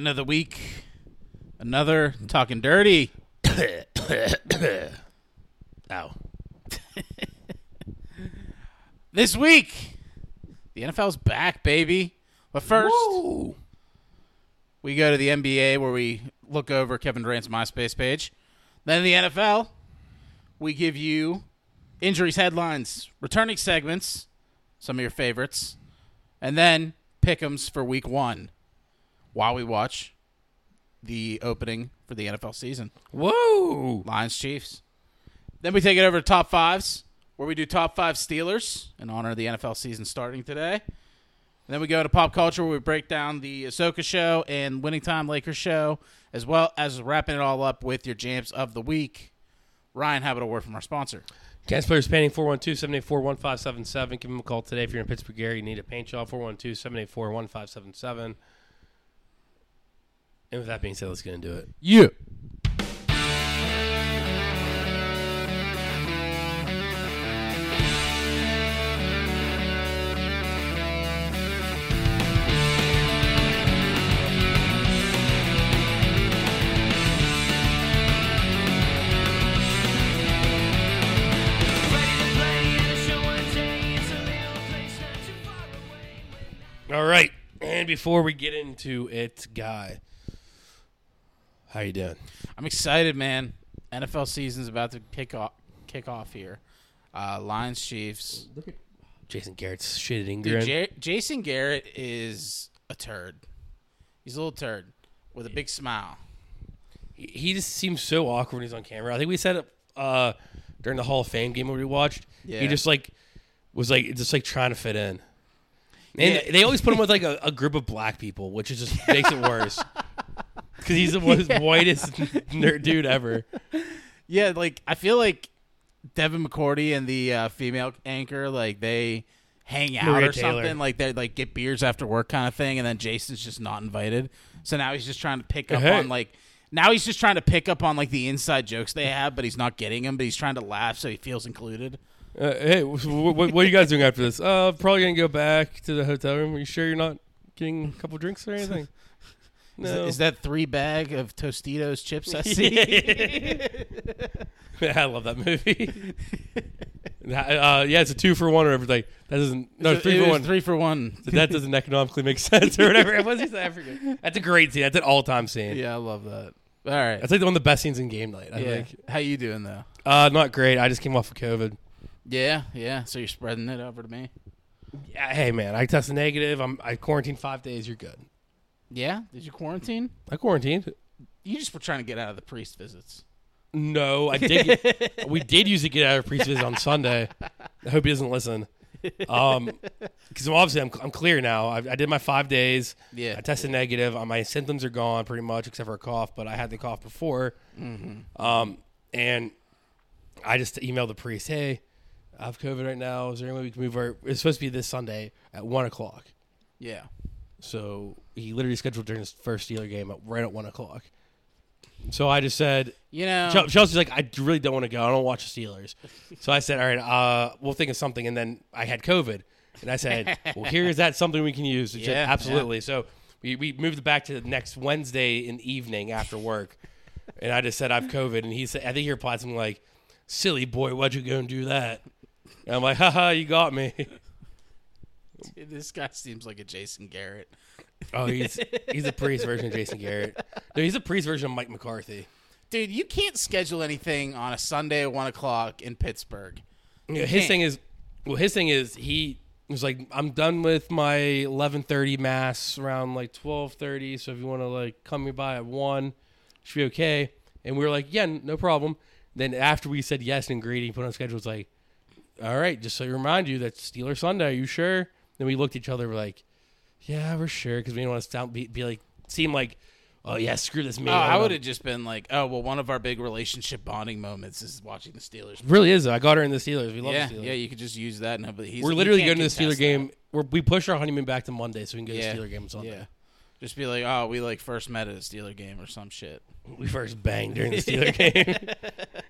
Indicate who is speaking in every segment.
Speaker 1: of the week. Another talking dirty.
Speaker 2: Ow.
Speaker 1: This week, the NFL's back, baby. But first,
Speaker 2: Woo.
Speaker 1: we go to the NBA where we look over Kevin Durant's MySpace page. Then the NFL, we give you injuries headlines, returning segments, some of your favorites, and then pick'ems for week one while we watch the opening for the NFL season.
Speaker 2: Whoa.
Speaker 1: Lions Chiefs. Then we take it over to top fives, where we do top five Steelers in honor of the NFL season starting today. And then we go to pop culture, where we break down the Ahsoka show and Winning Time Lakers show, as well as wrapping it all up with your jams of the week. Ryan, how about a word from our sponsor?
Speaker 2: Gas players painting 412 784 1577. Give them a call today if you're in Pittsburgh area. You need a paint job 412 784 1577. And with that being said, let's get into it.
Speaker 1: You.
Speaker 2: All right. And before we get into it, Guy, how you doing?
Speaker 1: I'm excited, man. NFL season's about to kick off, kick off here. Uh, Lions Chiefs.
Speaker 2: Jason Garrett's shitted
Speaker 1: Dude,
Speaker 2: Ingram.
Speaker 1: Ja- Jason Garrett is a turd. He's a little turd with a big smile.
Speaker 2: he he just seems so awkward when he's on camera. I think we said it uh, during the Hall of Fame game when we watched.
Speaker 1: Yeah.
Speaker 2: He just like was like just like trying to fit in. And
Speaker 1: Yeah.
Speaker 2: they always put him with like a, a group of black people, which is just makes it worse. Because he's the most whitest nerd dude ever.
Speaker 1: Yeah, like I feel like Devin McCourty and the uh, female anchor, like they hang out
Speaker 2: Maria
Speaker 1: or
Speaker 2: Taylor.
Speaker 1: something. Like they like get beers after work kind of thing, and then Jason's just not invited. So now he's just trying to pick up
Speaker 2: Hey.
Speaker 1: on like now he's just trying to pick up on like the inside jokes they have, but he's not getting them. But he's trying to laugh so he feels included.
Speaker 2: Uh, hey, what, what are you guys doing after this? Uh, probably gonna go back to the hotel room. Are you sure you're not getting a couple drinks or anything? No.
Speaker 1: Is, that, is that three bag of Tostitos chips I see?
Speaker 2: Man, I love that movie. uh, yeah, it's a two for one or everything. That doesn't no
Speaker 1: It
Speaker 2: three
Speaker 1: was
Speaker 2: for one.
Speaker 1: Three for one.
Speaker 2: That doesn't economically make sense or whatever. it was just I forget. That's a great scene. That's an all time scene.
Speaker 1: Yeah, I love that. All right.
Speaker 2: That's like one of the best scenes in game night. I
Speaker 1: yeah.
Speaker 2: think.
Speaker 1: How you doing though?
Speaker 2: Uh, not great. I just came off of COVID.
Speaker 1: Yeah, yeah. So you're spreading it over to me.
Speaker 2: Yeah, hey man, I tested negative. I'm I quarantined five days. You're good.
Speaker 1: Yeah. Did you quarantine?
Speaker 2: I quarantined.
Speaker 1: You just were trying to get out of the priest visits.
Speaker 2: No, I did. Get, we did use to get out of priest visit on Sunday. I hope he doesn't listen. Um, because obviously I'm, I'm clear now. I, I did my five days.
Speaker 1: Yeah.
Speaker 2: I tested negative. Uh, My symptoms are gone pretty much, except for a cough. But I had the cough before. Um, and I just emailed the priest, "Hey, I have COVID right now. Is there any way we can move our? It's supposed to be this Sunday at one o'clock.
Speaker 1: Yeah.
Speaker 2: So he literally scheduled during his first Steeler game at right at one o'clock. So I just said,
Speaker 1: You know.
Speaker 2: Chel- Chelsea's like, I really don't want to go. I don't watch the Steelers. So I said, all right, uh, we'll think of something. And then I had COVID. And I said, well, here is that something we can use. She said,
Speaker 1: Yeah,
Speaker 2: absolutely. So we, we moved it back to the next Wednesday in the evening after work. and I just said, I've COVID. And he said, I think he replied something like, silly boy, why'd you go and do that? And I'm like, haha, you got me.
Speaker 1: Dude, this guy seems like a Jason Garrett.
Speaker 2: Oh, he's he's a priest version of Jason Garrett. No, he's a priest version of Mike McCarthy.
Speaker 1: Dude, you can't schedule anything on a Sunday at one o'clock in Pittsburgh.
Speaker 2: Yeah, his
Speaker 1: can't.
Speaker 2: thing is, well, his thing is he was like, I'm done with my 11:30 mass around like 12:30. So if you want to like come by at one, should be okay. And we were like, yeah, n- no problem. Then after we said yes and agreed, he put on schedule. It's like, all right, just so to remind you that Steeler Sunday. Are you sure? Then we looked at each other. We're like, yeah, we're sure because we didn't want to sound be, be like seem like, oh yeah, screw this meeting.
Speaker 1: Oh, I
Speaker 2: I'm
Speaker 1: would
Speaker 2: not-
Speaker 1: have just been like, oh well, one of our big relationship bonding moments is watching the Steelers.
Speaker 2: Really is. though. I got her in the Steelers. We love
Speaker 1: Yeah,
Speaker 2: the Steelers.
Speaker 1: yeah. You could just use that. No, but he's
Speaker 2: We're
Speaker 1: you
Speaker 2: literally
Speaker 1: can't
Speaker 2: going to the Steeler
Speaker 1: contest that.
Speaker 2: game. We're, we push our honeymoon back to Monday so we can go to
Speaker 1: Yeah.
Speaker 2: the Steeler game on Sunday.
Speaker 1: Yeah. Just be like, oh, we like first met at a Steeler game or some shit.
Speaker 2: We first banged during the Steeler game.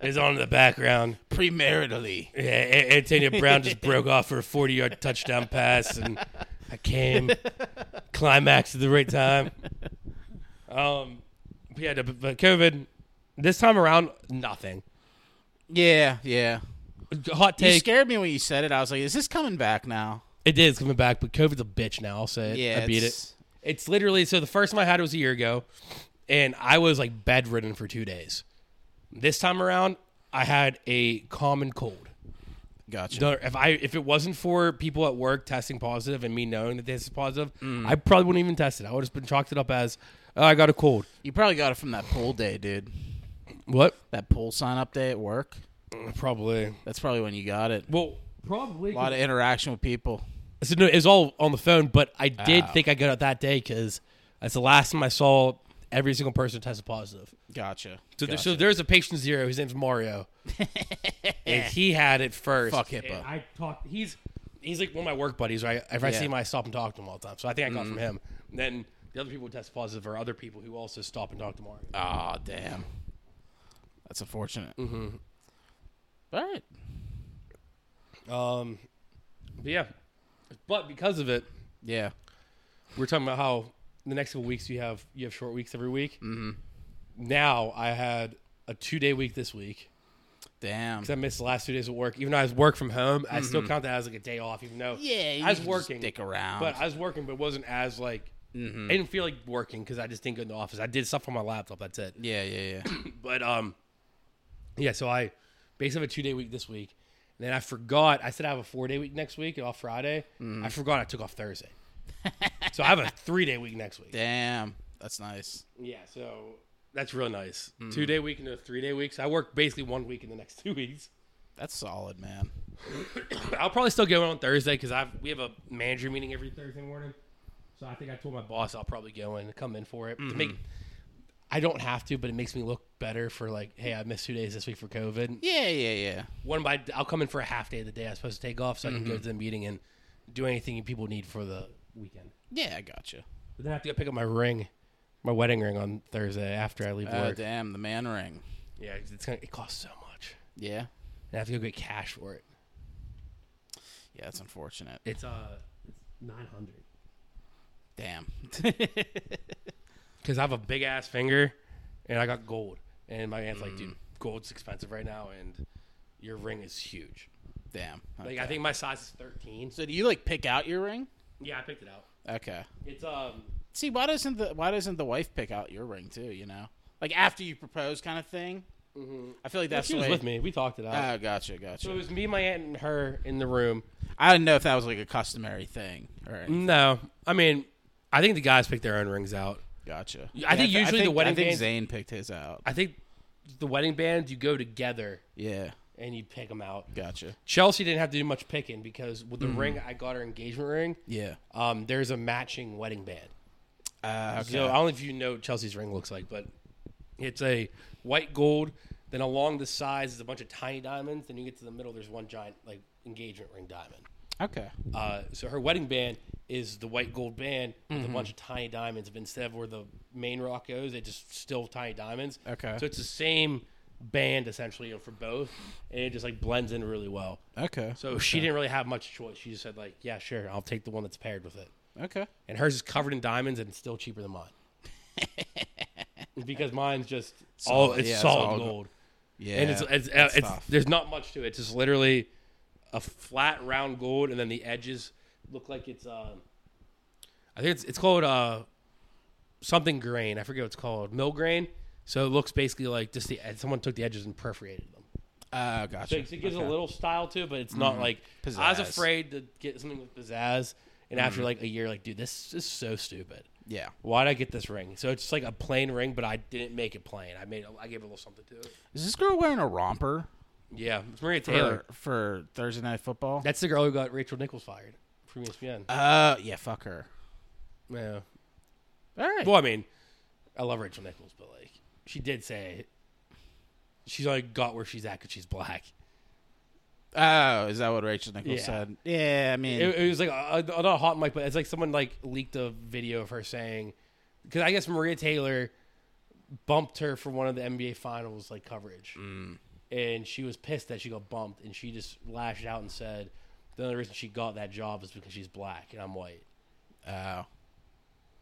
Speaker 2: it's on in the background.
Speaker 1: Premaritally.
Speaker 2: Yeah, A- Antonio Brown just broke off for a 40 yard touchdown pass, and I came. Climax at the right time. Um, but yeah, but- but COVID this time around, nothing.
Speaker 1: Yeah, yeah.
Speaker 2: Hot
Speaker 1: You
Speaker 2: take.
Speaker 1: scared me when you said it. I was like, is this coming back now?
Speaker 2: It is coming back, but COVID's a bitch now. I'll say it.
Speaker 1: Yeah,
Speaker 2: I beat it.
Speaker 1: it's-
Speaker 2: It's literally so the first time I had it was a year ago, and I was like bedridden for two days. This time around, I had a common cold.
Speaker 1: Gotcha.
Speaker 2: Don't- If I if it wasn't for people at work testing positive and me knowing that this is positive, I probably wouldn't even test it. I would have been chalked it up as oh, I got a cold.
Speaker 1: You probably got it from that pool day, dude.
Speaker 2: What?
Speaker 1: That pool sign up day at work.
Speaker 2: Probably.
Speaker 1: That's probably when you got it.
Speaker 2: Well, probably.
Speaker 1: A lot of interaction with people.
Speaker 2: So no, it was all on the phone, but I did think I got it that day because that's the last time I saw every single person tested positive.
Speaker 1: Gotcha.
Speaker 2: So, there, so there's a patient zero. His name's Mario, and he had it first.
Speaker 1: Fuck HIPAA.
Speaker 2: And I talked. He's he's like one of my work buddies. Right. If I
Speaker 1: Yeah.
Speaker 2: see him, I stop and talk to him all the time. So I think I got it from him. And then the other people who test positive are other people who also stop and talk to Mario.
Speaker 1: Ah, damn. That's unfortunate. Mm-hmm. All right.
Speaker 2: Um, but yeah, but because of it,
Speaker 1: Yeah.
Speaker 2: we're talking about how the next couple weeks you have you have short weeks every week. Mm-hmm. Now I had a two day week this week.
Speaker 1: Damn.
Speaker 2: 'cause I missed the last two days of work. Even though I was work from home, I still count that as like a day off. Even though
Speaker 1: Yeah, you
Speaker 2: I was
Speaker 1: can just
Speaker 2: working,
Speaker 1: stick around.
Speaker 2: but I was working, but it wasn't as like I didn't feel like working because I just didn't go in the office. I did stuff on my laptop. That's it.
Speaker 1: Yeah, yeah, yeah.
Speaker 2: But um, yeah. So I basically have a two day week this week, and then I forgot. I said I have a four day week next week off Friday. I forgot I took off Thursday, so I have a three day week next week.
Speaker 1: damn. That's nice.
Speaker 2: Yeah, so that's real nice. Two day week into a three day week. So I work basically one week in the next two weeks.
Speaker 1: That's solid, man.
Speaker 2: I'll probably still go on Thursday because I've we have a manager meeting every Thursday morning. So I think I told my boss I'll probably go in and come in for it to make. I don't have to, but it makes me look better for like, hey, I missed two days this week for COVID.
Speaker 1: Yeah, yeah, yeah.
Speaker 2: One by I'll come in for a half day of the day I'm supposed to take off, so I can go to the meeting and do anything people need for the weekend.
Speaker 1: Yeah, I gotcha.
Speaker 2: But then I have to go pick up my ring, my wedding ring on Thursday after I leave
Speaker 1: Oh,
Speaker 2: work.
Speaker 1: damn. The man ring.
Speaker 2: Yeah, it's gonna it costs so much.
Speaker 1: Yeah.
Speaker 2: and I have to go get cash for it.
Speaker 1: Yeah, that's unfortunate.
Speaker 2: It's uh, it's nine hundred.
Speaker 1: Damn.
Speaker 2: Because I have a big ass finger, and I got gold, and my aunt's like, dude, gold's expensive right now, and your ring is huge.
Speaker 1: damn.
Speaker 2: Like
Speaker 1: Okay.
Speaker 2: I think my size is thirteen.
Speaker 1: so do you like pick out your ring?
Speaker 2: Yeah, I picked it out.
Speaker 1: Okay.
Speaker 2: It's um,
Speaker 1: See, why doesn't the why doesn't the wife pick out your ring too? You know, like after you propose, kind of thing. I feel like that's
Speaker 2: Mm-hmm. she
Speaker 1: the
Speaker 2: was
Speaker 1: way.
Speaker 2: with me. We talked it out.
Speaker 1: Oh, gotcha,
Speaker 2: so it
Speaker 1: gotcha.
Speaker 2: was me, my aunt, and her in the room.
Speaker 1: I didn't know if that was like a customary thing. All right,
Speaker 2: No, I mean, I think the guys pick their own rings out.
Speaker 1: gotcha.
Speaker 2: I think
Speaker 1: th-
Speaker 2: usually the wedding
Speaker 1: I think
Speaker 2: band-
Speaker 1: Zane picked his out.
Speaker 2: I think the wedding bands you go together
Speaker 1: Yeah,
Speaker 2: and you pick them out.
Speaker 1: gotcha.
Speaker 2: Chelsea didn't have to do much picking because with the ring I got her engagement ring.
Speaker 1: Yeah.
Speaker 2: um, there's a matching wedding band.
Speaker 1: Uh, okay.
Speaker 2: So I don't know if you know what Chelsea's ring looks like, but it's a white gold. Then along the sides is a bunch of tiny diamonds. Then you get to the middle, there's one giant like engagement ring diamond.
Speaker 1: okay.
Speaker 2: Uh, so her wedding band is the white gold band with
Speaker 1: Mm-hmm.
Speaker 2: a bunch of tiny diamonds. But instead of where the main rock goes, they just still tiny diamonds.
Speaker 1: Okay.
Speaker 2: So it's the same band essentially you know, for both, and it just like blends in really well.
Speaker 1: Okay.
Speaker 2: So she didn't really have much choice. She just said like, yeah, sure, I'll take the one that's paired with it
Speaker 1: Okay.
Speaker 2: and hers is covered in diamonds and it's still cheaper than mine because mine's just all
Speaker 1: solid-
Speaker 2: it's
Speaker 1: yeah, it's
Speaker 2: solid
Speaker 1: all
Speaker 2: gold,
Speaker 1: go- Yeah.
Speaker 2: and it's it's, uh,
Speaker 1: that's
Speaker 2: it's
Speaker 1: tough.
Speaker 2: there's not much to it it's just literally a flat round gold and then the edges look like it's uh, I think it's it's called uh something grain I forget what it's called mill grain so it looks basically like just the ed- someone took the edges and perforated them
Speaker 1: uh,
Speaker 2: so
Speaker 1: gotcha.
Speaker 2: it, it gives
Speaker 1: Okay. Mm-hmm.
Speaker 2: a little style to it, but it's not like I was
Speaker 1: Pizzazz. Mm-hmm.
Speaker 2: afraid to get something with pizzazz, and after like a year, like dude, this is so stupid.
Speaker 1: Yeah.
Speaker 2: Why'd I get this ring? So it's just like a plain ring, but I didn't make it plain. I made I gave it a little something to it.
Speaker 1: Is this girl wearing a romper
Speaker 2: Yeah, it's Maria
Speaker 1: for,
Speaker 2: Taylor.
Speaker 1: for Thursday night football?
Speaker 2: That's the girl who got Rachel Nichols fired from E ESPN.
Speaker 1: uh, yeah. Fuck her.
Speaker 2: yeah.
Speaker 1: All right.
Speaker 2: Well, I mean, I love Rachel Nichols, but like she did say she's only got where she's at because she's black.
Speaker 1: Oh, is that what Rachel Nichols
Speaker 2: Yeah.
Speaker 1: said? Yeah, I mean,
Speaker 2: It, it was like uh, uh, not a hot mic, but it's like someone like leaked a video of her saying because I guess Maria Taylor bumped her for one of the NBA Finals like coverage, and she was pissed that she got bumped, and she just lashed out and said the only reason she got that job is because she's black and I'm white.
Speaker 1: oh,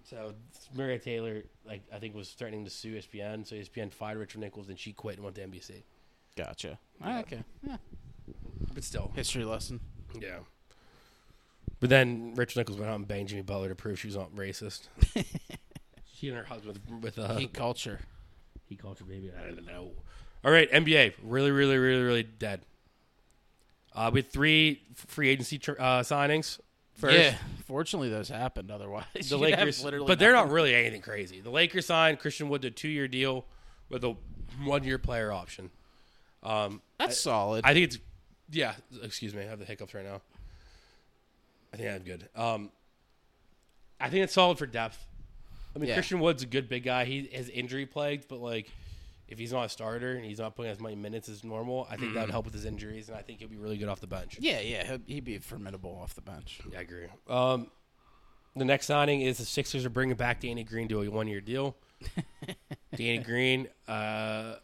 Speaker 2: So Maria Taylor, like I think, was threatening to sue E ESPN. So ESPN fired Richard Nichols, and she quit and went to NBC.
Speaker 1: Gotcha.
Speaker 2: Yeah.
Speaker 1: Oh, okay. Yeah.
Speaker 2: But still,
Speaker 1: History lesson.
Speaker 2: yeah. But then Richard Nichols went out and banged Jimmy Butler to prove she was not racist. she and her husband with a
Speaker 1: Geek culture.
Speaker 2: He called your baby. I don't know. All right, NBA. Really, really, really, really dead. Uh, with three f- free agency tr- uh, signings. First,
Speaker 1: Yeah. Fortunately, those happened. Otherwise,
Speaker 2: the
Speaker 1: you'd have
Speaker 2: Lakers,
Speaker 1: literally
Speaker 2: but they're
Speaker 1: nothing.
Speaker 2: not really anything crazy. The Lakers signed Christian Wood to a two-year deal with a one-year player option. Um,
Speaker 1: That's solid.
Speaker 2: I think it's yeah. Excuse me, I have the hiccups right now. I think I'm good. Um, I think it's solid for depth. I mean,
Speaker 1: Yeah.
Speaker 2: Christian Wood's a good big guy. He is injury plagued, but like, if he's not a starter and he's not playing as many minutes as normal, I think that would
Speaker 1: Mm.
Speaker 2: help with his injuries, and I think he'll be really good off the bench.
Speaker 1: yeah, yeah. He'd, he'd be formidable off the bench.
Speaker 2: I agree. Um, the next signing is the Sixers are bringing back Danny Green to a one-year deal. Danny Green, uh,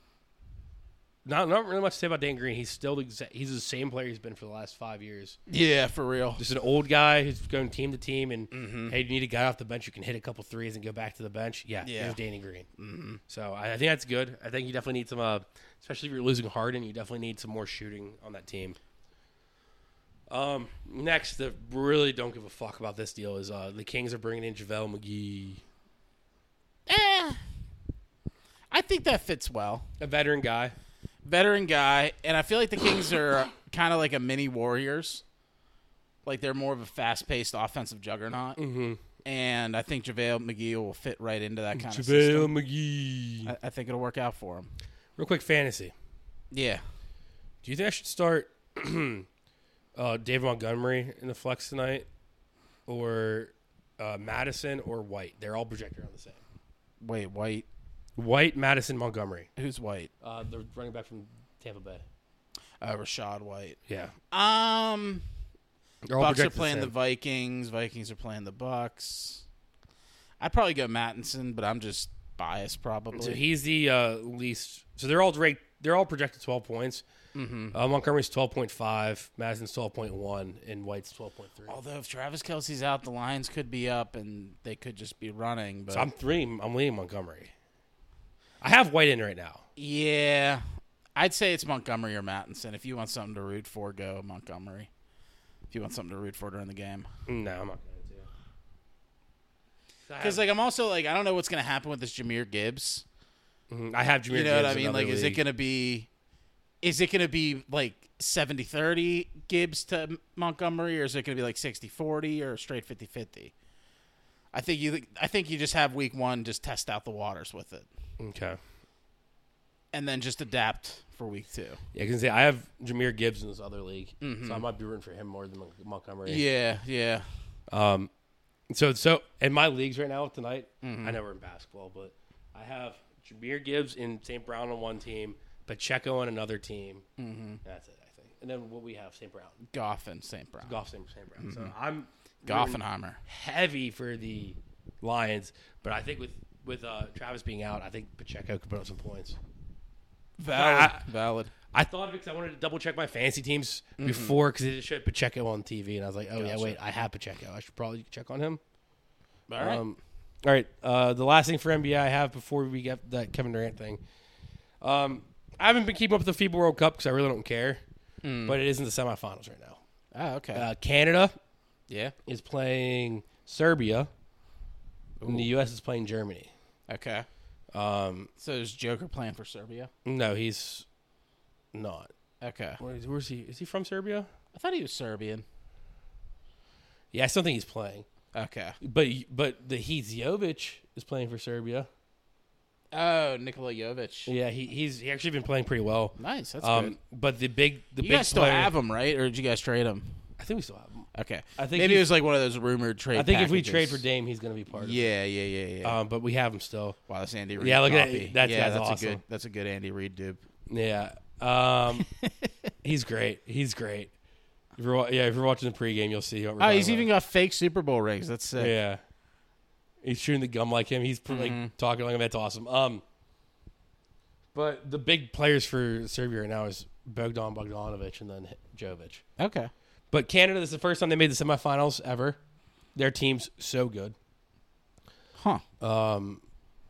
Speaker 2: not not really much to say about Danny Green. He's still the exa- he's the same player he's been for the last five years.
Speaker 1: Yeah, for real.
Speaker 2: Just an old guy who's going team to team, and hey, you need a guy off the bench who can hit a couple threes and go back to the bench. Yeah,
Speaker 1: Yeah.
Speaker 2: there's Danny Green. Mm-hmm. So I, I think that's good. I think you definitely need some, uh, especially if you're losing Harden, you definitely need some more shooting on that team. Um, next, that really don't give a fuck about this deal is uh, the Kings are bringing in JaVale McGee,
Speaker 1: Eh, I think that fits well.
Speaker 2: a veteran guy.
Speaker 1: Veteran guy, and I feel like the Kings are kind of like a mini Warriors. Like they're more of a fast-paced offensive juggernaut, mm-hmm. and I think JaVale McGee will fit right into that kind of system.
Speaker 2: McGee.
Speaker 1: I, I think it'll work out for him.
Speaker 2: Real quick, fantasy.
Speaker 1: Yeah,
Speaker 2: Do you think I should start uh, Dave Montgomery in the flex tonight, or uh, Madison or White? They're all projected around the same.
Speaker 1: wait, White.
Speaker 2: White, Madison, Montgomery.
Speaker 1: Who's White?
Speaker 2: Uh, the running back from Tampa Bay.
Speaker 1: Uh, Rashad White.
Speaker 2: Yeah,
Speaker 1: Um,
Speaker 2: they're all
Speaker 1: Bucks are
Speaker 2: projected
Speaker 1: playing the,
Speaker 2: the, same.
Speaker 1: Vikings. Vikings are playing the Bucks. I'd probably go Mattinson, but I'm just biased probably.
Speaker 2: So he's the uh, least. So they're all ranked. They're all projected twelve points. Mm-hmm. Uh, Montgomery's twelve point five, Madison's twelve point one, and White's twelve point three.
Speaker 1: Although if Travis Kelsey's out, the Lions could be up and they could just be running. But
Speaker 2: So I'm three. I'm leaning Montgomery. I have White in right now.
Speaker 1: yeah, I'd say it's Montgomery or Mattinson. If you want something to root for, go Montgomery. If you want something to root for during the game,
Speaker 2: No, I'm not.
Speaker 1: because like I'm also like I don't know what's gonna happen with this Jameer Gibbs.
Speaker 2: Mhm. I have Jameer.
Speaker 1: Mm-hmm. You know what
Speaker 2: Gibbs
Speaker 1: I
Speaker 2: in
Speaker 1: mean?
Speaker 2: another
Speaker 1: Like, is it
Speaker 2: league.
Speaker 1: gonna be? Is it gonna be like 70-30 Gibbs to Montgomery, or is it gonna be like 60-40 or straight 50-50? I think you. I think you just have week one, just test out the waters with it.
Speaker 2: Okay.
Speaker 1: and then just adapt for week two.
Speaker 2: Yeah, I can say I have Jameer Gibbs in this other league, so I might be rooting for him more than Mon- Montgomery.
Speaker 1: Mm-hmm. Yeah, yeah.
Speaker 2: Um, so so in my leagues right now tonight,
Speaker 1: Mm-hmm.
Speaker 2: I know we're in basketball, but I have Jameer Gibbs and St. Brown on one team, Pacheco on another team. Mm-hmm. That's it, I think. And then what we have St. Brown,
Speaker 1: Goff and St. Brown.
Speaker 2: Goff, St. St. Brown. So
Speaker 1: Mm-hmm.
Speaker 2: I'm rooting
Speaker 1: Goffenheimer.
Speaker 2: heavy for the Lions, but I think with with uh, Travis being out, I think Pacheco could put up some points.
Speaker 1: Valid.
Speaker 2: I-
Speaker 1: Valid.
Speaker 2: I thought of it because I wanted to double check my fantasy teams before because it showed Pacheco on TV, and I was like, oh yeah,
Speaker 1: Mm-hmm. Gotcha.
Speaker 2: wait, I have Pacheco. I should probably check on him.
Speaker 1: All right.
Speaker 2: Um, all right. Uh, the last thing for NBA I have before we get that Kevin Durant thing. Um, I haven't been keeping up with the FIBA World Cup because I really don't care,
Speaker 1: Hmm.
Speaker 2: but it is in the semifinals right now.
Speaker 1: ah, okay.
Speaker 2: Uh, Canada
Speaker 1: yeah.
Speaker 2: is playing Serbia, and the U.S. is playing Germany.
Speaker 1: Okay.
Speaker 2: Um,
Speaker 1: So is Joker playing for Serbia?
Speaker 2: no, he's not.
Speaker 1: Okay.
Speaker 2: Where is, where is he? Is he from Serbia?
Speaker 1: I thought he was Serbian.
Speaker 2: Yeah, I still think he's playing.
Speaker 1: Okay.
Speaker 2: But but the he's Jovic is playing for Serbia.
Speaker 1: Oh, Nikola Jovic.
Speaker 2: Yeah, he, he's he actually been playing pretty well.
Speaker 1: Nice. That's
Speaker 2: Um,
Speaker 1: good.
Speaker 2: but the big the
Speaker 1: You
Speaker 2: big
Speaker 1: guys still
Speaker 2: player-
Speaker 1: have him, right? Or did you guys trade him?
Speaker 2: I think we still have him.
Speaker 1: Okay.
Speaker 2: I think
Speaker 1: maybe
Speaker 2: he-
Speaker 1: it was like one of those rumored trade.
Speaker 2: I think if we
Speaker 1: packages.
Speaker 2: trade for Dame, he's going to be part of it.
Speaker 1: Yeah, yeah, yeah, yeah.
Speaker 2: Um, but we have him still.
Speaker 1: wow, that's Andy Reid.
Speaker 2: yeah, look at
Speaker 1: copy.
Speaker 2: that. That
Speaker 1: Uh, yeah,
Speaker 2: guy's
Speaker 1: that's
Speaker 2: awesome.
Speaker 1: a good. That's a good Andy Reid dupe.
Speaker 2: Yeah. Um, he's great. He's great. If you're, wa- yeah, if you're watching the pregame, you'll see. What we're
Speaker 1: Oh,
Speaker 2: talking
Speaker 1: he's even
Speaker 2: about.
Speaker 1: got fake Super Bowl rings. That's sick.
Speaker 2: Yeah. He's chewing the gum like him. He's like
Speaker 1: Mm-hmm.
Speaker 2: talking like him. That's awesome. Um, but the big players for Serbia right now is Bogdan Bogdanovic and then Jovic.
Speaker 1: Okay.
Speaker 2: But Canada, this is the first time they made the semifinals ever. Their team's so good.
Speaker 1: Huh.
Speaker 2: Um,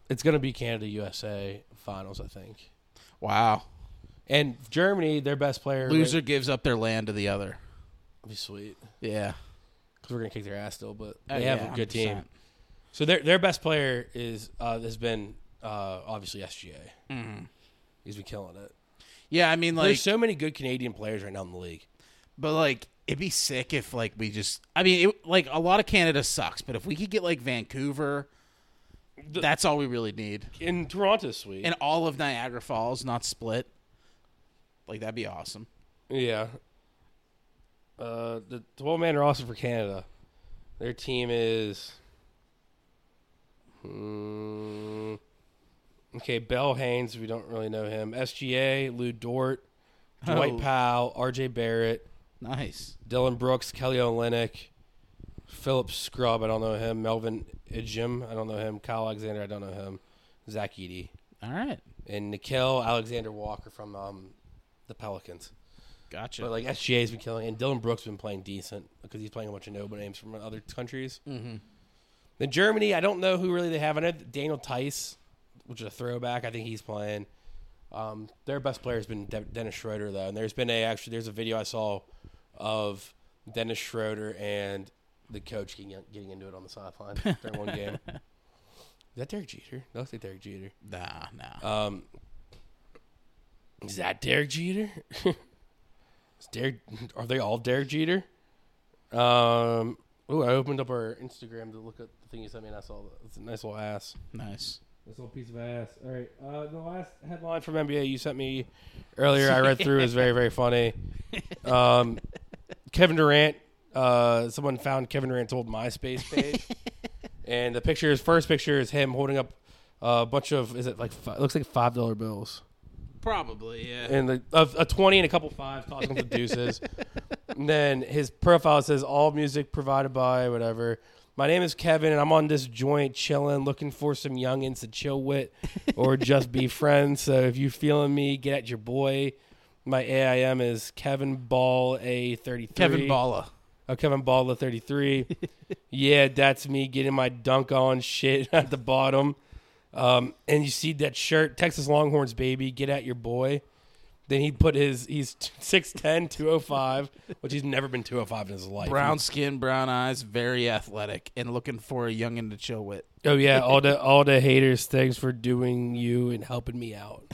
Speaker 2: it's going to be Canada USA finals, I think.
Speaker 1: Wow.
Speaker 2: And Germany, their best player
Speaker 1: Loser gives up their land to the other.
Speaker 2: It'd be sweet
Speaker 1: Yeah.
Speaker 2: because we're going to kick their ass still, but they
Speaker 1: Uh,
Speaker 2: have
Speaker 1: yeah,
Speaker 2: a good team.
Speaker 1: 100%.
Speaker 2: So their their best player is uh, has been uh, obviously SGA. He's been killing it.
Speaker 1: Yeah, I mean, Mm-hmm. like,
Speaker 2: There's so many good Canadian players right now in the league.
Speaker 1: but like, it'd be sick if like we just. I mean, it, like a lot of Canada sucks, but if we could get like Vancouver, that's all we really need.
Speaker 2: In Toronto, sweet.
Speaker 1: And all of Niagara Falls, not split. Like that'd be awesome.
Speaker 2: Yeah. Uh, the twelve man roster for Canada. Their team is. Hmm. okay, Bell Haynes. We don't really know him. SGA, Lou Dort, Dwight
Speaker 1: Oh.
Speaker 2: Powell, RJ Barrett,
Speaker 1: Nice.
Speaker 2: Dylan Brooks, Kelly Olynyk, Philip Scrub. I don't know him. Melvin Ijim. I don't know him. Kyle Alexander. I don't know him. Zach Eady
Speaker 1: All right.
Speaker 2: and Nikhil Alexander Walker from um, the Pelicans.
Speaker 1: Gotcha.
Speaker 2: But like SGA's been killing, and Dylan Brooks has been playing decent because he's playing a bunch of no names from other countries. Mm-hmm. Then Germany, I don't know who really they have. I know Daniel Tice, which is a throwback. I think he's playing. Um, their best player has been De- Dennis Schroeder though, and there's been a actually there's a video I saw of Dennis Schroeder and the coach getting, getting into it on the sideline during one game. Is that Derek Jeter? That looks like Derek Jeter.
Speaker 1: nah, nah.
Speaker 2: Um, is that Derek Jeter? is Derek, are they all Derek Jeter? Um, oh, I opened up our Instagram to look at the thing you sent me, and I saw that. It's a nice little ass.
Speaker 1: nice.
Speaker 2: This little piece of ass. All right. Uh, the last headline from NBA you sent me earlier, I read through, is very, very funny. Um, Kevin Durant. Uh, someone found Kevin Durant's old MySpace page, and the picture, his first picture, is him holding up a bunch of is it like fi- looks like five dollar bills
Speaker 1: Probably, yeah.
Speaker 2: and the, a, a twenty and a couple fives tossing them to deuces. and then his profile says all music provided by whatever. My name is Kevin, and I'm on this joint chilling, looking for some youngins to chill with, or just be friends. So if you feeling me, get at your boy. My AIM is Kevin Ball A thirty three.
Speaker 1: Kevin Balla.
Speaker 2: Oh, Kevin Ball the thirty three. yeah, that's me getting my dunk on shit at the bottom. Um, and you see that shirt, Texas Longhorns baby, get at your boy. Then he put his he's 6'10", 205, which he's never been two hundred five in his life.
Speaker 1: Brown skin, brown eyes, very athletic, and looking for a youngin to chill with.
Speaker 2: Oh yeah, all the all the haters, thanks for doing you and helping me out.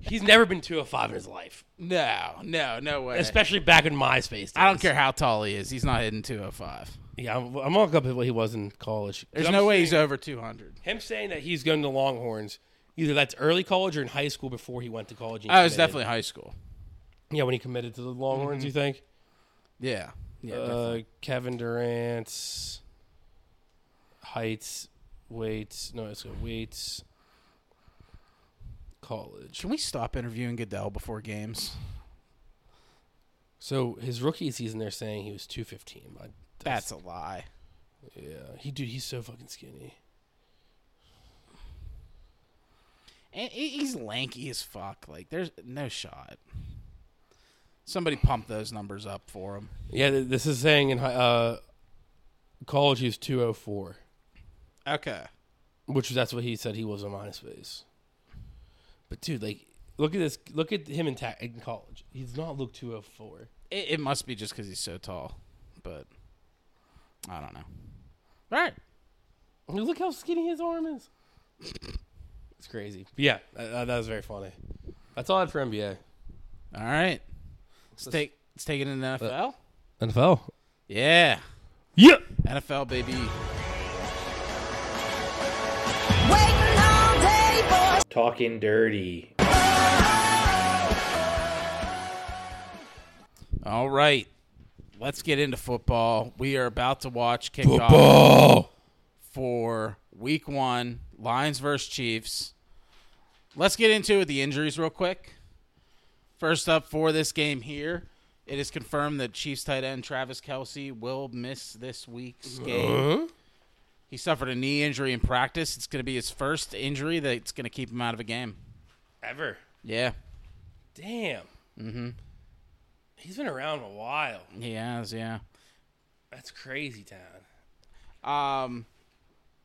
Speaker 2: he's never been two hundred five in his life,
Speaker 1: No, no, no way.
Speaker 2: especially back in MySpace.
Speaker 1: I don't
Speaker 2: days.
Speaker 1: care how tall he is. He's not hitting 205.
Speaker 2: Yeah, I'm, I'm all up at what he was in college.
Speaker 1: There's
Speaker 2: I'm
Speaker 1: no way he's over 200.
Speaker 2: Him saying that he's going to Longhorns, either that's early college or in high school before he went to college. and he
Speaker 1: Oh, it's
Speaker 2: committed.
Speaker 1: definitely high school.
Speaker 2: yeah when he committed to the Longhorns. You think?
Speaker 1: Yeah. Mm-hmm. Yeah.
Speaker 2: uh, Kevin Durant's heights, weights. No, it's weights. College.
Speaker 1: Can we stop interviewing Goodell before games?
Speaker 2: So his rookie season, they're saying he was two fifteen.
Speaker 1: That's a lie.
Speaker 2: yeah. He dude, he's so fucking skinny.
Speaker 1: And he- he's lanky as fuck. Like, there's no shot. Somebody pump those numbers up for him.
Speaker 2: Yeah, th- this is saying in hi- uh, college he was two oh four.
Speaker 1: Okay.
Speaker 2: Which that's what he said he was on MySpace. But dude, like, look at this. Look at him in, ta- in college. He's not look two hundred four.
Speaker 1: It, it must be just because he's so tall, but I don't know. All right.
Speaker 2: Look how skinny his arm is. It's crazy. But yeah, uh, that was very funny. That's all I had for NBA.
Speaker 1: All right. Let's take, let's take it in the NFL.
Speaker 2: NFL.
Speaker 1: yeah.
Speaker 2: Yeah.
Speaker 1: NFL, baby.
Speaker 3: Waiting all day for
Speaker 4: Talking dirty.
Speaker 1: All right. Let's get into football. We are about to watch kickoff for week one Lions versus Chiefs. Let's get into it with the injuries real quick. First up for this game here, it is confirmed that Chiefs tight end Travis Kelsey will miss this week's game. He suffered a knee injury in practice. It's going to be his first injury that's going to keep him out of a game.
Speaker 2: Ever.
Speaker 1: Yeah.
Speaker 2: Damn. Mm-hmm. He's been around a while.
Speaker 1: He has, yeah.
Speaker 2: That's crazy, town.
Speaker 1: Um,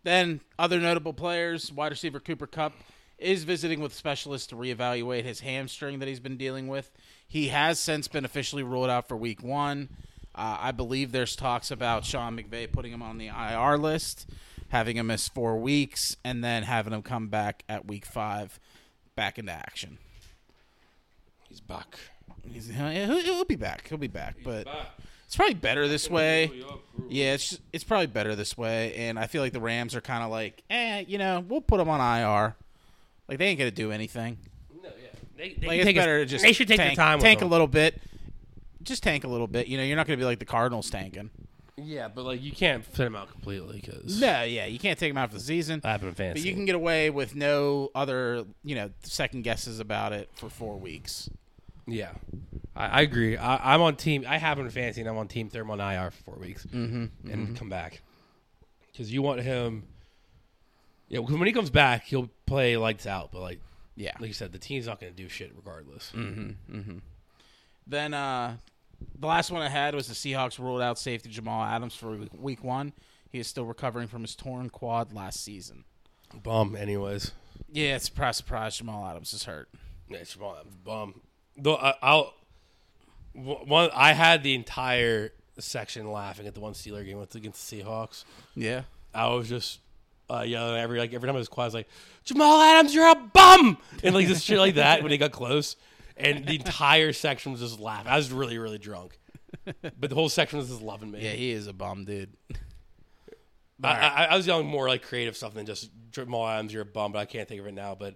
Speaker 1: Then other notable players, wide receiver Cooper Cup is visiting with specialists to reevaluate his hamstring that he's been dealing with. He has since been officially ruled out for week one. Uh, I believe there's talks about Sean McVay putting him on the IR list, having him miss four weeks, and then having him come back at week five back into action.
Speaker 2: He's back.
Speaker 1: He's, uh, he'll, he'll be back. He'll be back. but it's probably better this way. Yeah, it's just- it's probably better this way, and I feel like the Rams are kind of like, eh, you know, we'll put them on IR. Like they ain't gonna do anything.
Speaker 2: No, yeah. They, they
Speaker 1: Like
Speaker 2: can
Speaker 1: it's
Speaker 2: take a-
Speaker 1: better to just
Speaker 2: they should take
Speaker 1: tank,
Speaker 2: their time.
Speaker 1: tank
Speaker 2: with
Speaker 1: a little bit, just tank a little bit. You know, you're not gonna be like the Cardinals tanking.
Speaker 2: little. Yeah, but like you can't fit him out completely because
Speaker 1: No, yeah, you can't take them out for the season.
Speaker 2: I haven't
Speaker 1: But
Speaker 2: fancy.
Speaker 1: you can get away with no other, you know, second guesses about it for four weeks.
Speaker 2: Yeah, I, I agree. I, I'm on team. I have him in fantasy, and I'm on team Thermal and IR for four weeks, mm-hmm, and come back because you want him. Yeah, 'cause when he comes back, he'll play lights out. But like,
Speaker 1: Yeah.
Speaker 2: like you said, the team's not going to do shit regardless.
Speaker 1: Then uh, the last one I had was the Seahawks ruled out safety Jamal Adams for week one. He is still recovering from his torn quad last season.
Speaker 2: Bum, anyways.
Speaker 1: Yeah, it's surprise, surprise. Jamal Adams is hurt.
Speaker 2: Yeah, Jamal Adams, bum. Though I, I'll w- one. I had the entire section laughing at the one Steeler game with- against the Seahawks.
Speaker 1: Yeah.
Speaker 2: I was just uh, yelling every like every time I was quiet, I was like, Jamal Adams, you're a bum, and like this shit like that when he got close, and the entire section was just laughing. I was really really drunk, but the whole section was just loving me.
Speaker 1: Yeah, he is a bum, dude.
Speaker 2: I, I, I was yelling more like creative stuff than just Jamal Adams, you're a bum, but I can't think of it now. But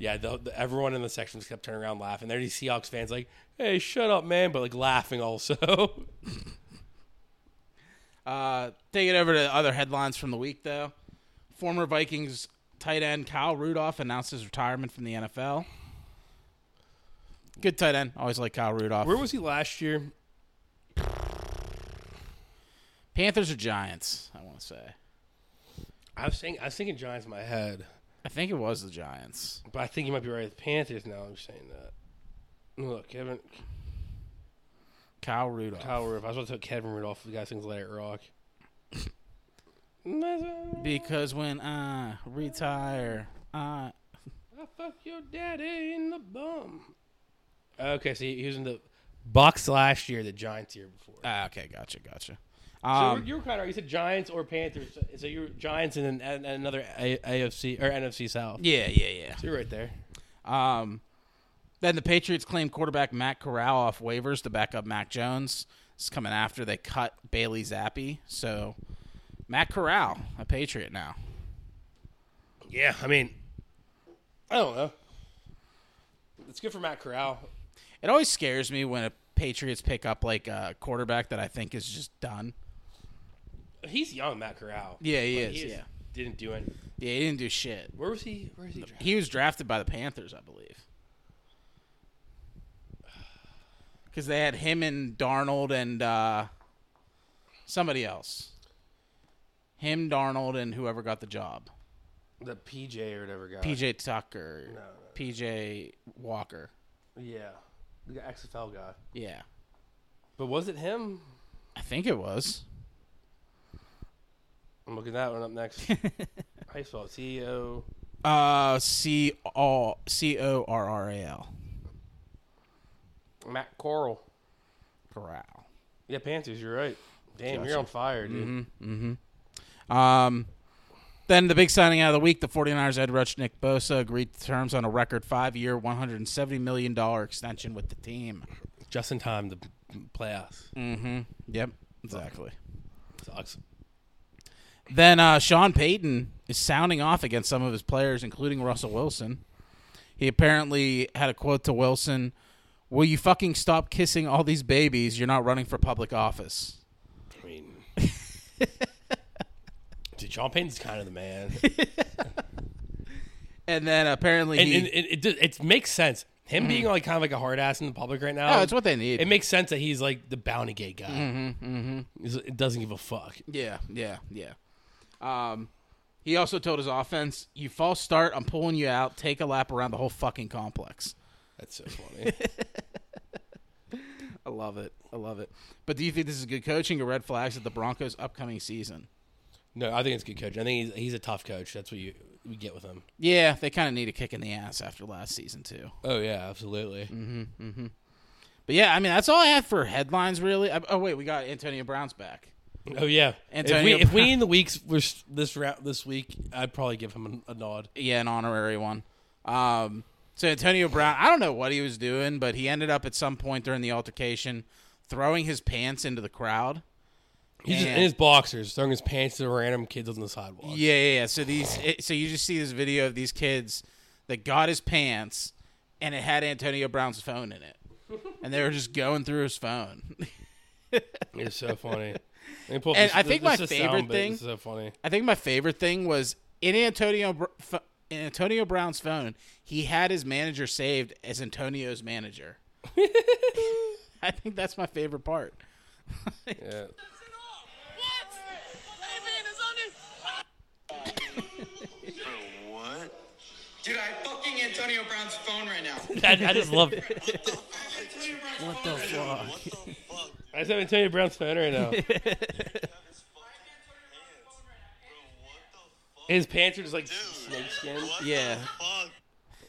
Speaker 2: yeah, the, the, everyone in the section just kept turning around laughing. There, these Seahawks fans like, hey, shut up, man, but like laughing also.
Speaker 1: Uh, take it over to other headlines from the week, though. Former Vikings tight end Kyle Rudolph announced his retirement from the NFL. Good tight end. Always like Kyle Rudolph.
Speaker 2: Where was he last year?
Speaker 1: Panthers or Giants, I want to say.
Speaker 2: I was saying I was thinking Giants in my head.
Speaker 1: I think it was the Giants.
Speaker 2: But I think you might be right with Panthers now. I'm saying that. Look, Kevin
Speaker 1: Kyle Rudolph.
Speaker 2: Kyle Rudolph. I was about to tell Kevin Rudolph the guy sings Let It Rock. I
Speaker 1: Because when I retire, I
Speaker 2: fuck your daddy in the bum. Okay, so he he was in the Bucks last year, the Giants year before.
Speaker 1: ah, okay, gotcha, gotcha.
Speaker 2: so
Speaker 1: Um,
Speaker 2: you were kind of right. You said Giants or Panthers. So, so you were Giants and then and and another A- AFC or NFC South.
Speaker 1: yeah, yeah,
Speaker 2: So you're right there.
Speaker 1: yeah. Um, then the Patriots claimed quarterback Matt Corral off waivers to back up Mac Jones. It's coming after they cut Bailey Zappi, so Matt Corral, a Patriot now.
Speaker 2: Yeah, I mean, I don't know. It's good for Matt Corral.
Speaker 1: It always scares me when a Patriots pick up like a quarterback that I think is just done.
Speaker 2: He's young, Matt Corral.
Speaker 1: Yeah, he
Speaker 2: Like,
Speaker 1: is,
Speaker 2: just
Speaker 1: yeah.
Speaker 2: didn't do anything.
Speaker 1: Yeah, he didn't do shit.
Speaker 2: Where was he? Where is he? Drafted?
Speaker 1: He was drafted by the Panthers, I believe. Because they had him and Darnold and uh, somebody else. Him, Darnold, and whoever got the job.
Speaker 2: The PJ or whatever guy.
Speaker 1: PJ Tucker.
Speaker 2: no, no.
Speaker 1: PJ Walker.
Speaker 2: Yeah, the XFL guy.
Speaker 1: Yeah.
Speaker 2: But was it him?
Speaker 1: I think it was.
Speaker 2: I'm looking that one up next. I saw CEO.
Speaker 1: Uh, C O C O R R A L.
Speaker 2: Matt Coral.
Speaker 1: Corral.
Speaker 2: Yeah, Panthers. You're right. Damn, you're on fire, dude.
Speaker 1: Mm-hmm. Um, then the big signing out of the week, the 49ers Ed Rush, Nick Bosa agreed to terms on a record five-year, $170 million extension with the team.
Speaker 2: Just in time to playoffs.
Speaker 1: Mm. Yep, exactly.
Speaker 2: Sucks.
Speaker 1: Then uh, Sean Payton is sounding off against some of his players, including Russell Wilson. He apparently had a quote to Wilson, will you fucking stop kissing all these babies? You're not running for public office.
Speaker 2: I mean, dude, Sean Payton's kind of the man,
Speaker 1: And then apparently
Speaker 2: and,
Speaker 1: he...
Speaker 2: and, and it, do- it makes sense. Him being like kind of like a hard ass in the public right now.
Speaker 1: oh, Mm-hmm. it's what they need.
Speaker 2: it makes sense that he's like the bounty gate guy. Mm-hmm, mm-hmm. It doesn't give a fuck.
Speaker 1: Yeah, yeah, yeah. Um, he also told his offense, "You false start, I'm pulling you out. Take a lap around the whole fucking complex."
Speaker 2: That's so funny.
Speaker 1: I love it. I love it. But do you think this is good coaching or red flags at the Broncos' upcoming season?
Speaker 2: No, I think it's a good coach. I think he's, he's a tough coach. That's what you, you get with him.
Speaker 1: Yeah, they kind of need a kick in the ass after last season too.
Speaker 2: Oh yeah, absolutely.
Speaker 1: But yeah, I mean that's all I have for headlines really. I, oh wait, we got Antonio Brown's back.
Speaker 2: Oh yeah.
Speaker 1: Antonio
Speaker 2: if we if we
Speaker 1: Brown.
Speaker 2: in the weeks this this round this week, I'd probably give him a, a nod.
Speaker 1: Yeah, an honorary one. Um, so Antonio Brown, I don't know what he was doing, but he ended up at some point during the altercation throwing his pants into the crowd.
Speaker 2: He's just
Speaker 1: Yeah.
Speaker 2: in his boxers, throwing his pants to random kids on the sidewalk.
Speaker 1: Yeah, yeah, yeah. So these, it, so you just see this video of these kids that got his pants, and it had Antonio Brown's phone in it, and they were just going through his phone.
Speaker 2: It's so funny. And, pull up
Speaker 1: And I think my
Speaker 2: is
Speaker 1: favorite
Speaker 2: but
Speaker 1: thing-
Speaker 2: This is so funny.
Speaker 1: I think my favorite thing was in Antonio Br- ph- in Antonio Brown's phone, he had his manager saved as Antonio's manager. I think that's my favorite part.
Speaker 2: Yeah.
Speaker 4: What? Hey man, it's on
Speaker 5: What? Dude, I fucking Antonio Brown's phone right now.
Speaker 2: I, I just love it.
Speaker 5: Antonio Brown's what phone the right fuck? Now. What the fuck?
Speaker 2: I just have Antonio Brown's phone right now. His pants are just like snake skin.
Speaker 1: Yeah,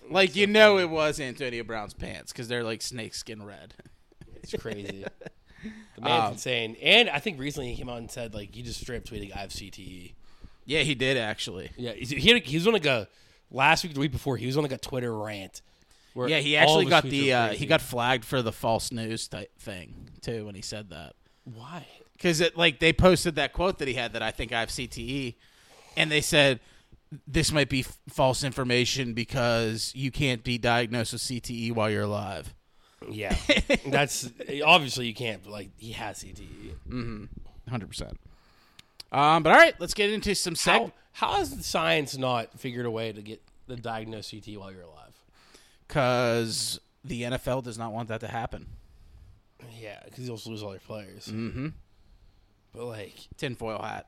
Speaker 1: like you know it was Antonio Brown's pants because they're like snakeskin red.
Speaker 2: It's crazy. The man's insane. And I think recently he came out and said like he just straight up tweeted I have CTE.
Speaker 1: Yeah, he did actually.
Speaker 2: Yeah, he's- he, had, he was on like a last week, the week before, he was on like a Twitter rant. where
Speaker 1: Yeah, he
Speaker 2: all
Speaker 1: actually
Speaker 2: of his
Speaker 1: got
Speaker 2: tweets
Speaker 1: the
Speaker 2: were
Speaker 1: uh,
Speaker 2: crazy.
Speaker 1: he got flagged for the false news type thing too when he said that
Speaker 2: why?
Speaker 1: because it like they posted that quote that he had that I think I have CTE, and they said this might be f- false information because you can't be diagnosed with CTE while you're alive.
Speaker 2: Yeah, that's obviously you can't. But like he has E. CTE.
Speaker 1: Hundred percent. Um, but all right, let's get into some seg-
Speaker 2: How how has the science not figured a way to get the diagnosed CTE while you're alive?
Speaker 1: because the NFL does not want that to happen.
Speaker 2: Yeah, because you'll lose all your players. Mm-hmm. But like,
Speaker 1: Tinfoil hat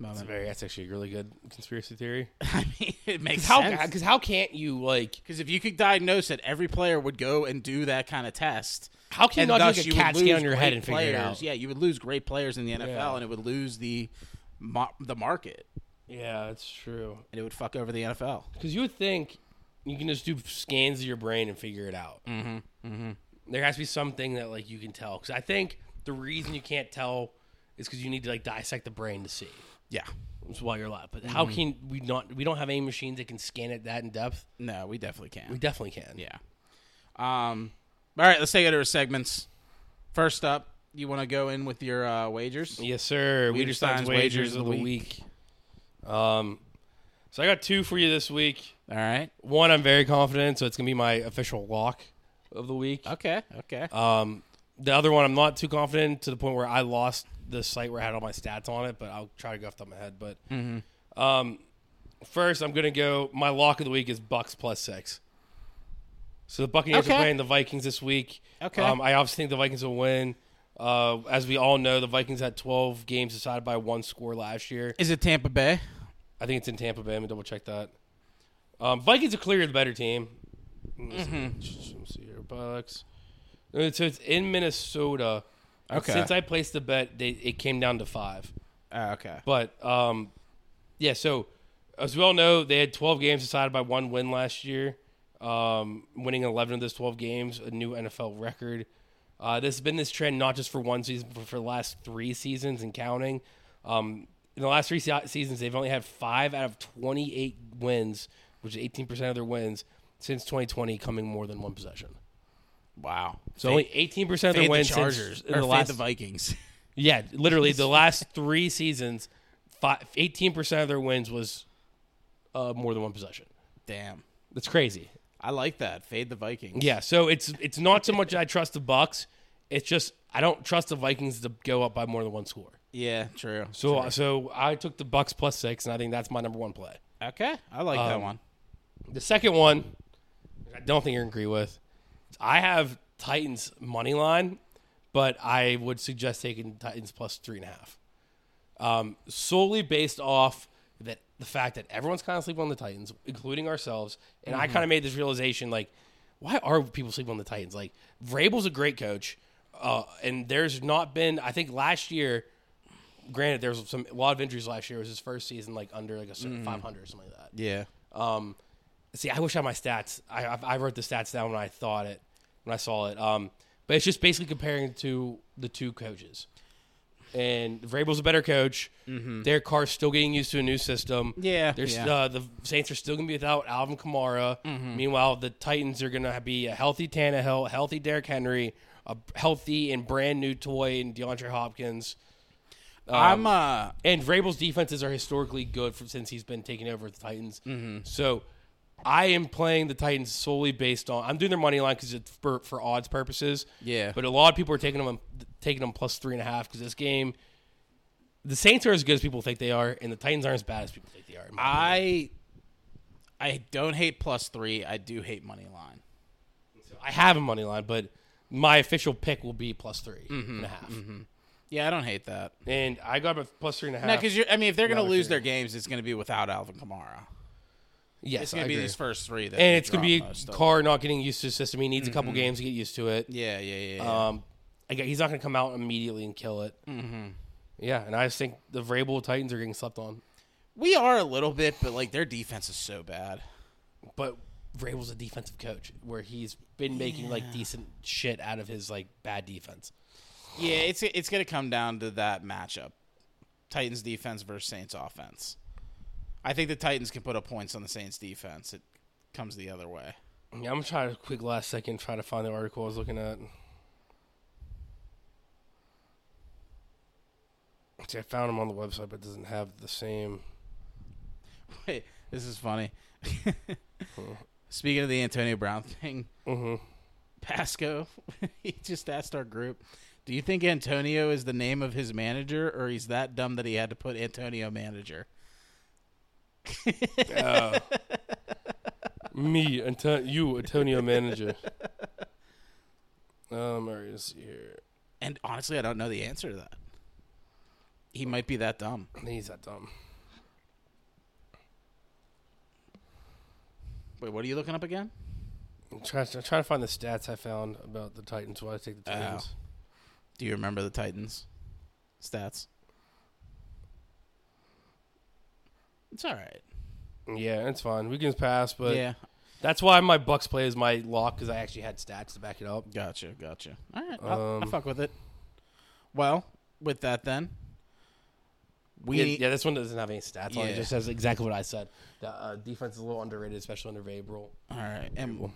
Speaker 2: that's
Speaker 1: moment.
Speaker 2: very that's actually a really good conspiracy theory.
Speaker 1: I mean, it makes
Speaker 2: How
Speaker 1: sense.
Speaker 2: because how can't you like
Speaker 1: Because if you could diagnose it, every player would go and do that kind of test.
Speaker 2: How can you
Speaker 1: and
Speaker 2: not do,
Speaker 1: thus
Speaker 2: like, a
Speaker 1: would
Speaker 2: CAT scan
Speaker 1: lose
Speaker 2: on your
Speaker 1: great
Speaker 2: head and figure it
Speaker 1: players.
Speaker 2: out?
Speaker 1: Yeah, you would lose great players in the NFL,
Speaker 2: Yeah.
Speaker 1: and it would lose the mo- the market,
Speaker 2: Yeah, that's true.
Speaker 1: and it would fuck over the NFL.
Speaker 2: Because you would think you can just do scans of your brain and figure it out. Mm-hmm. Mm-hmm. There has to be something that like you can tell. Because I think the reason you can't tell is because you need to like dissect the brain to see
Speaker 1: Yeah,
Speaker 2: It's while you're alive. But how can we not? We don't have any machines that can scan it that in depth.
Speaker 1: no, we definitely can.
Speaker 2: We definitely can.
Speaker 1: yeah. Um. All right, let's take it over segments. First up, you want to go in with your uh, wagers?
Speaker 2: Yes, sir.
Speaker 1: Weeder
Speaker 2: Weeder Stein's wagers of the week. Um, so I got two for you this week.
Speaker 1: All right.
Speaker 2: One I'm very confident, in, so it's gonna be my official lock of the week.
Speaker 1: Okay. Okay.
Speaker 2: Um, the other one, I'm not too confident to the point where I lost the site where I had all my stats on it, but I'll try to go off the top of my head. But
Speaker 1: Mm-hmm.
Speaker 2: um, first, I'm going to go. My lock of the week is Bucks plus six. So the Buccaneers
Speaker 1: Okay.
Speaker 2: are playing the Vikings this week.
Speaker 1: Okay.
Speaker 2: Um, I obviously think the Vikings will win. Uh, as we all know, the Vikings had 12 games decided by one score last year.
Speaker 1: Is it Tampa Bay?
Speaker 2: I think it's in Tampa Bay. Let me double check that. Um, Vikings are clearly the better team. Let's see- let's see here. Bucks. Uh, So it's in Minnesota.
Speaker 1: Okay.
Speaker 2: Since I placed the bet, they, it came down to five.
Speaker 1: Oh, okay.
Speaker 2: But um, yeah, so as we all know, they had 12 games decided by one win last year, um, winning 11 of those 12 games, a new NFL record. Uh, this has been this trend not just for one season, but for the last three seasons and counting. Um, in the last three se- seasons, they've only had five out of 28 wins, which is 18% of their wins since 2020, coming more than one possession.
Speaker 1: Wow.
Speaker 2: So only 18% of
Speaker 1: Fade
Speaker 2: their
Speaker 1: the
Speaker 2: wins
Speaker 1: Chargers
Speaker 2: since in
Speaker 1: or
Speaker 2: the
Speaker 1: fade
Speaker 2: last
Speaker 1: the Vikings.
Speaker 2: yeah, literally the last three seasons, eighteen percent of their wins was uh, more than one possession.
Speaker 1: Damn.
Speaker 2: That's crazy.
Speaker 1: I like that. Fade the Vikings.
Speaker 2: Yeah, so it's it's not so much I trust the Bucks. It's just I don't trust the Vikings to go up by more than one score.
Speaker 1: Yeah, true.
Speaker 2: So so I took the Bucks plus six, and I think that's my number one play.
Speaker 1: Okay, I like that
Speaker 2: Um,
Speaker 1: one.
Speaker 2: The second one, I don't think you're gonna agree with. I have Titans money line, but I would suggest taking Titans plus three and a half, um, solely based off that the fact that everyone's kind of sleeping on the Titans, including ourselves. And I kind of made this realization, like, why are people sleeping on the Titans? Like, Vrabel's a great coach, uh, and there's not been. I think last year granted, there was some a lot of injuries last year. It was his first season, like under like a certain 500 or something like that.
Speaker 1: Yeah.
Speaker 2: Um, see, I wish I had my stats. I, I I wrote the stats down when I thought it, when I saw it. Um, but it's just basically comparing to the two coaches. And Vrabel's a better coach. Their car's still getting used to a new system.
Speaker 1: Mm-hmm. Yeah,
Speaker 2: They're s-
Speaker 1: yeah. Mm-hmm.
Speaker 2: Uh, the Saints are still going to be without Alvin Kamara. Meanwhile, the Titans are going to be a healthy Tannehill, healthy Derrick Henry, a healthy and brand new toy in DeAndre Hopkins. um,
Speaker 1: I'm uh
Speaker 2: And Vrabel's defenses are historically good for, since he's been taking over the Titans.
Speaker 1: Mm-hmm.
Speaker 2: So I am playing the Titans solely based on I'm doing their money line because it's for, for odds purposes.
Speaker 1: Yeah.
Speaker 2: but a lot of people are taking them taking them plus three and a half because this game, the Saints are as good as people think they are, and the Titans aren't as bad as people think they are. in my opinion.
Speaker 1: I I don't hate plus three. I do hate money line.
Speaker 2: I have a money line, but my official pick will be plus three
Speaker 1: Mm-hmm.
Speaker 2: and a half.
Speaker 1: Yeah, I don't hate that.
Speaker 2: and I got a plus three and a half.
Speaker 1: No, because I mean, if they're going to
Speaker 2: Another
Speaker 1: lose
Speaker 2: thing.
Speaker 1: their games, it's going to be without Alvin Kamara.
Speaker 2: yes,
Speaker 1: It's going
Speaker 2: I
Speaker 1: to be
Speaker 2: agree.
Speaker 1: these first three, that
Speaker 2: and
Speaker 1: they
Speaker 2: it's gonna
Speaker 1: drop Mm-hmm.
Speaker 2: be
Speaker 1: most of.
Speaker 2: Carr not getting used to the system. He needs a couple games to get used to it.
Speaker 1: Yeah, yeah, yeah. yeah.
Speaker 2: Um, I gue- he's not going to come out immediately and kill it. Mm-hmm. Yeah, and I just think the Vrabel Titans are getting slept on,
Speaker 1: we are a little bit, but like their defense is so bad.
Speaker 2: but Vrabel's a defensive coach where he's been making like decent shit out of his like bad defense.
Speaker 1: Yeah, it's it's going to come down to that matchup: Titans defense versus Saints offense. I think the Titans can put up points on the Saints defense. It comes the other way.
Speaker 2: Yeah, I'm trying to quick last second try to find the article I was looking at. See, I found him on the website, but it doesn't have the same.
Speaker 1: Wait, this is funny. Speaking of the Antonio Brown thing, Pasco, he just asked our group, "Do you think Antonio is the name of his manager, or he's that dumb that he had to put Antonio manager?"
Speaker 2: Me, Anto- you, Antonio, manager. Um, all right, let's see here.
Speaker 1: And honestly, I don't know the answer to that. He might be that dumb.
Speaker 2: I think he's that dumb.
Speaker 1: Wait, what are you looking up again?
Speaker 2: I'm trying, to, trying to find the stats I found about the Titans. Why I take the Titans?
Speaker 1: Do you remember the Titans stats? It's all right.
Speaker 2: Yeah, it's fine. We can pass, but
Speaker 1: yeah,
Speaker 2: that's why my Bucks play is my lock because I actually had stats to back it up.
Speaker 1: Gotcha, gotcha. All right, I'll, I
Speaker 2: Um,
Speaker 1: fuck with it. Well, with that then, we
Speaker 2: Yeah, yeah, this one doesn't have any stats on it.
Speaker 1: Yeah.
Speaker 2: It just says exactly what I said. The uh, defense is a little underrated, especially under Vrabel.
Speaker 1: all right, and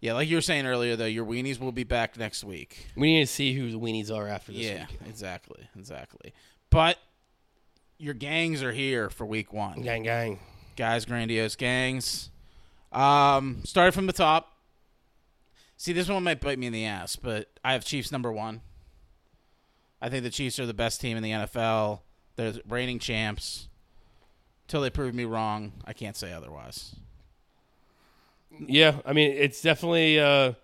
Speaker 1: yeah, like you were saying earlier, though, your weenies will be back next week.
Speaker 2: We need to see who the weenies are after this
Speaker 1: yeah,
Speaker 2: week.
Speaker 1: exactly, exactly. But your gangs are here for week one,
Speaker 2: Gang, gang.
Speaker 1: guys. Grandiose gangs. Um, started from the top. See, this one might bite me in the ass, but I have Chiefs number one. I think the Chiefs are the best team in the NFL. They're the reigning champs. Till they prove me wrong, I can't say otherwise.
Speaker 2: Yeah, I mean it's definitely uh,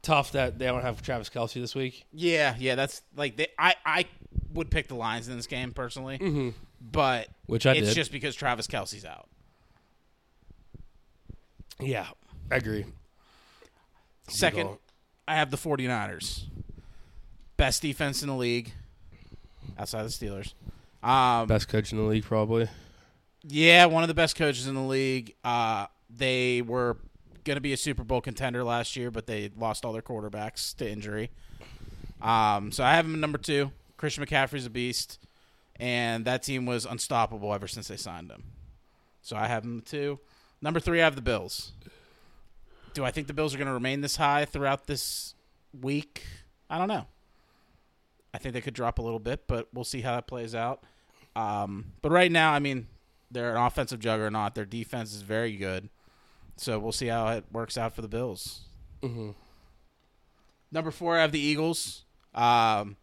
Speaker 2: tough that they don't have Travis Kelsey this week.
Speaker 1: Yeah, yeah, that's like they, I I would pick the Lions in this game personally, but
Speaker 2: Mm-hmm. Which I
Speaker 1: it's
Speaker 2: did.
Speaker 1: just because Travis Kelsey's out.
Speaker 2: Yeah, I agree.
Speaker 1: Second,
Speaker 2: call.
Speaker 1: I have the 49ers. Best defense in the league outside the Steelers. Um,
Speaker 2: Best coach in the league, probably.
Speaker 1: yeah, one of the best coaches in the league. Uh, they were going to be a Super Bowl contender last year, but they lost all their quarterbacks to injury. Um, so I have him at number two. Christian McCaffrey's a beast, and that team was unstoppable ever since they signed him. So I have him at two. Number three, I have the Bills. Do I think the Bills are going to remain this high throughout this week? I don't know. I think they could drop a little bit, but we'll see how that plays out. Um, but right now, I mean, they're an offensive juggernaut. Their defense is very good. So we'll see how it works out for the Bills. Mm-hmm. Number four, I have the Eagles. Um,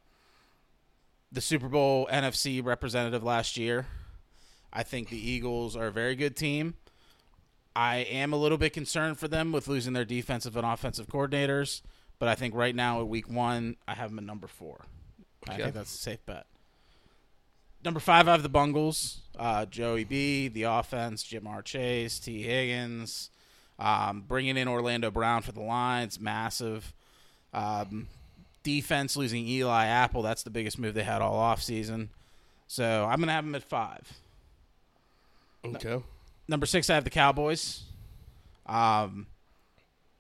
Speaker 1: the Super Bowl NFC representative last year. I think the Eagles are a very good team. I am a little bit concerned for them with losing their defensive and offensive coordinators, but I think right now at week one, I have them at number four. I
Speaker 2: Okay.
Speaker 1: think that's a safe bet. Number five, I have the Bungles. Uh, Joey B, the offense, Jim R. Chase, T. Higgins, um, bringing in Orlando Brown for the Lions, massive. Um, defense losing Eli Apple, that's the biggest move they had all offseason. So I'm gonna have him at five.
Speaker 2: Okay.
Speaker 1: Number six, I have the Cowboys. Um,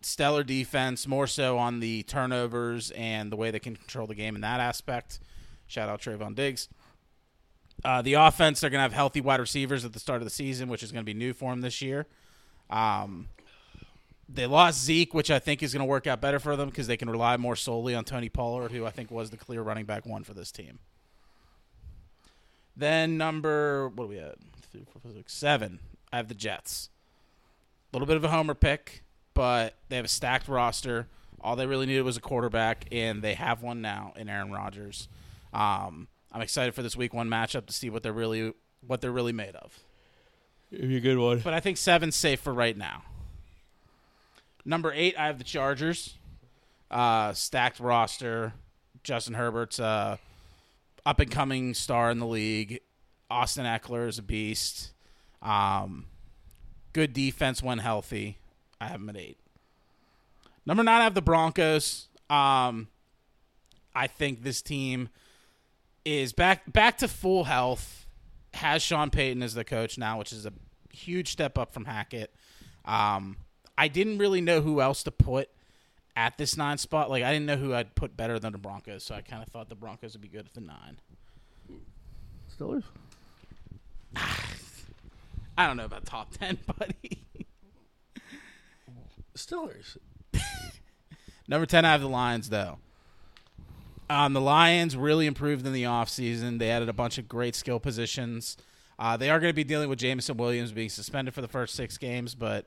Speaker 1: stellar defense, more so on the turnovers and the way they can control the game in that aspect. Shout out Trayvon Diggs. Uh, the offense, they're going to have healthy wide receivers at the start of the season, which is going to be new for them this year. Um, they lost Zeke, which I think is going to work out better for them because they can rely more solely on Tony Pollard, who I think was the clear running back one for this team. Then number what are we at? Three, four, five, six, seven. I have the Jets. A little bit of a homer pick, but they have a stacked roster. All they really needed was a quarterback, and they have one now in Aaron Rodgers. Um, I'm excited for this week one matchup to see what they're really what they're really made of.
Speaker 2: It'd be a good one.
Speaker 1: But I think seven's safe for right now. Number eight, I have the Chargers. Uh, stacked roster. Justin Herbert's uh, up and coming star in the league. Austin Eckler is a beast. Um, good defense when healthy. I have him at eight. Number nine, I have the Broncos. Um, I think this team is back back to full health. Has Sean Payton as the coach now, which is a huge step up from Hackett. Um, I didn't really know who else to put at this nine spot. Like I didn't know who I'd put better than the Broncos, so I kind of thought the Broncos would be good at the nine.
Speaker 6: Steelers.
Speaker 1: I don't know about top ten, buddy.
Speaker 2: Steelers.
Speaker 1: Number 10, I have the Lions, though. Um, the Lions really improved in the offseason. They added a bunch of great skill positions. Uh, they are going to be dealing with Jamison Williams being suspended for the first six games, but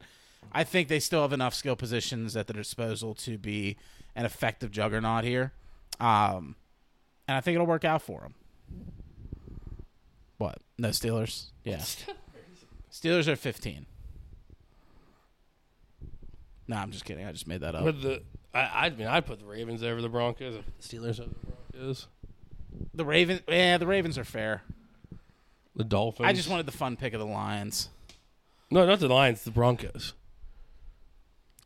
Speaker 1: I think they still have enough skill positions at their disposal to be an effective juggernaut here. Um, and I think it'll work out for them. What? No Steelers? Yeah. Steelers are 15. No, I'm just kidding. I just made that up.
Speaker 2: But the I, I mean I'd put the Ravens over the Broncos. I'd put the Steelers over the Broncos.
Speaker 1: The Raven, yeah, the Ravens are fair.
Speaker 2: The Dolphins.
Speaker 1: I just wanted the fun pick of the Lions.
Speaker 2: no, not the Lions. The Broncos.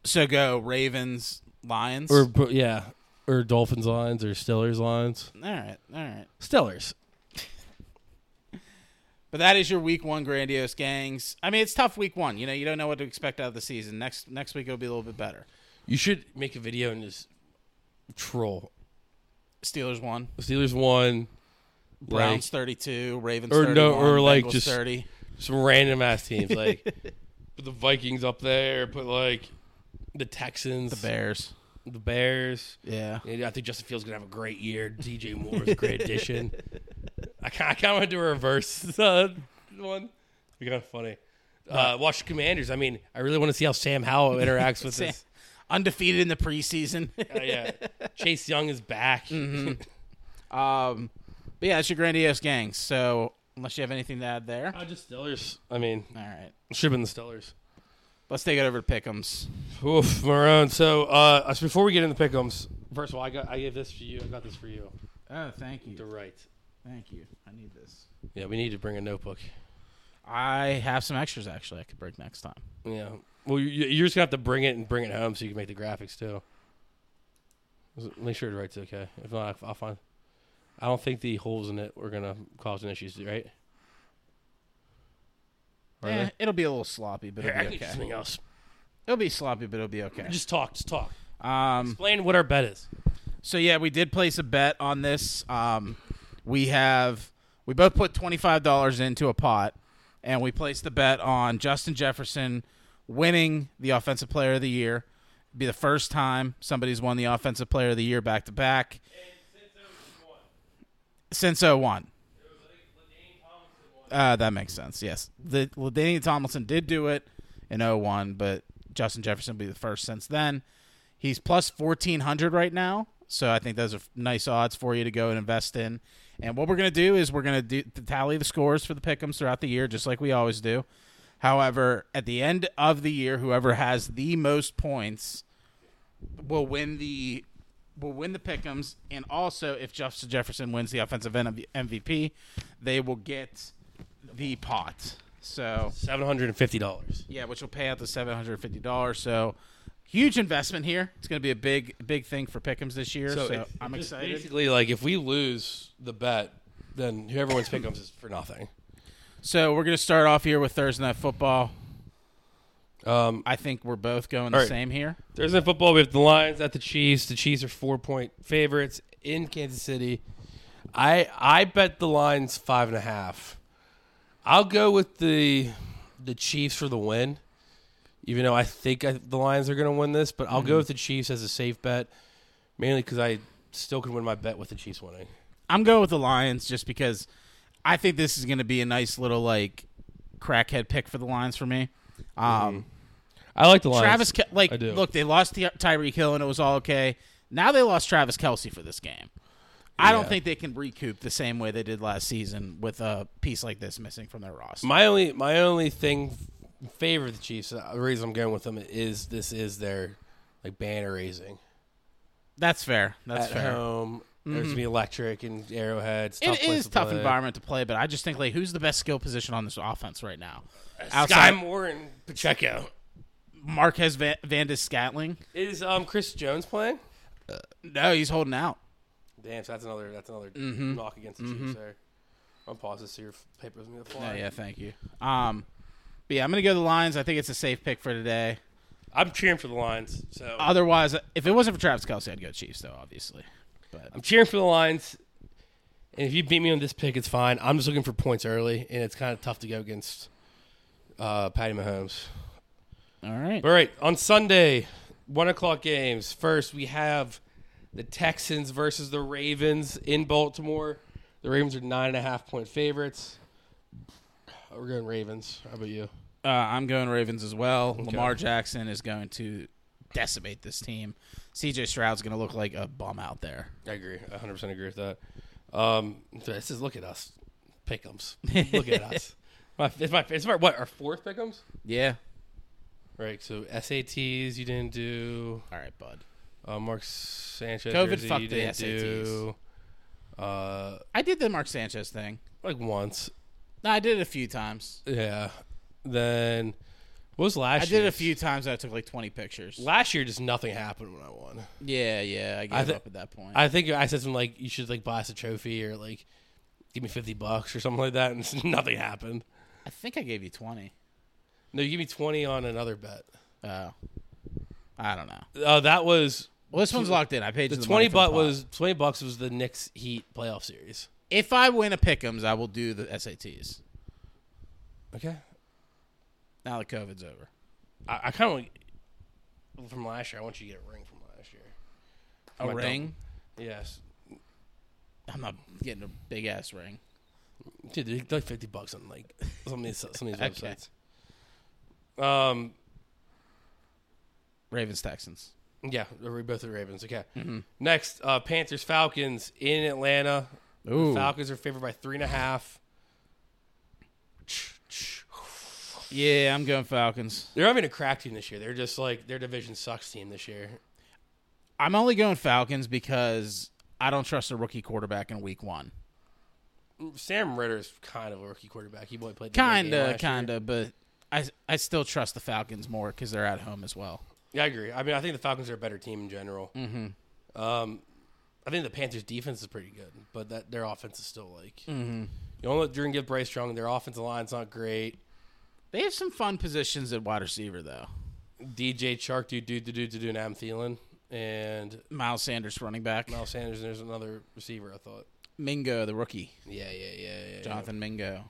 Speaker 1: So go Ravens, Lions.
Speaker 2: Or bro- yeah, or Dolphins lines or Steelers lines.
Speaker 1: all right, all right.
Speaker 2: Steelers.
Speaker 1: But that is your week one grandiose gangs. I mean, it's tough week one. You know, you don't know what to expect out of the season. Next next week it'll be a little bit better.
Speaker 2: You should make a video and just troll.
Speaker 1: Steelers one,
Speaker 2: The Steelers won.
Speaker 1: Browns thirty two, Ravens
Speaker 2: Or
Speaker 1: 31,
Speaker 2: no, or like
Speaker 1: Bengals
Speaker 2: just-
Speaker 1: thirty.
Speaker 2: some random ass teams like put the Vikings up there, put like the Texans,
Speaker 1: The Bears.
Speaker 2: the Bears.
Speaker 1: Yeah.
Speaker 2: And I think Justin Fields is gonna have a great year. DJ Moore's a great addition. I kind I kind of want to do a reverse uh, one. It'd be kind of funny. Uh, Washington Commanders. I mean, I really want to see how Sam Howell interacts with this.
Speaker 1: Undefeated in the preseason.
Speaker 2: Uh, yeah, Chase Young is back.
Speaker 1: um, but yeah, that's your grandiose gangs. So unless you have anything to add there,
Speaker 2: Uh, just Steelers. I mean,
Speaker 1: all right.
Speaker 2: should have been the Steelers.
Speaker 1: Let's take it over to Pickums.
Speaker 2: Oof, Maroon. So, uh, so before we get into pickums, first of all, I got I gave this to you. I got this for you
Speaker 1: Oh, thank
Speaker 2: to write.
Speaker 1: Thank you. I need this.
Speaker 2: Yeah, we need to bring a notebook.
Speaker 1: I have some extras actually. I could break next time.
Speaker 2: Yeah. Well, you, you're just gonna have to bring it and bring it home so you can make the graphics too. Just Make sure it writes okay. If not, I'll find. I don't think the holes in it were gonna cause an issues, right? Are
Speaker 1: Eh,
Speaker 2: they?
Speaker 1: it'll be a little sloppy, but
Speaker 2: Here, I
Speaker 1: it'll
Speaker 2: can
Speaker 1: be
Speaker 2: do
Speaker 1: okay.
Speaker 2: something else.
Speaker 1: It'll be sloppy, but it'll be okay.
Speaker 2: Just talk. Just talk.
Speaker 1: Um,
Speaker 2: Explain what our bet is.
Speaker 1: so yeah, we did place a bet on this. Um, we have we both put twenty five dollars into a pot, and we placed the bet on Justin Jefferson winning the Offensive Player of the Year. It'd be the first time somebody's won the Offensive Player of the Year back to back oh since 01. Uh, that makes sense. Yes, the well, Danny Tomlinson did do it in 01, but Justin Jefferson will be the first since then. He's plus 1400 right now, so I think those are nice odds for you to go and invest in. And what we're going to do is we're going to do to tally the scores for the pick'ems throughout the year, just like we always do. However, at the end of the year, whoever has the most points will win the will win the pick'ems, and also if Justin Jefferson wins the offensive NV- MVP, they will get the pot. So
Speaker 2: Seven hundred and fifty dollars.
Speaker 1: yeah, which will pay out the seven hundred fifty dollars. So huge investment here. It's going to be a big big thing for pick'ems this year. So, I'm
Speaker 2: it's
Speaker 1: excited.
Speaker 2: Basically, like if we lose the bet, then whoever wins pickums is for nothing.
Speaker 1: So we're gonna start off here with Thursday night football.
Speaker 2: Um,
Speaker 1: I think we're both going the
Speaker 2: All right.
Speaker 1: same here.
Speaker 2: Thursday night football. We have the Lions at the Chiefs. The Chiefs are four point favorites in Kansas City. I I bet the Lions five and a half. I'll go with the the Chiefs for the win, even though I think I, the Lions are going to win this. But I'll go with the Chiefs as a safe bet, mainly because I still can win my bet with the Chiefs winning.
Speaker 1: I'm going with the Lions just because I think this is gonna be a nice little like crackhead pick for the Lions for me. Um,
Speaker 2: I like the Lions.
Speaker 1: Travis, Ke- like,
Speaker 2: I do.
Speaker 1: look, they lost Ty- Tyreek Hill and it was all okay. Now they lost Travis Kelsey for this game. I don't
Speaker 2: Yeah.
Speaker 1: think they can recoup the same way they did last season with a piece like this missing from their roster.
Speaker 2: My only my only thing in favor of the Chiefs. uh, The reason I'm going with them is this is their like banner raising
Speaker 1: That's fair. That's
Speaker 2: at
Speaker 1: fair.
Speaker 2: home. There's gonna be electric and arrowheads.
Speaker 1: It is
Speaker 2: place to
Speaker 1: tough
Speaker 2: play.
Speaker 1: environment to play, but I just think like who's the best skill position on this offense right now?
Speaker 2: Sky
Speaker 1: Outside
Speaker 2: Moore and Pacheco.
Speaker 1: Marquez Va- Vandis Scatling.
Speaker 2: Is um Chris Jones playing?
Speaker 1: No, he's holding out.
Speaker 2: Damn, so that's another that's another knock against the Chiefs there. I'll pause this so your f- papers me to fly.
Speaker 1: Oh, yeah, thank you. Um, but yeah, I'm gonna go the Lions. I think it's a safe pick for today.
Speaker 2: I'm cheering for the Lions. So
Speaker 1: Otherwise, if it wasn't for Travis Kelsey, I'd go Chiefs though, obviously. But
Speaker 2: I'm cheering for the Lions. And if you beat me on this pick, it's fine. I'm just looking for points early, and it's kind of tough to go against uh, Patty Mahomes.
Speaker 1: all right,
Speaker 2: All right, on Sunday, one o'clock games. First, we have the Texans versus the Ravens in Baltimore. The Ravens are nine and a half point favorites. Oh, We're going Ravens. How about you?
Speaker 1: uh, I'm going Ravens as well. Lamar Jackson is going to decimate this team. C.J. Stroud's gonna look like a bum out there.
Speaker 2: I agree. I 100% agree with that. Um, this is look at us, pickums. Look at us. My, it's my it's my what our fourth pickums.
Speaker 1: Yeah.
Speaker 2: Right. So SATs you didn't do.
Speaker 1: All right, bud.
Speaker 2: Uh, Mark Sanchez.
Speaker 1: COVID
Speaker 2: jersey,
Speaker 1: fucked
Speaker 2: you
Speaker 1: the
Speaker 2: didn't
Speaker 1: SATs.
Speaker 2: do. Uh,
Speaker 1: I did the Mark Sanchez thing.
Speaker 2: like once.
Speaker 1: No, I did it a few times.
Speaker 2: Yeah. Then what was last
Speaker 1: I
Speaker 2: year?
Speaker 1: did it a few times. and I took like 20 pictures.
Speaker 2: Last year, just nothing happened when I won.
Speaker 1: Yeah, yeah. I gave
Speaker 2: thi-
Speaker 1: up at that point.
Speaker 2: I think I said something like, "You should like buy us a trophy or like give me fifty bucks or something like that," and nothing happened.
Speaker 1: I think I gave you 20.
Speaker 2: No, you give me twenty on another bet.
Speaker 1: Oh. I don't know.
Speaker 2: Uh, that was
Speaker 1: Well, this one's locked in. I paid
Speaker 2: the
Speaker 1: you the
Speaker 2: twenty
Speaker 1: money for the
Speaker 2: buck
Speaker 1: pot.
Speaker 2: was twenty bucks was the Knicks Heat playoff series.
Speaker 1: If I win a pick'ems, I will do the SATs.
Speaker 2: Okay,
Speaker 1: Now that COVID's over.
Speaker 2: I, I kind of from last year. I want you to get a ring from last year.
Speaker 1: A
Speaker 2: Am I dumb?
Speaker 1: ring?
Speaker 2: Yes,
Speaker 1: I'm not getting a big ass ring.
Speaker 2: Dude, they're like fifty bucks on like some of these some of these
Speaker 1: Okay.
Speaker 2: websites. Um,
Speaker 1: Ravens Texans.
Speaker 2: yeah, we're both the Ravens. Okay,
Speaker 1: Mm-hmm.
Speaker 2: next uh, Panthers Falcons in Atlanta.
Speaker 1: Ooh.
Speaker 2: Falcons are favored by three and a half.
Speaker 1: Yeah, I'm going Falcons.
Speaker 2: They're having a crack team this year. They're just like their division sucks team this year.
Speaker 1: I'm only going Falcons because I don't trust a rookie quarterback in week one.
Speaker 2: Sam Ritter's kind of a rookie quarterback. He only played the one game
Speaker 1: Kinda,
Speaker 2: last year.
Speaker 1: kinda, but I I still trust the Falcons more because they're at home as well.
Speaker 2: Yeah, I agree. I mean, I think the Falcons are a better team in general. Mm-hmm. Um, I think the Panthers' defense is pretty good, but that their offense is still like
Speaker 1: Mm-hmm.
Speaker 2: you don't let Jordan give Bryce Strong. Their offensive line's not great.
Speaker 1: They have some fun positions at wide receiver though.
Speaker 2: DJ Chark, dude, dude, dude, dude, dude, and Am Thielen, and
Speaker 1: Miles Sanders running back.
Speaker 2: Miles Sanders. And there's another receiver. I thought.
Speaker 1: Mingo, the rookie.
Speaker 2: Yeah, yeah, yeah, yeah, yeah.
Speaker 1: Jonathan Mingo.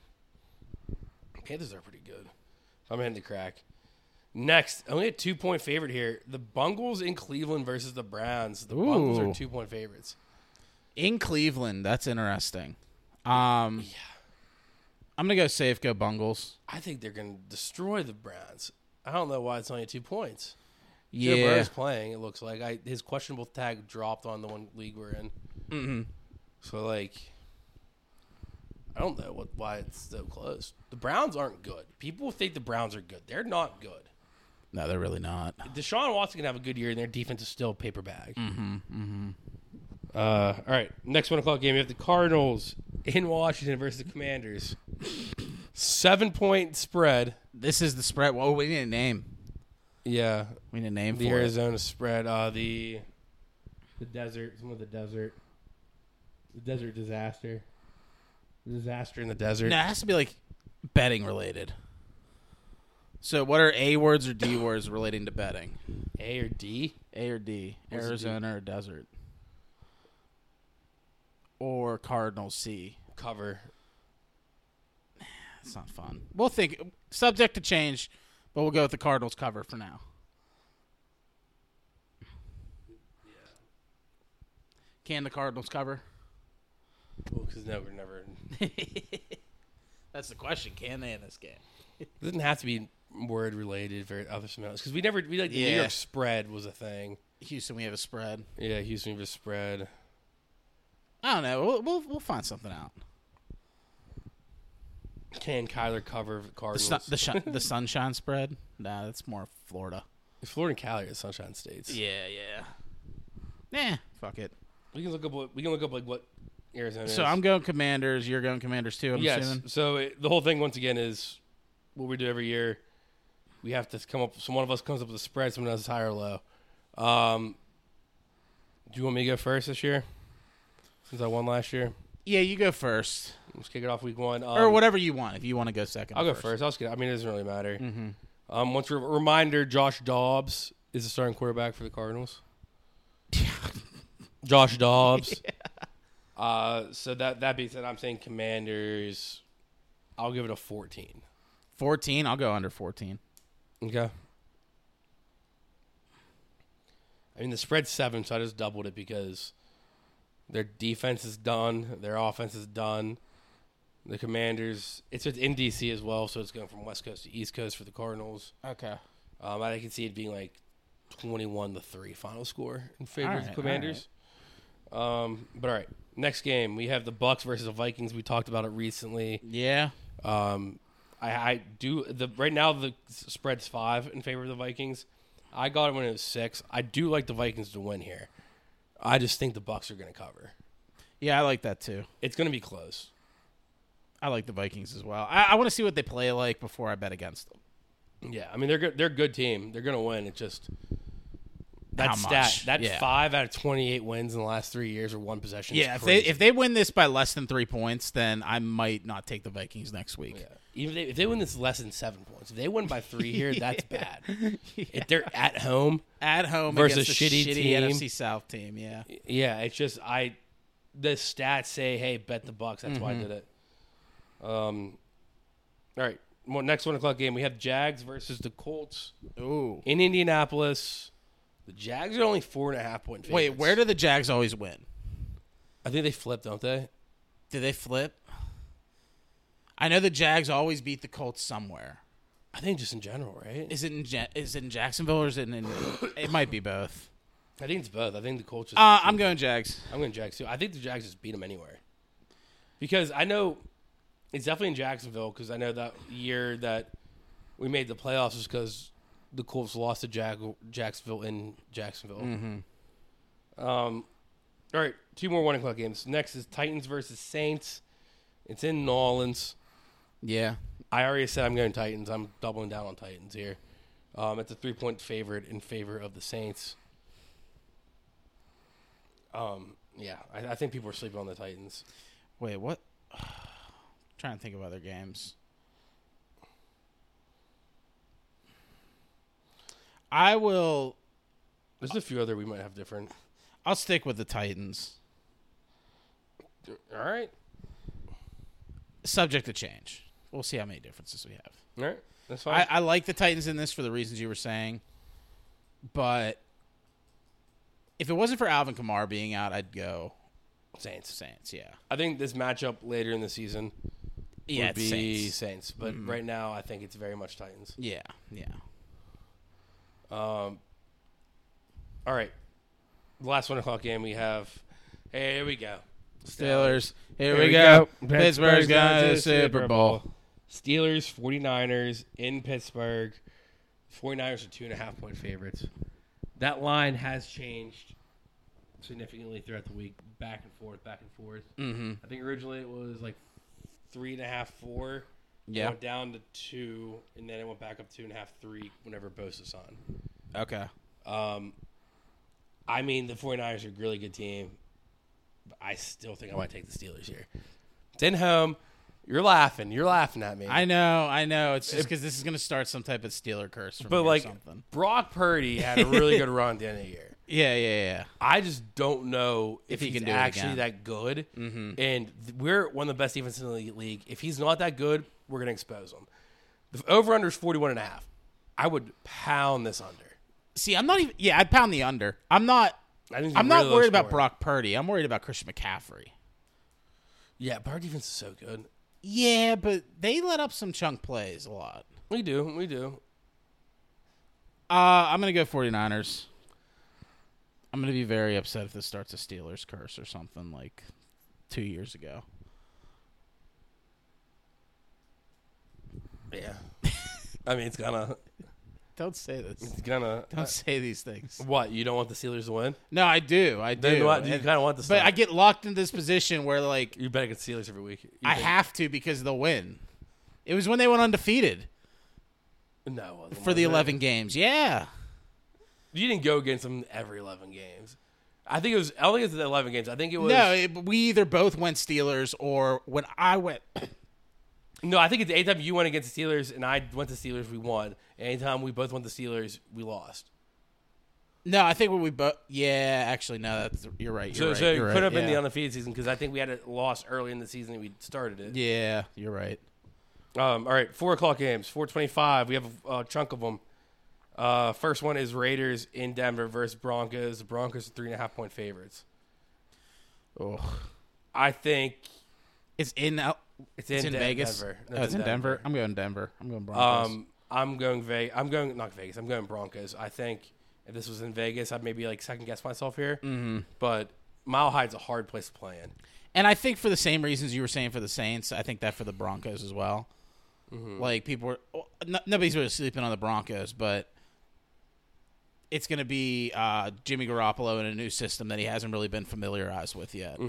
Speaker 2: Panthers are pretty good. I'm in the crack. Next, only a two point favorite here. The Bungles in Cleveland versus the Browns. The Bungles are
Speaker 1: Ooh.
Speaker 2: two point favorites.
Speaker 1: In Cleveland, that's interesting. Um I'm gonna go safe, go Bungles.
Speaker 2: I think they're going to destroy the Browns. I don't know why it's only two points. Joe
Speaker 1: Yeah.
Speaker 2: Burrow's playing. It looks like I his questionable tag dropped on the one league we're in. Mm-hmm. So like, I don't know what why it's so close. The Browns aren't good. People think the Browns are good. They're not good.
Speaker 1: No, they're really not.
Speaker 2: Deshaun Watson can have a good year, and their defense is still paper bag. Mm-hmm. Mm-hmm. Uh, all right, next one o'clock game. We have the Cardinals in Washington versus the Commanders. Seven point spread.
Speaker 1: This is the spread. Whoa, we need a name.
Speaker 2: Yeah,
Speaker 1: We need a name
Speaker 2: the
Speaker 1: for it.
Speaker 2: Arizona spread. Uh, the the desert. Some of the desert. The desert disaster. Disaster in the desert.
Speaker 1: No, it has to be like betting related. So, what are A words or D words relating to betting?
Speaker 2: A or D?
Speaker 1: A or D?
Speaker 2: a D?
Speaker 1: Arizona or desert? Or Cardinal C?
Speaker 2: Cover.
Speaker 1: It's not fun. We'll think. Subject to change, but we'll go with the Cardinals cover for now. Can the Cardinals cover?
Speaker 2: Well, because no, we're never.
Speaker 1: That's the question. Can they in this game?
Speaker 2: It doesn't have to be word related for other something else. Because we never, we like the New
Speaker 1: Yeah.
Speaker 2: York spread was a thing.
Speaker 1: Houston, we have a spread.
Speaker 2: Yeah, Houston was spread.
Speaker 1: I don't know. We'll we'll, we'll find something out.
Speaker 2: Can Kyler cover the
Speaker 1: The
Speaker 2: Cardinals?
Speaker 1: sun, the, shi- the sunshine spread? Nah, that's more Florida.
Speaker 2: Florida and Cali are Sunshine States.
Speaker 1: Yeah, yeah. Nah, fuck it.
Speaker 2: We can look up what we can look up like what Arizona.
Speaker 1: So
Speaker 2: is.
Speaker 1: I'm going Commanders. You're going Commanders too. I'm
Speaker 2: yes.
Speaker 1: assuming.
Speaker 2: So it, the whole thing once again is what we do every year. We have to come up. So one of us comes up with a spread. Someone else is high or low. Um, do you want me to go first this year? Since I won last year,
Speaker 1: Yeah, you go first,
Speaker 2: let's kick it off week one. Um,
Speaker 1: or whatever you want. If you want to go second,
Speaker 2: I'll go first. I'll just get, I mean, it doesn't really matter. Um, once a reminder, Josh Dobbs is the starting quarterback for the Cardinals. Josh Dobbs. Uh, so that that being said, I'm saying Commanders. I'll give it a 14.
Speaker 1: 14. I'll go under 14.
Speaker 2: Okay. I mean, the spread's seven, so I just doubled it because their defense is done, their offense is done. The Commanders, it's it's in DC as well, so it's going from West Coast to East Coast for the Cardinals.
Speaker 1: Okay.
Speaker 2: Um, I can see it being like twenty-one to three final score in favor
Speaker 1: All
Speaker 2: of the
Speaker 1: right,
Speaker 2: Commanders. Um, but all right, next game we have the Bucks versus the Vikings. We talked about it recently.
Speaker 1: Yeah.
Speaker 2: Um, I, I do the right now the s- spread's five in favor of the Vikings. I got it when it was six. I do like the Vikings to win here. I just think the Bucks are going to cover.
Speaker 1: Yeah, I like that too.
Speaker 2: It's going to be close.
Speaker 1: I like the Vikings as well. I, I want to see what they play like before I bet against them.
Speaker 2: Yeah, I mean they're good. They're a good team. They're going to win. It just that
Speaker 1: How
Speaker 2: stat
Speaker 1: much?
Speaker 2: that
Speaker 1: Yeah.
Speaker 2: five out of twenty eight wins in the last three years or one possession. is
Speaker 1: yeah, if they
Speaker 2: crazy.
Speaker 1: if they win this by less than three points, then I might not take the Vikings next week.
Speaker 2: Yeah. Even if they, if they win this less than seven points, if they win by three here, that's bad. If they're at home,
Speaker 1: At home
Speaker 2: Versus
Speaker 1: against
Speaker 2: a
Speaker 1: a
Speaker 2: shitty
Speaker 1: shitty,
Speaker 2: team.
Speaker 1: NFC South team. Yeah.
Speaker 2: yeah, it's just I. The stats say, "Hey, bet the Bucks." That's
Speaker 1: Mm-hmm.
Speaker 2: why I did it. Um. All right. Well, next one o'clock game, we have Jags versus the Colts
Speaker 1: Ooh.
Speaker 2: in Indianapolis. The Jags are only four and a half point.
Speaker 1: Wait,
Speaker 2: favorites.
Speaker 1: where do the Jags always win?
Speaker 2: I think they flip? Don't they?
Speaker 1: Do they flip? I know the Jags always beat the Colts somewhere.
Speaker 2: I think just in general, right?
Speaker 1: Is it in ja- is it in Jacksonville or is it in? it might be both.
Speaker 2: I think it's both. I think the Colts. Just,
Speaker 1: Uh, I'm going Jags.
Speaker 2: I'm going Jags too. I think the Jags just beat them anywhere. Because I know it's definitely in Jacksonville because I know that year that we made the playoffs was because the Colts lost to Jag- Jacksonville in Jacksonville. Um, all right, two more one o'clock games. Next is Titans versus Saints. It's in New Orleans.
Speaker 1: Yeah.
Speaker 2: I already said I'm going Titans. I'm doubling down on Titans here. Um, it's a three point favorite in favor of the Saints. Um, yeah, I, I think people are sleeping on the Titans.
Speaker 1: Wait, what? trying to think of other games. I will.
Speaker 2: There's a few other we might have different.
Speaker 1: I'll stick with the Titans,
Speaker 2: All right,
Speaker 1: subject to change. We'll see how many differences we have.
Speaker 2: all right, that's fine.
Speaker 1: I, I like the Titans in this for the reasons you were saying, but if it wasn't for Alvin Kamara being out, I'd go
Speaker 2: Saints.
Speaker 1: Saints. Yeah,
Speaker 2: I think this matchup later in the season
Speaker 1: yeah,
Speaker 2: would
Speaker 1: it's
Speaker 2: be Saints,
Speaker 1: Saints. Mm-hmm.
Speaker 2: but right now I think it's very much Titans.
Speaker 1: Yeah, yeah.
Speaker 2: All right, the last one o'clock game we have. Hey, here we go.
Speaker 1: Steelers. Here,
Speaker 2: Here
Speaker 1: we go. Pittsburgh's going to the Super Bowl.
Speaker 2: Steelers, 49ers in Pittsburgh. 49ers are two and a half point favorites. That line has changed significantly throughout the week, back and forth, back and forth. Mm-hmm. I think originally it was like three and a half, four.
Speaker 1: Yeah.
Speaker 2: It went down to two, and then it went back up two and a half, three whenever Bosa's on.
Speaker 1: Okay.
Speaker 2: I mean, the 49ers are a really good team. But I still think I might take the Steelers here. send home. You're laughing. You're laughing at me.
Speaker 1: I know, I know. It's just because this is going to start some type of Steeler curse from
Speaker 2: but
Speaker 1: me or
Speaker 2: like
Speaker 1: something.
Speaker 2: Brock Purdy had a really good run at the end of the year.
Speaker 1: Yeah, yeah, yeah.
Speaker 2: I just don't know if,
Speaker 1: he
Speaker 2: he's
Speaker 1: can do it
Speaker 2: actually
Speaker 1: again.
Speaker 2: that good. Mm-hmm. And th- we're one of the best defenses in the league. If he's not that good, we're going to expose him. The over under is 41 and a half. I would pound this under.
Speaker 1: See, I'm not even. Yeah, I'd pound the under. I'm not.
Speaker 2: I think it's
Speaker 1: I'm
Speaker 2: a
Speaker 1: not
Speaker 2: really low
Speaker 1: worried about
Speaker 2: score.
Speaker 1: Brock Purdy. I'm worried about Christian McCaffrey.
Speaker 2: Yeah, but our defense is so good.
Speaker 1: Yeah, but they let up some chunk plays a lot.
Speaker 2: We do. We do.
Speaker 1: Uh, I'm going to go 49ers. I'm going to be very upset if this starts a Steelers curse or something like two years ago.
Speaker 2: Yeah. I mean, it's gonna,
Speaker 1: Don't say this.
Speaker 2: it's gonna.
Speaker 1: Don't say these things.
Speaker 2: What you don't want the Steelers to win?
Speaker 1: No, I do. I do.
Speaker 2: Then what, you
Speaker 1: And-
Speaker 2: kind of want the.
Speaker 1: but
Speaker 2: Steelers.
Speaker 1: I get locked in this position where, like,
Speaker 2: You bet against Steelers every week. You
Speaker 1: I
Speaker 2: bet-
Speaker 1: have to because they'll win. It was when they went undefeated
Speaker 2: no it wasn't,
Speaker 1: for the
Speaker 2: was it?
Speaker 1: 11 games. Yeah.
Speaker 2: You didn't go against them every eleven games. I think it was. I don't think it was the eleven games. I think it was.
Speaker 1: No, it, we either both went Steelers or when I went.
Speaker 2: No, I think it's anytime you went against the Steelers and I went to Steelers, we won. And anytime we both went to Steelers, we lost.
Speaker 1: No, I think when we both. Yeah, actually, no, that's you're right. You're
Speaker 2: So,
Speaker 1: right.
Speaker 2: so it
Speaker 1: you're
Speaker 2: could
Speaker 1: right,
Speaker 2: have been
Speaker 1: yeah.
Speaker 2: the undefeated season because I think we had a loss early in the season. and We started it.
Speaker 1: Yeah, you're right.
Speaker 2: Um, all right, four o'clock games, four twenty-five. We have a, a chunk of them. Uh, first one is Raiders in Denver versus Broncos. The Broncos are three and a half point favorites.
Speaker 1: Oh,
Speaker 2: I think
Speaker 1: it's in. Al-
Speaker 2: it's in,
Speaker 1: It's in
Speaker 2: Den-
Speaker 1: Vegas.
Speaker 2: Denver. No,
Speaker 1: Oh, it's in Denver. I'm going Denver. I'm going Broncos.
Speaker 2: Um, I'm going Vegas. I'm going not Vegas. I'm going Broncos. I think if this was in Vegas, I'd maybe like second guess myself here. Mm-hmm. But Mile High's a hard place to play in.
Speaker 1: and I think for the same reasons you were saying for the Saints, I think that for the Broncos as well.
Speaker 2: Mm-hmm.
Speaker 1: Like people were, well, no, nobody's really sleeping on the Broncos, but it's going to be uh, Jimmy Garoppolo in a new system that he hasn't really been familiarized with yet.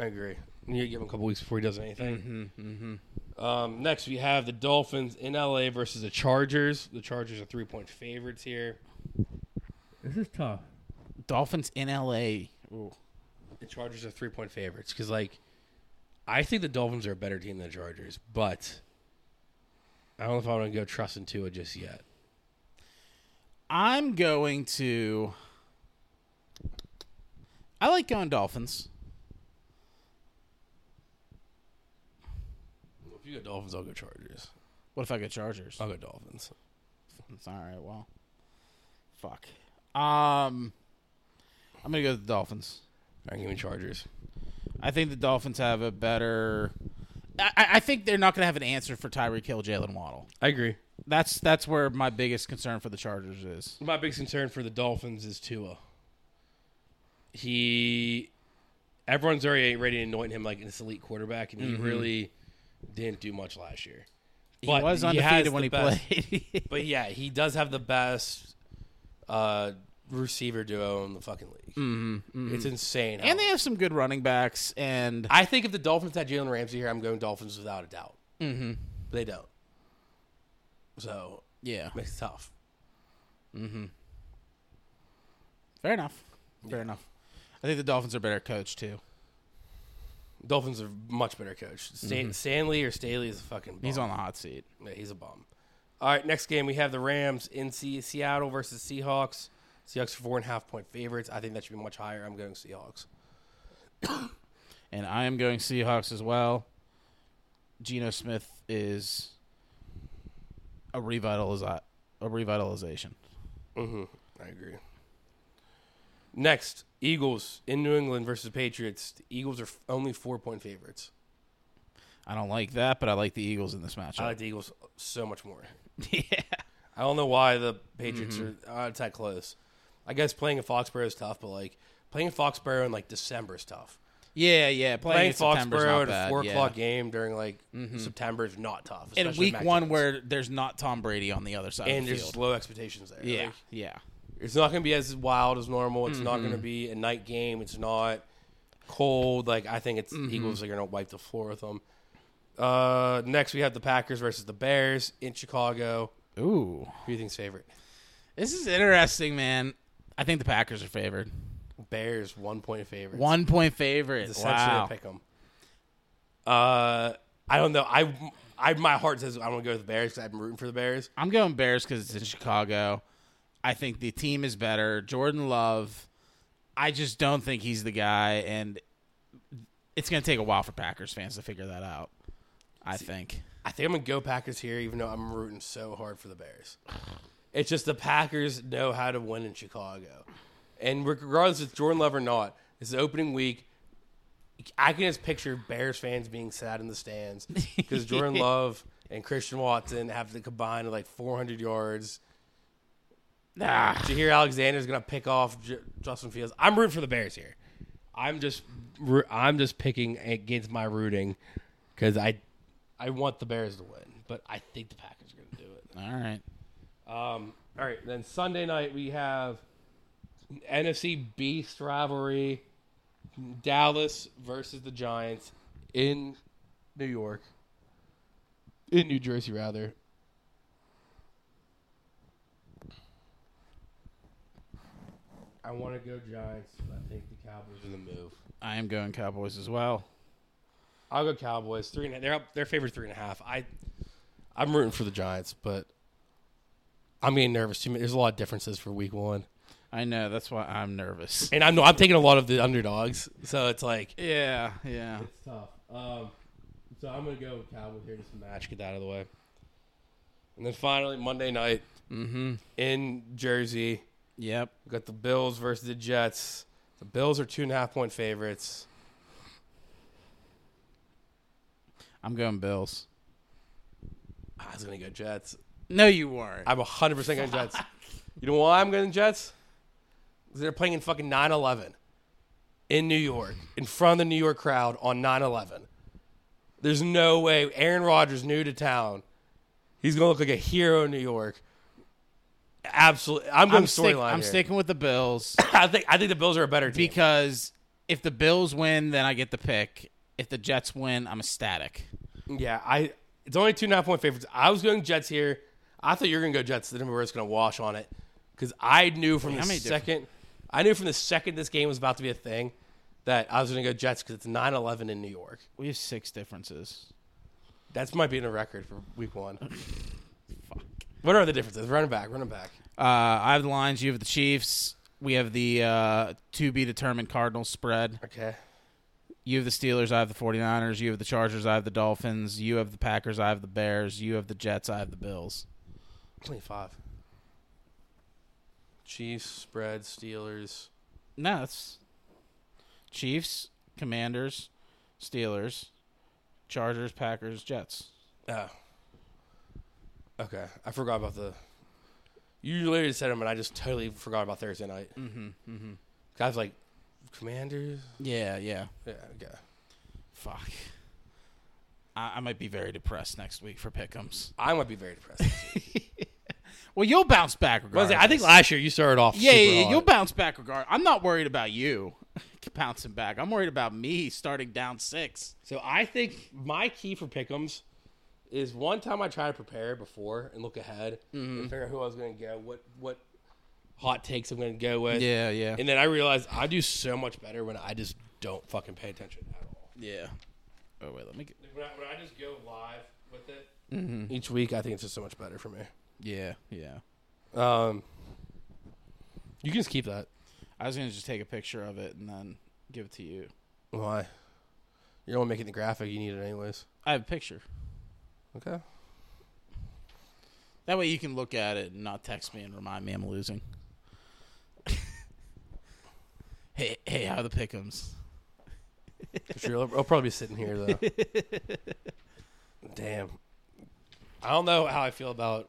Speaker 2: I agree. You need to give him a couple weeks before he does anything. Mm-hmm, Um, next, we have the Dolphins in LA versus the Chargers. The Chargers are three point favorites here.
Speaker 6: This is tough.
Speaker 1: Dolphins in L.A.
Speaker 2: The Chargers are three point favorites because, like, I think the Dolphins are a better team than the Chargers, but I don't know if I want to go trust in Tua just yet.
Speaker 1: I'm going to. I like going Dolphins.
Speaker 2: If you go Dolphins, I'll go Chargers.
Speaker 1: What if I go Chargers?
Speaker 2: I'll go Dolphins.
Speaker 1: All right. Well, fuck. Um, I'm gonna go with the Dolphins.
Speaker 2: I can give me Chargers.
Speaker 1: I think the Dolphins have a better. I, I I think they're not gonna have an answer for Tyreek Hill, Jalen Waddle.
Speaker 2: I agree.
Speaker 1: That's that's where my biggest concern for the Chargers is.
Speaker 2: My biggest concern for the Dolphins is Tua. He, everyone's already ready to anoint him like this elite quarterback, and he really didn't do much last year. But
Speaker 1: Mm-hmm. he was
Speaker 2: has
Speaker 1: undefeated
Speaker 2: the
Speaker 1: when he
Speaker 2: best-
Speaker 1: played.
Speaker 2: But yeah, he does have the best uh, receiver duo in the fucking league. Mm-hmm, It's insane. how-
Speaker 1: and they have some good running backs. And
Speaker 2: I think if the Dolphins had Jalen Ramsey here, I'm going Dolphins without a doubt. Mm-hmm. They don't, so
Speaker 1: yeah,
Speaker 2: makes it tough.
Speaker 1: fair enough. Fair enough. I think the Dolphins are better coached too.
Speaker 2: Dolphins are much better coach. Stan- Stanley or Staley is a fucking. Bum.
Speaker 1: Mm-hmm. He's on the hot seat.
Speaker 2: Yeah, he's a bum. All right, next game we have the Rams in Se- Seattle versus Seahawks. Seahawks are four and a half point favorites. I think that should be much higher. I'm going Seahawks.
Speaker 1: and I am going Seahawks as well. Geno Smith is a revitaliza- a revitalization.
Speaker 2: I agree. Next, Eagles in New England versus Patriots. The Eagles are f- only four point favorites.
Speaker 1: I don't like that, but I like the Eagles in this matchup.
Speaker 2: I like the Eagles so much more.
Speaker 1: yeah. Mm-hmm.
Speaker 2: I don't know why the Patriots are uh, it's that close. I guess playing in Foxborough is tough, but like playing in Foxborough in like December is tough.
Speaker 1: Yeah, yeah. Playing,
Speaker 2: playing
Speaker 1: September's
Speaker 2: Foxborough
Speaker 1: not
Speaker 2: at a
Speaker 1: bad.
Speaker 2: four
Speaker 1: yeah. Mm-hmm.
Speaker 2: o'clock game during like September is not tough.
Speaker 1: In
Speaker 2: especially
Speaker 1: week
Speaker 2: Mac
Speaker 1: one
Speaker 2: Jones.
Speaker 1: where there's not Tom Brady on the other side
Speaker 2: and
Speaker 1: of the
Speaker 2: there's
Speaker 1: field.
Speaker 2: low expectations there.
Speaker 1: yeah,
Speaker 2: Like,
Speaker 1: yeah.
Speaker 2: it's not going to be as wild as normal. It's not going
Speaker 1: Mm-hmm.
Speaker 2: to be a night game. It's not cold. Like I think it's
Speaker 1: Mm-hmm.
Speaker 2: Eagles are going to wipe the floor with them. Uh, next we have the Packers versus the Bears in Chicago.
Speaker 1: Ooh.
Speaker 2: Who do you think's favorite?
Speaker 1: This is interesting, man. I think the Packers are favored.
Speaker 2: Bears one point favorite.
Speaker 1: One point favorite.
Speaker 2: It's essentially
Speaker 1: Wow.
Speaker 2: a pick 'em. Uh, I don't know. I, I my heart says I want to go with the Bears because I've been rooting for the Bears.
Speaker 1: I'm going Bears because it's in Chicago. I think the team is better. Jordan Love, I just don't think he's the guy, and it's going to take a while for Packers fans to figure that out. I think.
Speaker 2: I think I'm gonna go Packers here, even though I'm rooting so hard for the Bears. It's just the Packers know how to win in Chicago, and regardless if it's Jordan Love or not, this is opening week. I can just picture Bears fans being sad in the stands because Jordan Love and Christian Watson have to combine like 400 yards.
Speaker 1: Nah,
Speaker 2: Jair Alexander's gonna pick off J- Justin Fields. I'm rooting for the Bears here. I'm just ru- I'm just picking against my rooting because I I want the Bears to win, but I think the Packers are gonna do it.
Speaker 1: all right.
Speaker 2: All right, then Sunday night we have NFC Beast rivalry, Dallas versus the Giants in New York, in New Jersey rather. I want to go Giants. But I think the Cowboys are the move.
Speaker 1: I am going Cowboys as well.
Speaker 2: I'll go Cowboys three and a- they're up. They're favored three and a half. I I'm rooting for the Giants, but I'm getting nervous too. There's a lot of differences for Week One.
Speaker 1: I know that's why I'm nervous.
Speaker 2: and I'm no, I'm taking a lot of the underdogs, so it's like
Speaker 1: Yeah, yeah.
Speaker 2: it's tough. Um, so I'm gonna go with Cowboys here just to match, get that out of the way, and then finally Monday night Mm-hmm. in Jersey,
Speaker 1: Yep.
Speaker 2: we got the Bills versus the Jets. The Bills are two and a half point favorites.
Speaker 1: I'm going Bills.
Speaker 2: I was Ah, gonna go Jets.
Speaker 1: No, you weren't.
Speaker 2: I'm 100 percent going Jets. You know why I'm going Jets? 'Cause They're playing in fucking 9/11 in New York, in front of the New York crowd on 9/11. There's no way Aaron Rodgers, new to town, he's gonna look like a hero in New York. Absolutely, I'm going
Speaker 1: I'm, stick-
Speaker 2: storyline.
Speaker 1: I'm
Speaker 2: here.
Speaker 1: sticking with the Bills
Speaker 2: I think I think the Bills are a better team.
Speaker 1: because if the Bills win, then I get the pick. If the Jets win, I'm ecstatic.
Speaker 2: yeah, I. It's only two and a half point favorites. I was going Jets here. I thought you were gonna go Jets. Then we were just gonna wash on it because I knew from
Speaker 1: Wait, how
Speaker 2: the
Speaker 1: many different-
Speaker 2: second, I knew from the second this game was about to be a thing that I was gonna go Jets because it's 9-11 in New York.
Speaker 1: We have six differences.
Speaker 2: That's might be in a record for Week One. What are the differences? Running back, running back.
Speaker 1: Uh, I have the Lions. You have the Chiefs. We have the uh, to be determined Cardinals spread.
Speaker 2: Okay.
Speaker 1: You have the Steelers. I have the 49ers. You have the Chargers. I have the Dolphins. You have the Packers. I have the Bears. You have the Jets. I have the Bills.
Speaker 2: 25. Chiefs, spread, Steelers.
Speaker 1: No, that's Chiefs, Commanders, Steelers, Chargers, Packers, Jets.
Speaker 2: Oh. Okay. I forgot about the. You literally said them, and I just totally forgot about Thursday night. Mm hmm. Mm hmm. I was like, Commanders?
Speaker 1: Yeah, yeah.
Speaker 2: Yeah, okay.
Speaker 1: Fuck. I, I might be very depressed next week for Pickums.
Speaker 2: I might be very depressed.
Speaker 1: Well, you'll bounce back
Speaker 2: But I was
Speaker 1: regardless.
Speaker 2: like, I think last year you started off.
Speaker 1: Yeah,
Speaker 2: super
Speaker 1: yeah, yeah,
Speaker 2: hot.
Speaker 1: you'll bounce back regard. I'm not worried about you bouncing back. I'm worried about me starting down six.
Speaker 2: So I think my key for pickums is one time I try to prepare before and look ahead and figure out who I was going to go, what what hot takes I'm going to go with.
Speaker 1: Yeah, yeah.
Speaker 2: And then I realized I do so much better when I just don't fucking pay attention at all.
Speaker 1: Yeah. Oh wait, let me get
Speaker 2: When I, when I just go live with it each week, I think it's just so much better for me.
Speaker 1: Yeah, yeah.
Speaker 2: Um, you can just keep that.
Speaker 1: I was gonna just take a picture of it and then give it to you.
Speaker 2: Why? You're the one making the graphic. You need it anyways.
Speaker 1: I have a picture.
Speaker 2: Okay.
Speaker 1: That way you can look at it and not text me and remind me I'm losing. hey hey, how are the pickums?
Speaker 2: Sure, I'll, I'll probably be sitting here though. Damn, I don't know how I feel about.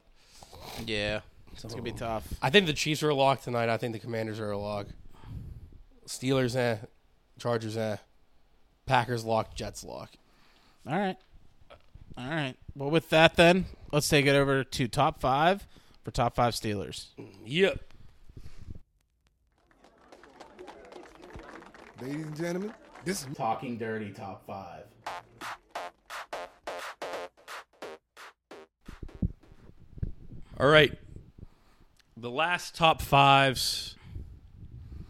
Speaker 1: Yeah. It's gonna be tough.
Speaker 2: I think the Chiefs are a lock tonight. I think the Commanders are a lock. Steelers, eh? Chargers, eh? Packers lock. Jets lock.
Speaker 1: All right. All right. Well with that then, let's take it over to top five for top five Steelers.
Speaker 2: Yep.
Speaker 7: Ladies and gentlemen, this is
Speaker 1: Talking Dirty Top 5.
Speaker 2: All right. The last top fives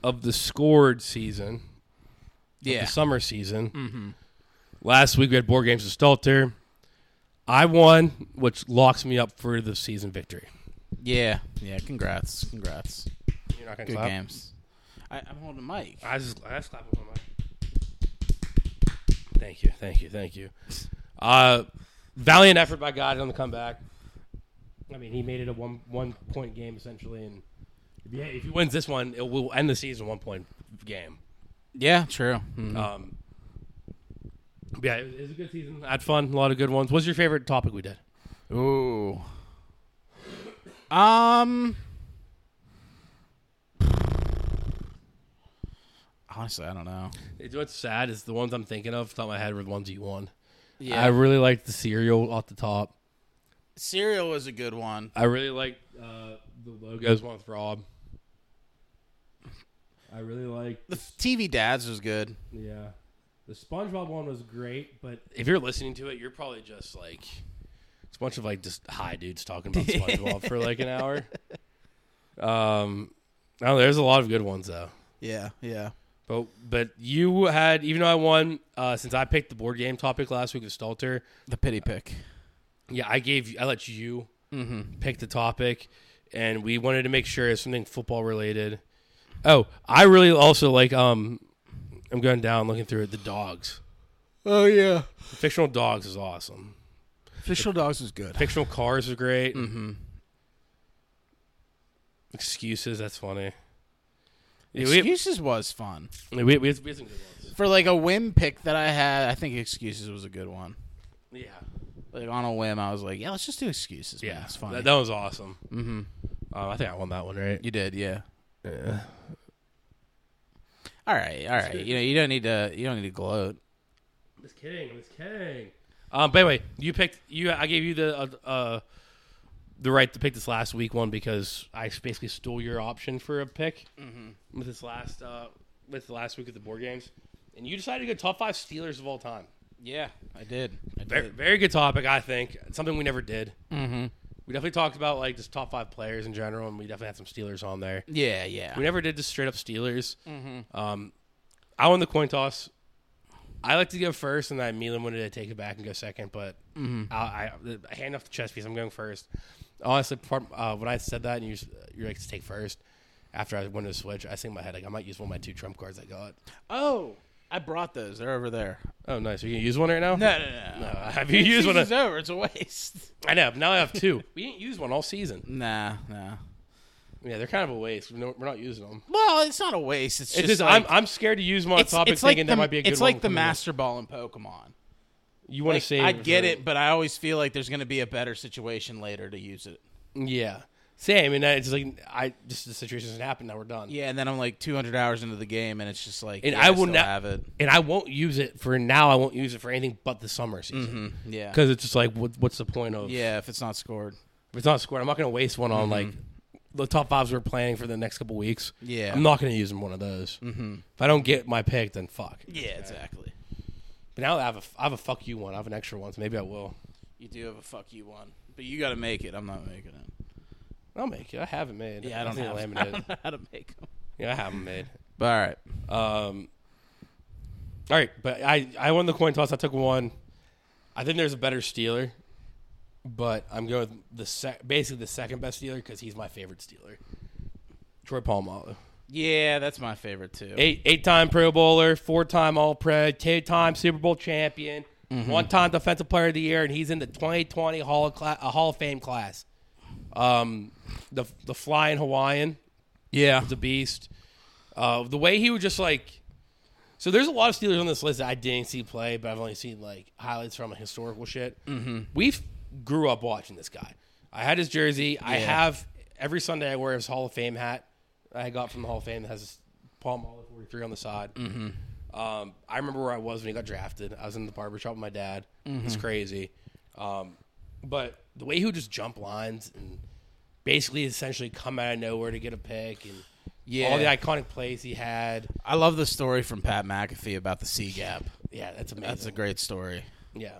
Speaker 2: of the scored season,
Speaker 1: Yeah.
Speaker 2: Mm-hmm. the summer season, Last week we had board games with Stalter. I won, which locks me up for the season victory.
Speaker 1: Yeah, yeah. Congrats, congrats.
Speaker 2: You're not gonna
Speaker 1: Good
Speaker 2: clap.
Speaker 1: games. I, I'm holding the mic.
Speaker 2: I just I just clap with my mic. Thank you, thank you, thank you. Uh, valiant effort by God on the comeback. I mean, he made it a one one point game essentially, and if he, if he wins this one, it will end the season one point game.
Speaker 1: Yeah, true. Mhm.
Speaker 2: Um, yeah, it was, it was a good season. I had fun, a lot of good ones. What's your favorite topic we did?
Speaker 1: Hmm. Ooh. Um. Honestly, I don't know.
Speaker 2: It's, what's sad is the ones I'm thinking of, off the top of my head, were the ones you won.
Speaker 1: Yeah,
Speaker 2: I really liked the cereal off the top.
Speaker 1: cereal was a good one.
Speaker 2: I really liked uh, the logos one with Rob. I really liked,
Speaker 1: The f- TV Dads was good.
Speaker 2: yeah. The SpongeBob one was great, but if you're listening to it, you're probably just like it's a bunch of like just high dudes talking about SpongeBob for like an hour. Um, no, there's a lot of good ones though.
Speaker 1: Yeah, yeah.
Speaker 2: But but you had even though I won, uh, since I picked the board game topic last week with Stalter,
Speaker 1: The pity pick.
Speaker 2: yeah, I gave I let you pick the topic, and we wanted to make sure it's something football related. Oh, I really also like um, I'm going down looking through it. The dogs,
Speaker 1: Oh yeah.
Speaker 2: fictional dogs is awesome.
Speaker 1: Official Dogs was good.
Speaker 2: Fictional cars are great. Mm-hmm. Excuses, that's funny. Yeah, we-
Speaker 1: Excuses was fun.
Speaker 2: we, we, we had some good ones.
Speaker 1: For like a whim pick that I had, I think Excuses was a good one.
Speaker 2: Yeah.
Speaker 1: Like on a whim, I was like, yeah, let's just do Excuses. man.
Speaker 2: Yeah,
Speaker 1: it's fun.
Speaker 2: That, that was awesome. Mm-hmm. Um, I think I won that one, right?
Speaker 1: you did, yeah. All right, all right. You know, you don't need to. You don't need to gloat.
Speaker 2: It's kidding. It's kidding. Um, but anyway, you picked you. I gave you the uh, uh, the right to pick this last week one because I basically stole your option for a pick with this last uh, with the last week of the board games, and you decided to go top five Steelers of all time.
Speaker 1: Yeah, I did. I did.
Speaker 2: Very, very good topic, I think. Something we never did. Mm-hmm. We definitely talked about like just top five players in general, and we definitely had some Steelers on there.
Speaker 1: yeah, yeah.
Speaker 2: We never did the straight up Steelers. Um, I won the coin toss. I like to go first, and I immediately wanted to take it back and go second. But I, I, I hand off the chess piece. I'm going first. Honestly, part, uh, when I said that, and you s- you're like to take first. After I wanted to switch, I think in my head like I might use one of my two trump cards I got.
Speaker 1: Oh, I brought those. They're over there.
Speaker 2: Oh, nice. Are you gonna use one right now?
Speaker 1: No, no, no. no.
Speaker 2: Uh, have you used one?
Speaker 1: Season's
Speaker 2: Of,
Speaker 1: over. It's a waste.
Speaker 2: I know. Now I have two. we didn't use one all season.
Speaker 1: Nah, nah.
Speaker 2: Yeah, they're kind of a waste. We're not, we're not using them.
Speaker 1: Well, it's not a waste. It's,
Speaker 2: It's
Speaker 1: just
Speaker 2: just
Speaker 1: like,
Speaker 2: I'm, I'm scared to use them on
Speaker 1: it's,
Speaker 2: a topic
Speaker 1: it's like
Speaker 2: thinking
Speaker 1: the,
Speaker 2: that might be a good
Speaker 1: It's
Speaker 2: one
Speaker 1: like the
Speaker 2: coming up.
Speaker 1: Master Ball in Pokemon.
Speaker 2: You want
Speaker 1: Like,
Speaker 2: to save?
Speaker 1: I
Speaker 2: it
Speaker 1: get
Speaker 2: for-
Speaker 1: it, but I always feel like there's going to be a better situation later to use it.
Speaker 2: Yeah. Same, and it's like I just the situation doesn't happen. Now we're done.
Speaker 1: Yeah, and then I'm like 200 hours into the game, and it's just like,
Speaker 2: And
Speaker 1: yeah,
Speaker 2: I will
Speaker 1: still
Speaker 2: not-
Speaker 1: have it.
Speaker 2: and I won't use it for now. I won't use it for anything but the summer season
Speaker 1: Yeah,
Speaker 2: because it's just like, what, what's the point of?
Speaker 1: Mm-hmm. yeah. If it's not scored,
Speaker 2: if it's not scored. I'm not going to waste one on like the top fives we're planning for the next couple weeks.
Speaker 1: Mm-hmm. Yeah.
Speaker 2: I'm not going to use one of those. Mm-hmm. If I don't get my pick, then fuck.
Speaker 1: yeah, exactly.
Speaker 2: But now I have a I have a fuck you one. I have an extra one, so maybe I will.
Speaker 1: You do have a fuck you one, but you got to make it. I'm not making it.
Speaker 2: I'll make it. I haven't made.
Speaker 1: Yeah, I don't,
Speaker 2: think
Speaker 1: have,
Speaker 2: I'll
Speaker 1: I
Speaker 2: laminate it.
Speaker 1: don't know how to make them.
Speaker 2: Yeah, I haven't made.
Speaker 1: But all right,
Speaker 2: Um, all right, but I I won the coin toss. I took one. I think there's a better Steeler, but I'm going with the sec- basically the second best Steeler because he's my favorite Steeler. Troy Polamalu,
Speaker 1: yeah, that's my favorite too.
Speaker 2: eight eight time Pro Bowler, four time All Pro, two time Super Bowl champion, one time Defensive Player of the Year, and he's in the 2020 Hall of, Cla- uh, Hall of Fame class. Um, the the flying Hawaiian
Speaker 1: Yeah,
Speaker 2: the beast. Uh, the way he would just like. So there's a lot of Steelers on this list that I didn't see play, but I've only seen like highlights from like, historical shit. Mm-hmm. We f- grew up watching this guy. I had his jersey. I have every Sunday I wear his Hall of Fame hat. I got from the Hall of Fame that has his Paul Mahler 43 on the side. Mm-hmm. Um, I remember where I was when he got drafted. I was in the barbershop with my dad. It's
Speaker 1: Mm-hmm.
Speaker 2: crazy. Um, but the way he would just jump lines and basically essentially come out of nowhere to get a pick and
Speaker 1: yeah.
Speaker 2: all the iconic plays he had.
Speaker 1: I love the story from Pat McAfee about the C gap.
Speaker 2: Yeah, that's amazing.
Speaker 1: That's a great story.
Speaker 2: yeah.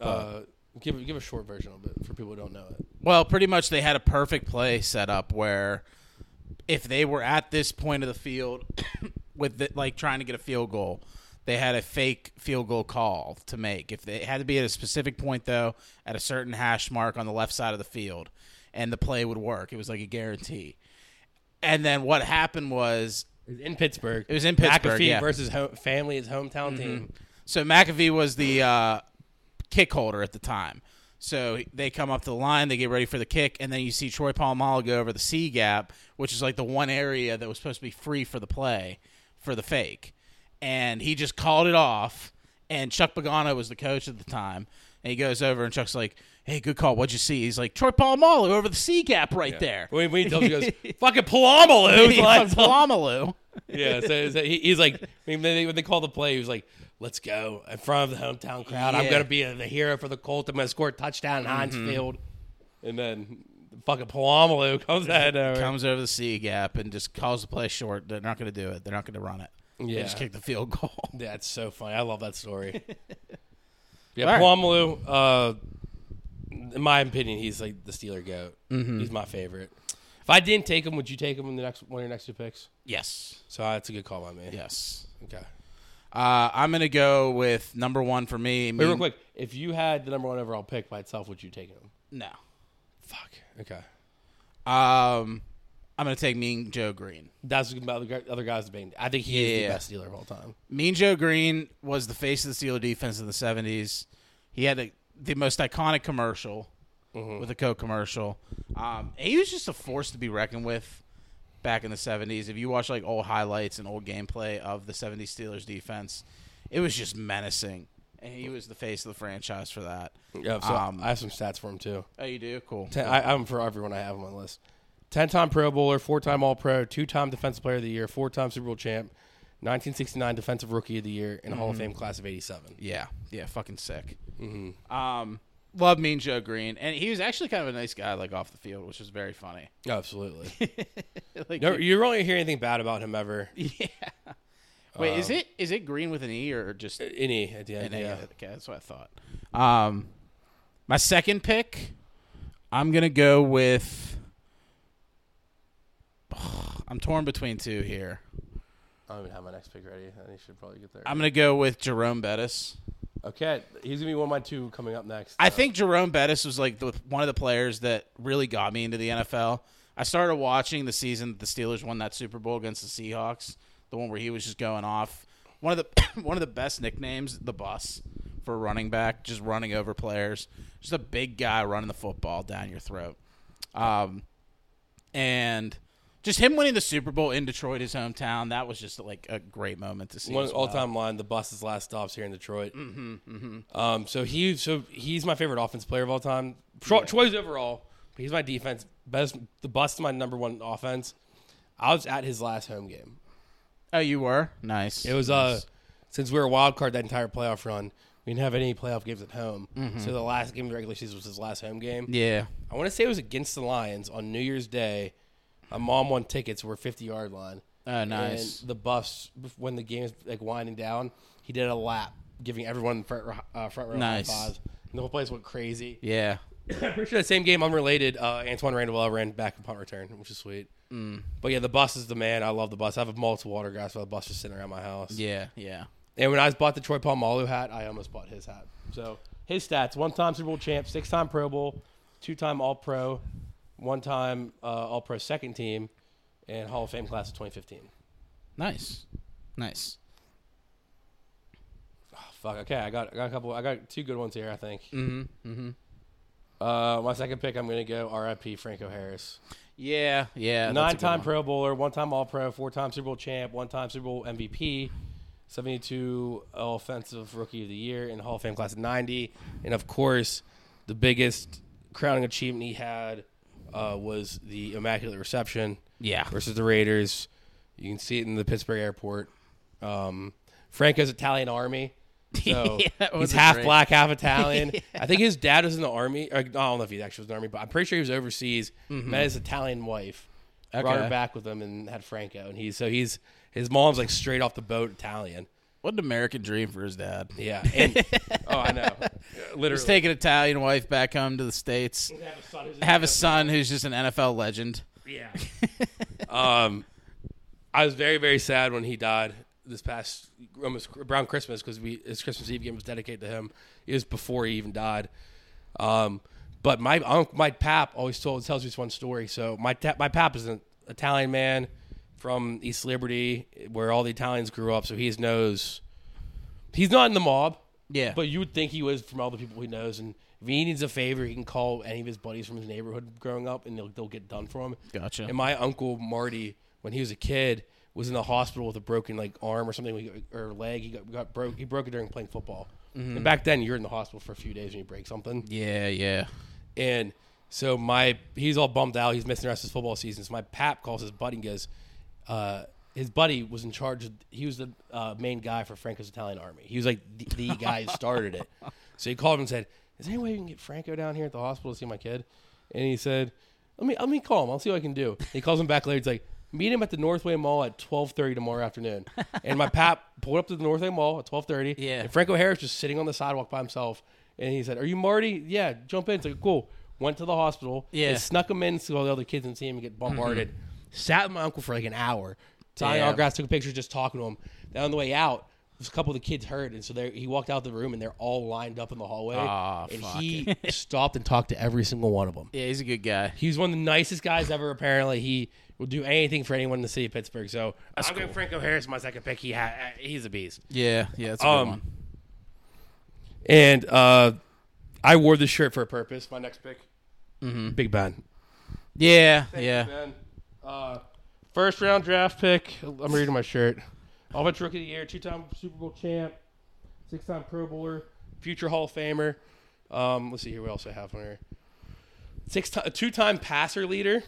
Speaker 2: Uh, give give a short version of it for people who don't know it.
Speaker 1: Well, pretty much they had a perfect play set up where if they were at this point of the field with the, like trying to get a field goal, they had a fake field goal call to make. If they it had to be at a specific point though, at a certain hash mark on the left side of the field, and the play would work. It was like a guarantee. And then what happened was
Speaker 2: in Pittsburgh.
Speaker 1: It was in Pittsburgh,
Speaker 2: McAfee
Speaker 1: yeah. Mm-hmm.
Speaker 2: versus ho- family, his hometown team.
Speaker 1: So McAfee was the uh, kick holder at the time. So they come up to the line, they get ready for the kick, and then you see Troy Polamalu go over the C gap, which is like the one area that was supposed to be free for the play for the fake. And he just called it off. And Chuck Pagano was the coach at the time. And he goes over, and Chuck's like, hey, good call. What'd you see? He's like, Troy Polamalu over the C gap right there.
Speaker 2: When when he tells you, he goes, fucking Palamalu.
Speaker 1: He
Speaker 2: lines
Speaker 1: was
Speaker 2: up."
Speaker 1: Polamalu.
Speaker 2: yeah, so, so he, he's like, when they, when they call the play, he was like, let's go in front of the hometown crowd. I'm
Speaker 1: Yeah.
Speaker 2: going to be a, the hero for the Colts. I'm going to score a touchdown in Heinz Field. And then fucking Palamalu comes out. of nowhere.
Speaker 1: comes over the C gap and just calls the play short. They're not going to do it. They're not going to run it. They
Speaker 2: Yeah.
Speaker 1: just kick the field goal.
Speaker 2: That's so funny. I love that story. yeah,
Speaker 1: All right.
Speaker 2: Palamalu, uh, in my opinion, he's like the Steeler goat. He's my favorite. If I didn't take him, would you take him in the next one of your next two picks?
Speaker 1: Yes.
Speaker 2: So uh, that's a good call by me.
Speaker 1: Yes.
Speaker 2: Okay.
Speaker 1: Uh, I'm going to go with number one for me.
Speaker 2: Wait, real quick. If you had the number one overall pick by itself, would you take him?
Speaker 1: No.
Speaker 2: Fuck. Okay.
Speaker 1: Um, I'm going to take Mean Joe Green.
Speaker 2: That's about the gu- other guys debating. I think he is
Speaker 1: Yeah.
Speaker 2: the best Steeler of all time.
Speaker 1: Mean Joe Green was the face of the Steeler defense in the 70s. He had a, the most iconic commercial
Speaker 2: Mm-hmm.
Speaker 1: with a Coke commercial. Um, and he was just a force to be reckoned with back in the 70s. If you watch like old highlights and old gameplay of the 70s Steelers defense, it was just menacing. And he was the face of the franchise for that.
Speaker 2: Yeah. So
Speaker 1: Um,
Speaker 2: I have some stats for him too.
Speaker 1: Oh, you do? Cool.
Speaker 2: Ten, I, I'm for everyone I have on my list. Ten-time Pro Bowler, four-time All-Pro, two-time Defensive Player of the Year, four-time Super Bowl champ, 1969 Defensive Rookie of the Year, and Hall of Fame class of '87.
Speaker 1: Yeah, yeah, fucking sick. Um, love Mean Joe Green, and he was actually kind of a nice guy, like off the field, which was very funny.
Speaker 2: Absolutely.
Speaker 1: Like,
Speaker 2: no, you don't hear anything bad about him ever.
Speaker 1: wait, is it is it Green with an E or just an
Speaker 2: Any at the end.
Speaker 1: A?
Speaker 2: yeah.
Speaker 1: Okay, that's what I thought. Um, my second pick, I'm gonna go with. I'm torn between two here.
Speaker 2: I don't even have my next pick ready. I should probably get there.
Speaker 1: I'm gonna go with Jerome Bettis.
Speaker 2: okay, he's gonna be one of my two coming up next.
Speaker 1: I
Speaker 2: Uh,
Speaker 1: think Jerome Bettis was like the, one of the players that really got me into the NFL. I started watching the season that the Steelers won that Super Bowl against the Seahawks, the one where he was just going off. One of the one of the best nicknames, the bus, for a running back, just running over players, just a big guy running the football down your throat. Um, and just him winning the Super Bowl in Detroit, his hometown, that was just like a great moment to see.
Speaker 2: one
Speaker 1: as well.
Speaker 2: all-time line. The bus's last stops here in Detroit. Mm-hmm, Um, so he, so he's my favorite offensive player of all time. Tro- Troy's overall, but he's my defense best. The bus is my number one offense. I was at his last home game.
Speaker 1: Oh, you were nice.
Speaker 2: It was uh, since we were a wild card that entire playoff run. We didn't have any playoff games at home, so the last game of the regular season was his last home game.
Speaker 1: yeah.
Speaker 2: I want to say it was against the Lions on New Year's Day. My mom won tickets. We're fifty yard line.
Speaker 1: Oh, nice.
Speaker 2: And the bus when the game is like winding down, he did a lap, giving everyone the front row- uh, front row
Speaker 1: Nice.
Speaker 2: high fives. And the whole place went crazy.
Speaker 1: Yeah.
Speaker 2: Pretty sure the same game, unrelated. Uh, Antoine Randall ran back and punt return, which is sweet.
Speaker 1: Mm.
Speaker 2: But yeah, the bus is the man. I love the bus. I have multiple autographs by the bus just sitting around my house.
Speaker 1: Yeah. Yeah.
Speaker 2: And when I bought the Troy Palmalu hat, I almost bought his hat. So his stats: one-time Super Bowl champ, six-time Pro Bowl, two-time All-Pro, one-time uh, All-Pro second team, and Hall of Fame class of 2015.
Speaker 1: Nice. Nice.
Speaker 2: Fuck. Okay, I got I got a couple. I got two good ones here. I think. Mm-hmm. Mm-hmm. Uh, my second pick, I'm gonna go R.I.P. Franco Harris,
Speaker 1: Yeah, yeah. that's a good
Speaker 2: nine-time
Speaker 1: one.
Speaker 2: Pro Bowler, one-time All-Pro, four-time Super Bowl champ, one-time Super Bowl MVP, 72 Offensive Rookie of the Year, and Hall of Fame class of 90, and of course, the biggest crowning achievement he had uh, was the immaculate reception
Speaker 1: Yeah.
Speaker 2: versus the Raiders. You can see it in the Pittsburgh airport. Um, Franco's Italian army. So
Speaker 1: Yeah, that
Speaker 2: he's
Speaker 1: was
Speaker 2: half
Speaker 1: great.
Speaker 2: black, half Italian. I think his dad was in the army. Or, I don't know if he actually was in the army, but I'm pretty sure he was overseas. Met his Italian wife, brought her
Speaker 1: Mm-hmm. Okay.
Speaker 2: back with him, and had Franco. And he's so he's his mom's like straight off the boat Italian.
Speaker 1: What an American dream for his dad.
Speaker 2: Yeah. And, oh, I know. Literally.
Speaker 1: Just take an Italian wife back home to the States. Have a son who's just an NFL legend.
Speaker 2: Um, I was very very sad when he died. this past almost around Christmas because we his Christmas Eve game was dedicated to him. It was before he even died. Um, but my uncle, my pap, always told tells me this one story. So my ta- my pap is an Italian man from East Liberty, where all the Italians grew up. So he knows he's not in the mob.
Speaker 1: Yeah.
Speaker 2: But you would think he was from all the people he knows. And if he needs a favor, he can call any of his buddies from his neighborhood growing up and they'll, they'll get done for him.
Speaker 1: Gotcha.
Speaker 2: And my uncle Marty, when he was a kid, was in the hospital with a broken like arm or something or leg. He got, got broke. He broke it during playing football. And back then, you're in the hospital for a few days when you break something.
Speaker 1: Yeah, yeah.
Speaker 2: And so my he's all bummed out. He's missing the rest of his football season. So my pap calls his buddy and goes, uh, his buddy was in charge. Of, he was the uh, main guy for Franco's Italian Army. He was like the, the guy who started it. So he called him and said, "Is there any way we can get Franco down here at the hospital to see my kid?" And he said, "Let me let me call him. I'll see what I can do." He calls him back later. He's like. Meet him at the Northway Mall at twelve thirty tomorrow afternoon. And my pap pulled up to the Northway Mall at twelve thirty.
Speaker 1: Yeah.
Speaker 2: And Franco Harris was sitting on the sidewalk by himself, and he said, "Are you Marty? Yeah, jump in." It's like cool. Went to the hospital.
Speaker 1: Yeah. Mm-hmm.
Speaker 2: They snuck him in so all the other kids didn't see him and get bombarded. Sat with my uncle for like an hour. Signed
Speaker 1: Yeah.
Speaker 2: autographs, took pictures, just talking to him. Then on the way out, a couple of the kids heard, and so they he walked out the room, and they're all lined up in the hallway.
Speaker 1: Aw,
Speaker 2: and
Speaker 1: Ah, fuck.
Speaker 2: he stopped and talked to every single one of them.
Speaker 1: Yeah, he's a good guy.
Speaker 2: He was one of the nicest guys ever. Apparently, he will do anything for anyone in the city of Pittsburgh. So I'll give Franco Harris my second pick. He ha- uh, he's a beast.
Speaker 1: Yeah, yeah, that's a
Speaker 2: Um,
Speaker 1: good one.
Speaker 2: And uh, I wore this shirt for a purpose. My next pick, Big Ben.
Speaker 1: Yeah, yeah.
Speaker 2: Ben. Uh, first round draft pick. I'm reading my shirt. Offensive rookie of the year, two time Super Bowl champ, six time Pro Bowler, future Hall of Famer. Um, let's see here. What else I have on here? Six time, two time passer leader,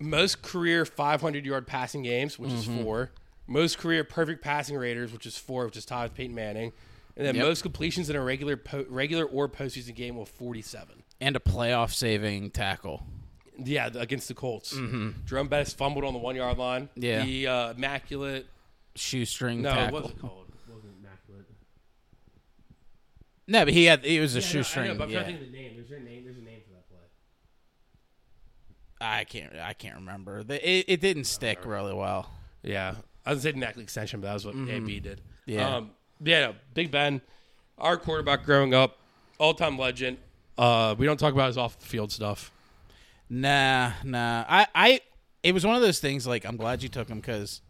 Speaker 2: most career 500 yard passing games, which is four. Most career perfect passing raters, which is four, which is tied with Peyton Manning. And then
Speaker 1: Yep.
Speaker 2: most completions in a regular po- regular or postseason game with 47.
Speaker 1: And a playoff saving tackle.
Speaker 2: Yeah, th- against the Colts. Jerome Bettis fumbled on the one yard line.
Speaker 1: Mm-hmm. Yeah.
Speaker 2: The uh, immaculate.
Speaker 1: Shoestring
Speaker 2: No,
Speaker 1: tackle.
Speaker 2: what was it called?
Speaker 6: Wasn't immaculate.
Speaker 1: No, but he had it was a
Speaker 2: I know-
Speaker 1: shoestring.
Speaker 2: I know, but I'm
Speaker 1: yeah.
Speaker 2: trying to think of the name. There's a name. There's a name for that play.
Speaker 1: I can't I can't remember. The- It, it didn't stick really well.
Speaker 2: Yeah, I was saying immaculate extension, but that was what AB did.
Speaker 1: Mm-hmm. Yeah.
Speaker 2: Um, yeah. no, Big Ben, our quarterback growing up, all time legend. Uh, we don't talk about his off the field stuff.
Speaker 1: Nah, nah. I, I, it was one of those things. Like, I'm glad you took him because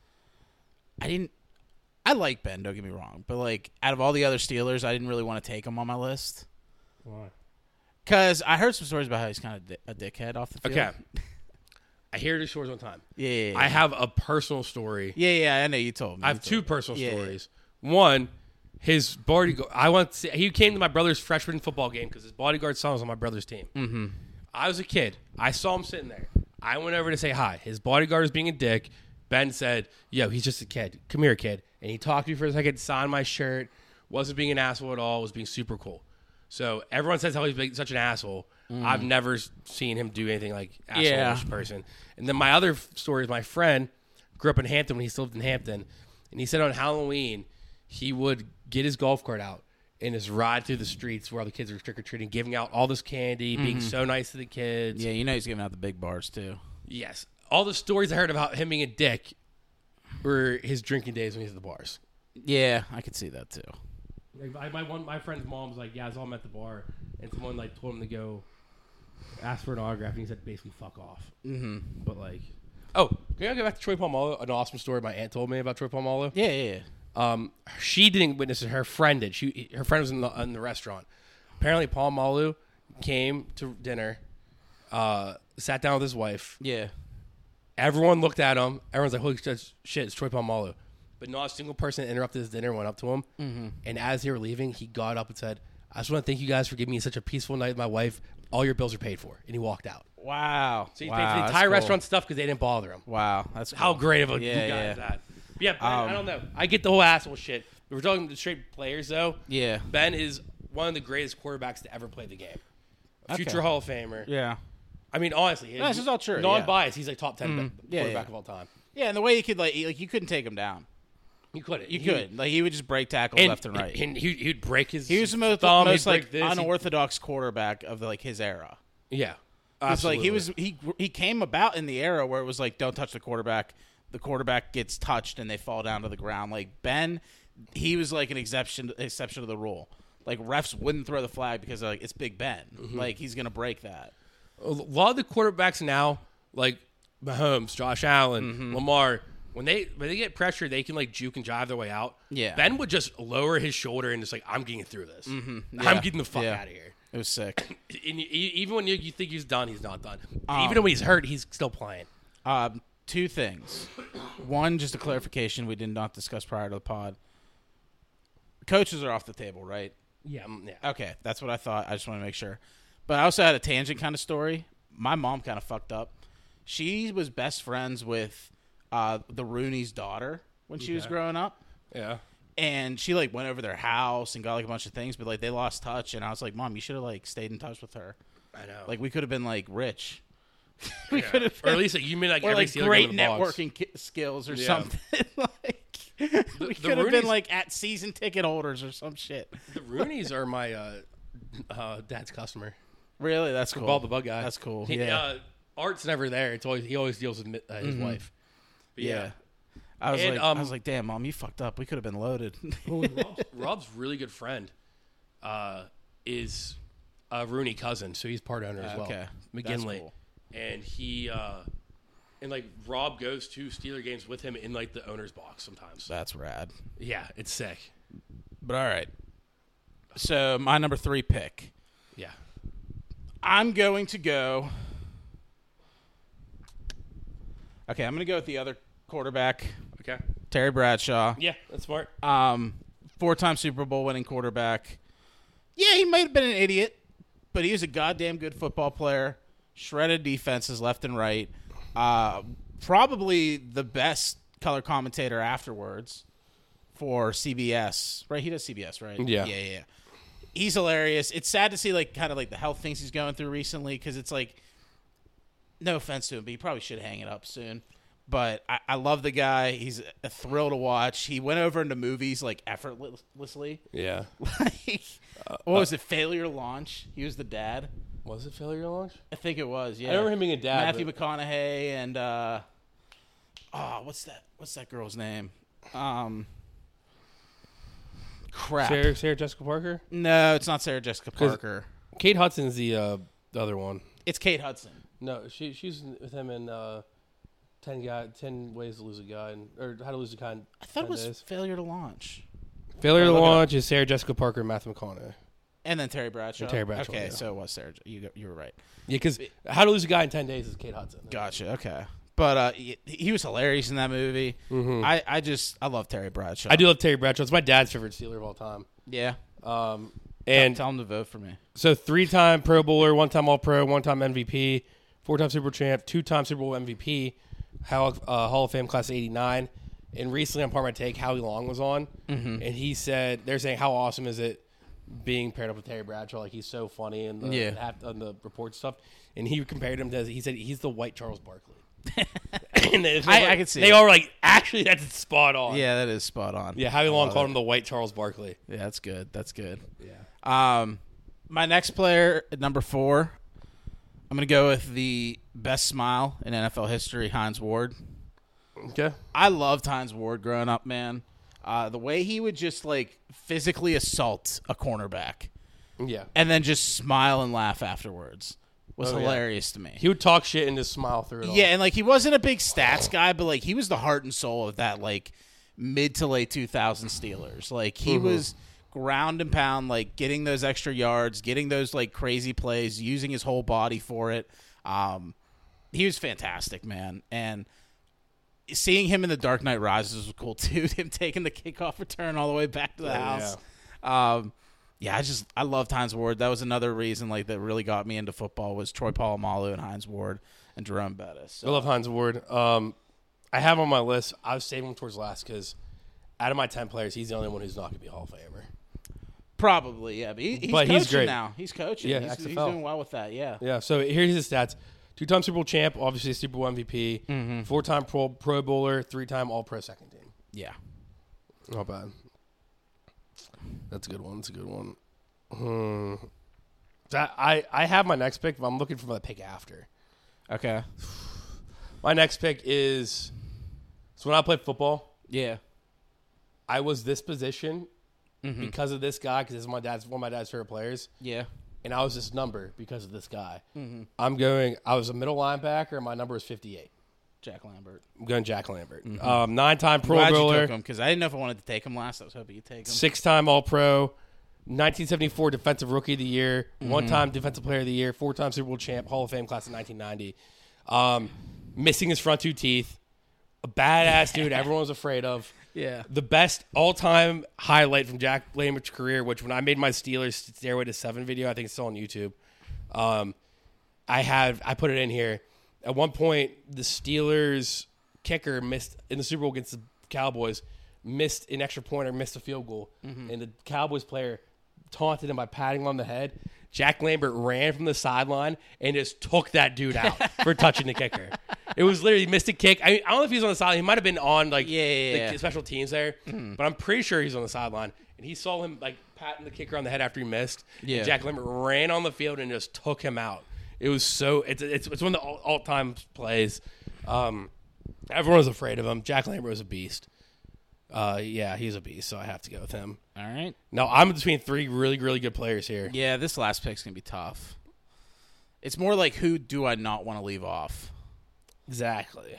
Speaker 1: I didn't. I like Ben. Don't get me wrong, but like, out of all the other Steelers, I didn't really want to take him on my list
Speaker 6: Why?
Speaker 1: because I heard some stories about how he's kind of di- a dickhead off the field.
Speaker 2: Okay. I hear these stories on time.
Speaker 1: Yeah, yeah, yeah.
Speaker 2: I have a personal story.
Speaker 1: yeah, yeah. I know you told me.
Speaker 2: I
Speaker 1: You
Speaker 2: have
Speaker 1: told
Speaker 2: two
Speaker 1: me.
Speaker 2: personal
Speaker 1: Yeah, yeah.
Speaker 2: stories. One, his bodyguard. I want to say, he came to my brother's freshman football game because his bodyguard son was on my brother's team. Mm-hmm. I was a kid. I saw him sitting there. I went over to say hi. His bodyguard was being a dick. Ben said, "Yo, he's just a kid. Come here, kid." And he talked to me for a second, signed my shirt. Wasn't being an asshole at all. Was being super cool. So everyone says how he's being such an asshole. I've never s- seen him do anything like asshole
Speaker 1: Mm. Yeah.
Speaker 2: person. And then my other f- story is my friend grew up in Hampton when he still lived in Hampton, and he said on Halloween he would get his golf cart out and just ride through the streets where all the kids are trick or treating, giving out all this candy, being so nice to the kids.
Speaker 1: Yeah, you know he's giving out the big bars too.
Speaker 2: Yes, all the stories I heard about him being a dick were his drinking days when he was at the bars.
Speaker 1: Yeah, I could see that too.
Speaker 2: Like, I, my one, my friend's mom was like, "Yeah, I saw him at the bar," and someone like told him to go ask for an autograph, and he said basically "fuck off." Mm-hmm. But like, oh, can I go back to Troy Palmolo? An awesome story my aunt told me about Troy Palmolo.
Speaker 1: Yeah, yeah, yeah.
Speaker 2: Um, she didn't witness it; her friend did. She, her friend was in the, in the restaurant. Apparently, Palmolo came to dinner, uh, sat down with his wife.
Speaker 1: yeah.
Speaker 2: Everyone looked at him. Everyone's like, "Holy sh- shit, it's Troy Palmolo." But not a single person interrupted his dinner and went up to him.
Speaker 1: Mm-hmm.
Speaker 2: And as they were leaving, he got up and said, "I just want to thank you guys for giving me such a peaceful night with my wife. All your bills are paid for." And he walked out.
Speaker 1: Wow.
Speaker 2: So he
Speaker 1: wow,
Speaker 2: paid for the
Speaker 1: that's
Speaker 2: entire
Speaker 1: cool.
Speaker 2: restaurant stuff because they didn't bother him.
Speaker 1: Wow, that's
Speaker 2: How
Speaker 1: cool.
Speaker 2: great of a
Speaker 1: Yeah,
Speaker 2: guy
Speaker 1: yeah. Um,
Speaker 2: is that? But yeah, Ben, I don't know. I get the whole asshole shit. If We're talking to straight players though.
Speaker 1: Yeah.
Speaker 2: Ben is one of the greatest quarterbacks to ever play the game. A Future
Speaker 1: Okay.
Speaker 2: Hall of Famer.
Speaker 1: Yeah.
Speaker 2: I mean, honestly,
Speaker 1: this is all true, yeah. Mm-hmm.
Speaker 2: Non-biased, he's like top 10 quarterback
Speaker 1: Yeah, yeah.
Speaker 2: of all time.
Speaker 1: Yeah, and the way he could like, he- like you couldn't take him down.
Speaker 2: You couldn't.
Speaker 1: You could like he would just break tackles
Speaker 2: and,
Speaker 1: left and right.
Speaker 2: And he, he'd break his.
Speaker 1: He was the most,
Speaker 2: thumb,
Speaker 1: most
Speaker 2: he'd break
Speaker 1: like
Speaker 2: this, he'd-
Speaker 1: unorthodox quarterback of like his era.
Speaker 2: yeah,
Speaker 1: It's like
Speaker 2: absolutely.
Speaker 1: he was he he came about in the era where it was like don't touch the quarterback, the quarterback gets touched and they fall down to the ground. Like Ben, he was like an exception exception to the rule. Like refs wouldn't throw the flag because like it's Big Ben.
Speaker 2: Mm-hmm.
Speaker 1: Like he's gonna break that.
Speaker 2: a lot of the quarterbacks now, like Mahomes, Josh Allen,
Speaker 1: Mm-hmm.
Speaker 2: Lamar, when they when they get pressure, they can like juke and jive their way out.
Speaker 1: Yeah.
Speaker 2: Ben would just lower his shoulder and just like, I'm getting through this.
Speaker 1: Mm-hmm. Yeah.
Speaker 2: I'm getting the fuck
Speaker 1: Yeah.
Speaker 2: out of here.
Speaker 1: It was sick.
Speaker 2: And you- e- even when you, you think he's done, he's not done. even when he's hurt, he's still playing.
Speaker 1: Um, two things. One, just a clarification we did not discuss prior to the pod. Coaches are off the table, right?
Speaker 2: Yeah, mm, yeah.
Speaker 1: Okay, that's what I thought. I just want to make sure. But I also had a tangent kind of story. My mom kind of fucked up. She was best friends with uh, the Rooney's daughter when she was growing up,
Speaker 2: yeah.
Speaker 1: and she like went over their house and got like a bunch of things, but like they lost touch. And I was like, Mom, you should have like stayed in touch with her.
Speaker 2: I know.
Speaker 1: Like we could have been like rich. we could have
Speaker 2: or at least like, you mean like
Speaker 1: or
Speaker 2: every
Speaker 1: like
Speaker 2: Steeler
Speaker 1: great
Speaker 2: game in the box.
Speaker 1: networking ki- skills or
Speaker 2: Yeah.
Speaker 1: something. like we could have
Speaker 2: Rooney's-
Speaker 1: been like at season ticket holders or some shit.
Speaker 2: The Rooney's are my uh, uh, dad's customer.
Speaker 1: Really, that's cool.
Speaker 2: Ball the bug guy.
Speaker 1: That's cool.
Speaker 2: He-
Speaker 1: yeah. Mm-hmm.
Speaker 2: uh, Art's never there. It's always he always deals with mi- uh, his wife. But
Speaker 1: yeah. I was
Speaker 2: And,
Speaker 1: like,
Speaker 2: um,
Speaker 1: I was like, damn, mom, you fucked up. We could have been loaded.
Speaker 2: Rob's, Rob's really good friend uh, is a Rooney cousin, so he's part owner as well.
Speaker 1: okay. That's
Speaker 2: McGinley,
Speaker 1: cool.
Speaker 2: and he uh, and like Rob goes to Steeler games with him in like the owner's box sometimes.
Speaker 1: That's rad.
Speaker 2: yeah, it's sick.
Speaker 1: But all right. So my number three pick,
Speaker 2: Yeah,
Speaker 1: I'm going to go. Okay, I'm going to go with the other quarterback,
Speaker 2: okay,
Speaker 1: Terry Bradshaw.
Speaker 2: yeah, that's smart.
Speaker 1: um, four-time Super Bowl winning quarterback. Yeah, he might have been an idiot, but he was a goddamn good football player. Shredded defenses left and right. Uh, probably the best color commentator afterwards for CBS. Right? He does CBS, right?
Speaker 2: Yeah.
Speaker 1: Yeah, yeah. yeah. He's hilarious. It's sad to see like kind of like the health things he's going through recently because it's like no offense to him, but he probably should hang it up soon. But I, I love the guy. He's a thrill to watch. He went over into movies like effortlessly.
Speaker 2: yeah,
Speaker 1: Like, what was it? Failure Launch. He was the dad.
Speaker 2: was it failure launch?
Speaker 1: I think it was. Yeah,
Speaker 2: remember him being a dad,
Speaker 1: Matthew
Speaker 2: but-
Speaker 1: McConaughey and uh, oh, what's that? What's that girl's name? Um, crap.
Speaker 2: Sarah, Sarah Jessica Parker,
Speaker 1: No, it's not Sarah Jessica
Speaker 2: 'Cause-
Speaker 1: Parker.
Speaker 2: Kate Hudson's the uh, the other one.
Speaker 1: It's Kate Hudson.
Speaker 2: No, she she's with him in uh, ten guy ten ways to lose a guy and, or how to lose a guy. In
Speaker 1: I thought it was Failure to Launch.
Speaker 2: failure to
Speaker 1: look it
Speaker 2: launch is Sarah Jessica Parker and Matthew McConaughey.
Speaker 1: And then Terry Bradshaw.
Speaker 2: Terry Bradshaw,
Speaker 1: Okay,
Speaker 2: yeah.
Speaker 1: so it was Sarah. You you were right.
Speaker 2: Yeah, because how to lose a guy in ten days is Kate Hudson.
Speaker 1: Gotcha. Okay. But uh, he, he was hilarious in that movie. I, I just I love Terry Bradshaw.
Speaker 2: Mm-hmm. I do love Terry Bradshaw. It's my dad's favorite Steeler of all time.
Speaker 1: Yeah.
Speaker 2: Um, and
Speaker 1: Tell him to vote for me.
Speaker 2: so three time Pro Bowler, one time All Pro, one time MVP, four time Super Bowl Champ, two time Super Bowl MVP, Hall, uh, Hall of Fame Class '89. And recently on Part of My Take, Howie Long was on,
Speaker 1: Mm-hmm.
Speaker 2: and he said they're saying how awesome is it being paired up with Terry Bradshaw? Like he's so funny and the,
Speaker 1: Yeah.
Speaker 2: half- on the report stuff. And he compared him to he said he's the white Charles Barkley. and it was
Speaker 1: I-
Speaker 2: like-
Speaker 1: I could see
Speaker 2: they
Speaker 1: it.
Speaker 2: are like actually that's spot on.
Speaker 1: Yeah, that is spot on.
Speaker 2: Yeah, Howie Long
Speaker 1: Love
Speaker 2: called
Speaker 1: it.
Speaker 2: him the white Charles Barkley.
Speaker 1: Yeah, that's good. That's good.
Speaker 2: Yeah.
Speaker 1: Um, my next player at number four, I'm gonna go with the best smile in NFL history, Heinz Ward.
Speaker 2: Okay.
Speaker 1: I loved Heinz Ward growing up, man. Uh, the way he would just like physically assault a cornerback
Speaker 2: Yeah.
Speaker 1: and then just smile and laugh afterwards was
Speaker 2: Oh, yeah.
Speaker 1: hilarious to me.
Speaker 2: He would talk shit and just smile through it all.
Speaker 1: Yeah, and like he wasn't a big stats guy, but like he was the heart and soul of that like mid to late 2000 Steelers. Like he was ground and pound, like getting those extra yards, getting those like crazy plays, using his whole body for it. Um, he was fantastic, man, and. Seeing him in the Dark Knight Rises was cool too. Him taking the kickoff return all the way back to the house. Um, yeah, I just I love Heinz Ward. That was another reason like that really got me into football was Troy Polamalu and Heinz Ward and Jerome Bettis.
Speaker 2: I love Heinz Ward. Um, I have him on my list. I was saving him towards last because out of my ten players, he's the only one who's not going to be a Hall of Famer.
Speaker 1: Probably, yeah. But, he, he's
Speaker 2: But
Speaker 1: coaching
Speaker 2: he's great.
Speaker 1: now. He's coaching.
Speaker 2: Yeah,
Speaker 1: he's, he's
Speaker 2: XFL.
Speaker 1: doing well with that. Yeah.
Speaker 2: Yeah. So here's his stats: two-time Super Bowl champ, obviously Super Bowl MVP, four-time Pro, pro Bowler, three-time All-Pro second team.
Speaker 1: Yeah.
Speaker 2: Not bad. That's a good one. That's a good one. Hmm. That- I I have my next pick, but I'm looking for my pick after.
Speaker 1: Okay.
Speaker 2: My next pick is So when I played football,
Speaker 1: Yeah.
Speaker 2: I was this position
Speaker 1: Mm-hmm.
Speaker 2: because of this guy. Because this is my dad's one of my dad's favorite players,
Speaker 1: Yeah.
Speaker 2: and I was this number because of this guy.
Speaker 1: Mm-hmm.
Speaker 2: I'm going. I was a middle linebacker, and my number was 58.
Speaker 1: Jack Lambert.
Speaker 2: I'm going Jack Lambert, um, nine-time Pro
Speaker 1: Mm-hmm. Glad you
Speaker 2: Bowler.
Speaker 1: took him because I didn't know if I wanted to take him last. I was hoping you'd take him.
Speaker 2: six time All Pro, 1974 Defensive Rookie of the Year, one time Defensive Player of the Year, four time Super Bowl champ, Hall of Fame class of 1990. Um, missing his front two teeth, a badass dude everyone was afraid of.
Speaker 1: Yeah.
Speaker 2: The best all time highlight from Jack Lambert's career, which when I made my Steelers Stairway to Seven video, I think it's still on YouTube. Um, I have I put it in here. At one point, the Steelers kicker missed in the Super Bowl against the Cowboys, missed an extra point or missed a field goal,
Speaker 1: Mm-hmm.
Speaker 2: and the Cowboys player taunted him by patting him on the head. Jack Lambert ran from the sideline and just took that dude out for touching the kicker. It was literally missed a kick. I, I don't know if he was on the sideline. He might have been on like
Speaker 1: Yeah, yeah,
Speaker 2: the
Speaker 1: yeah. Mm-hmm.
Speaker 2: special teams there, but I'm pretty sure he's on the sideline. And he saw him like patting the kicker on the head after he missed. And
Speaker 1: Yeah.
Speaker 2: Jack Lambert ran on the field and just took him out. It was so it's it's, it's one of the all, all time plays. Um, everyone was afraid of him. Jack Lambert was a beast. Uh, yeah, he's a beast, so I have to go with him.
Speaker 1: All right.
Speaker 2: No, I'm between three really really good players here.
Speaker 1: Yeah, this last pick's gonna be tough. It's more like who do I not want to leave off?
Speaker 2: Exactly.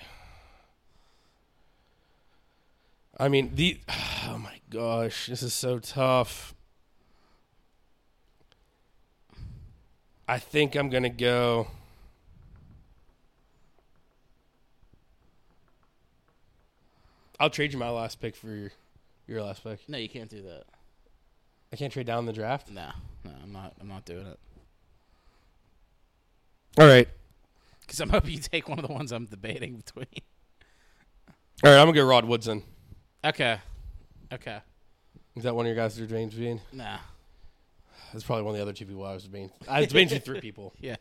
Speaker 2: I mean, the oh my gosh, this is so tough. I think I'm going to go I'll trade you my last pick for your, your last pick.
Speaker 1: No, you can't do that.
Speaker 2: I can't trade down in the draft.
Speaker 1: No, no, I'm not. I'm not doing it
Speaker 2: All right.
Speaker 1: because I'm hoping you take one of the ones I'm debating between.
Speaker 2: All right, I'm going to go Rod Woodson.
Speaker 1: Okay, okay,
Speaker 2: Is that one of your guys' James Bean?
Speaker 1: nah,
Speaker 2: That's probably one of the other two people I was being. I was being three people.
Speaker 1: yeah,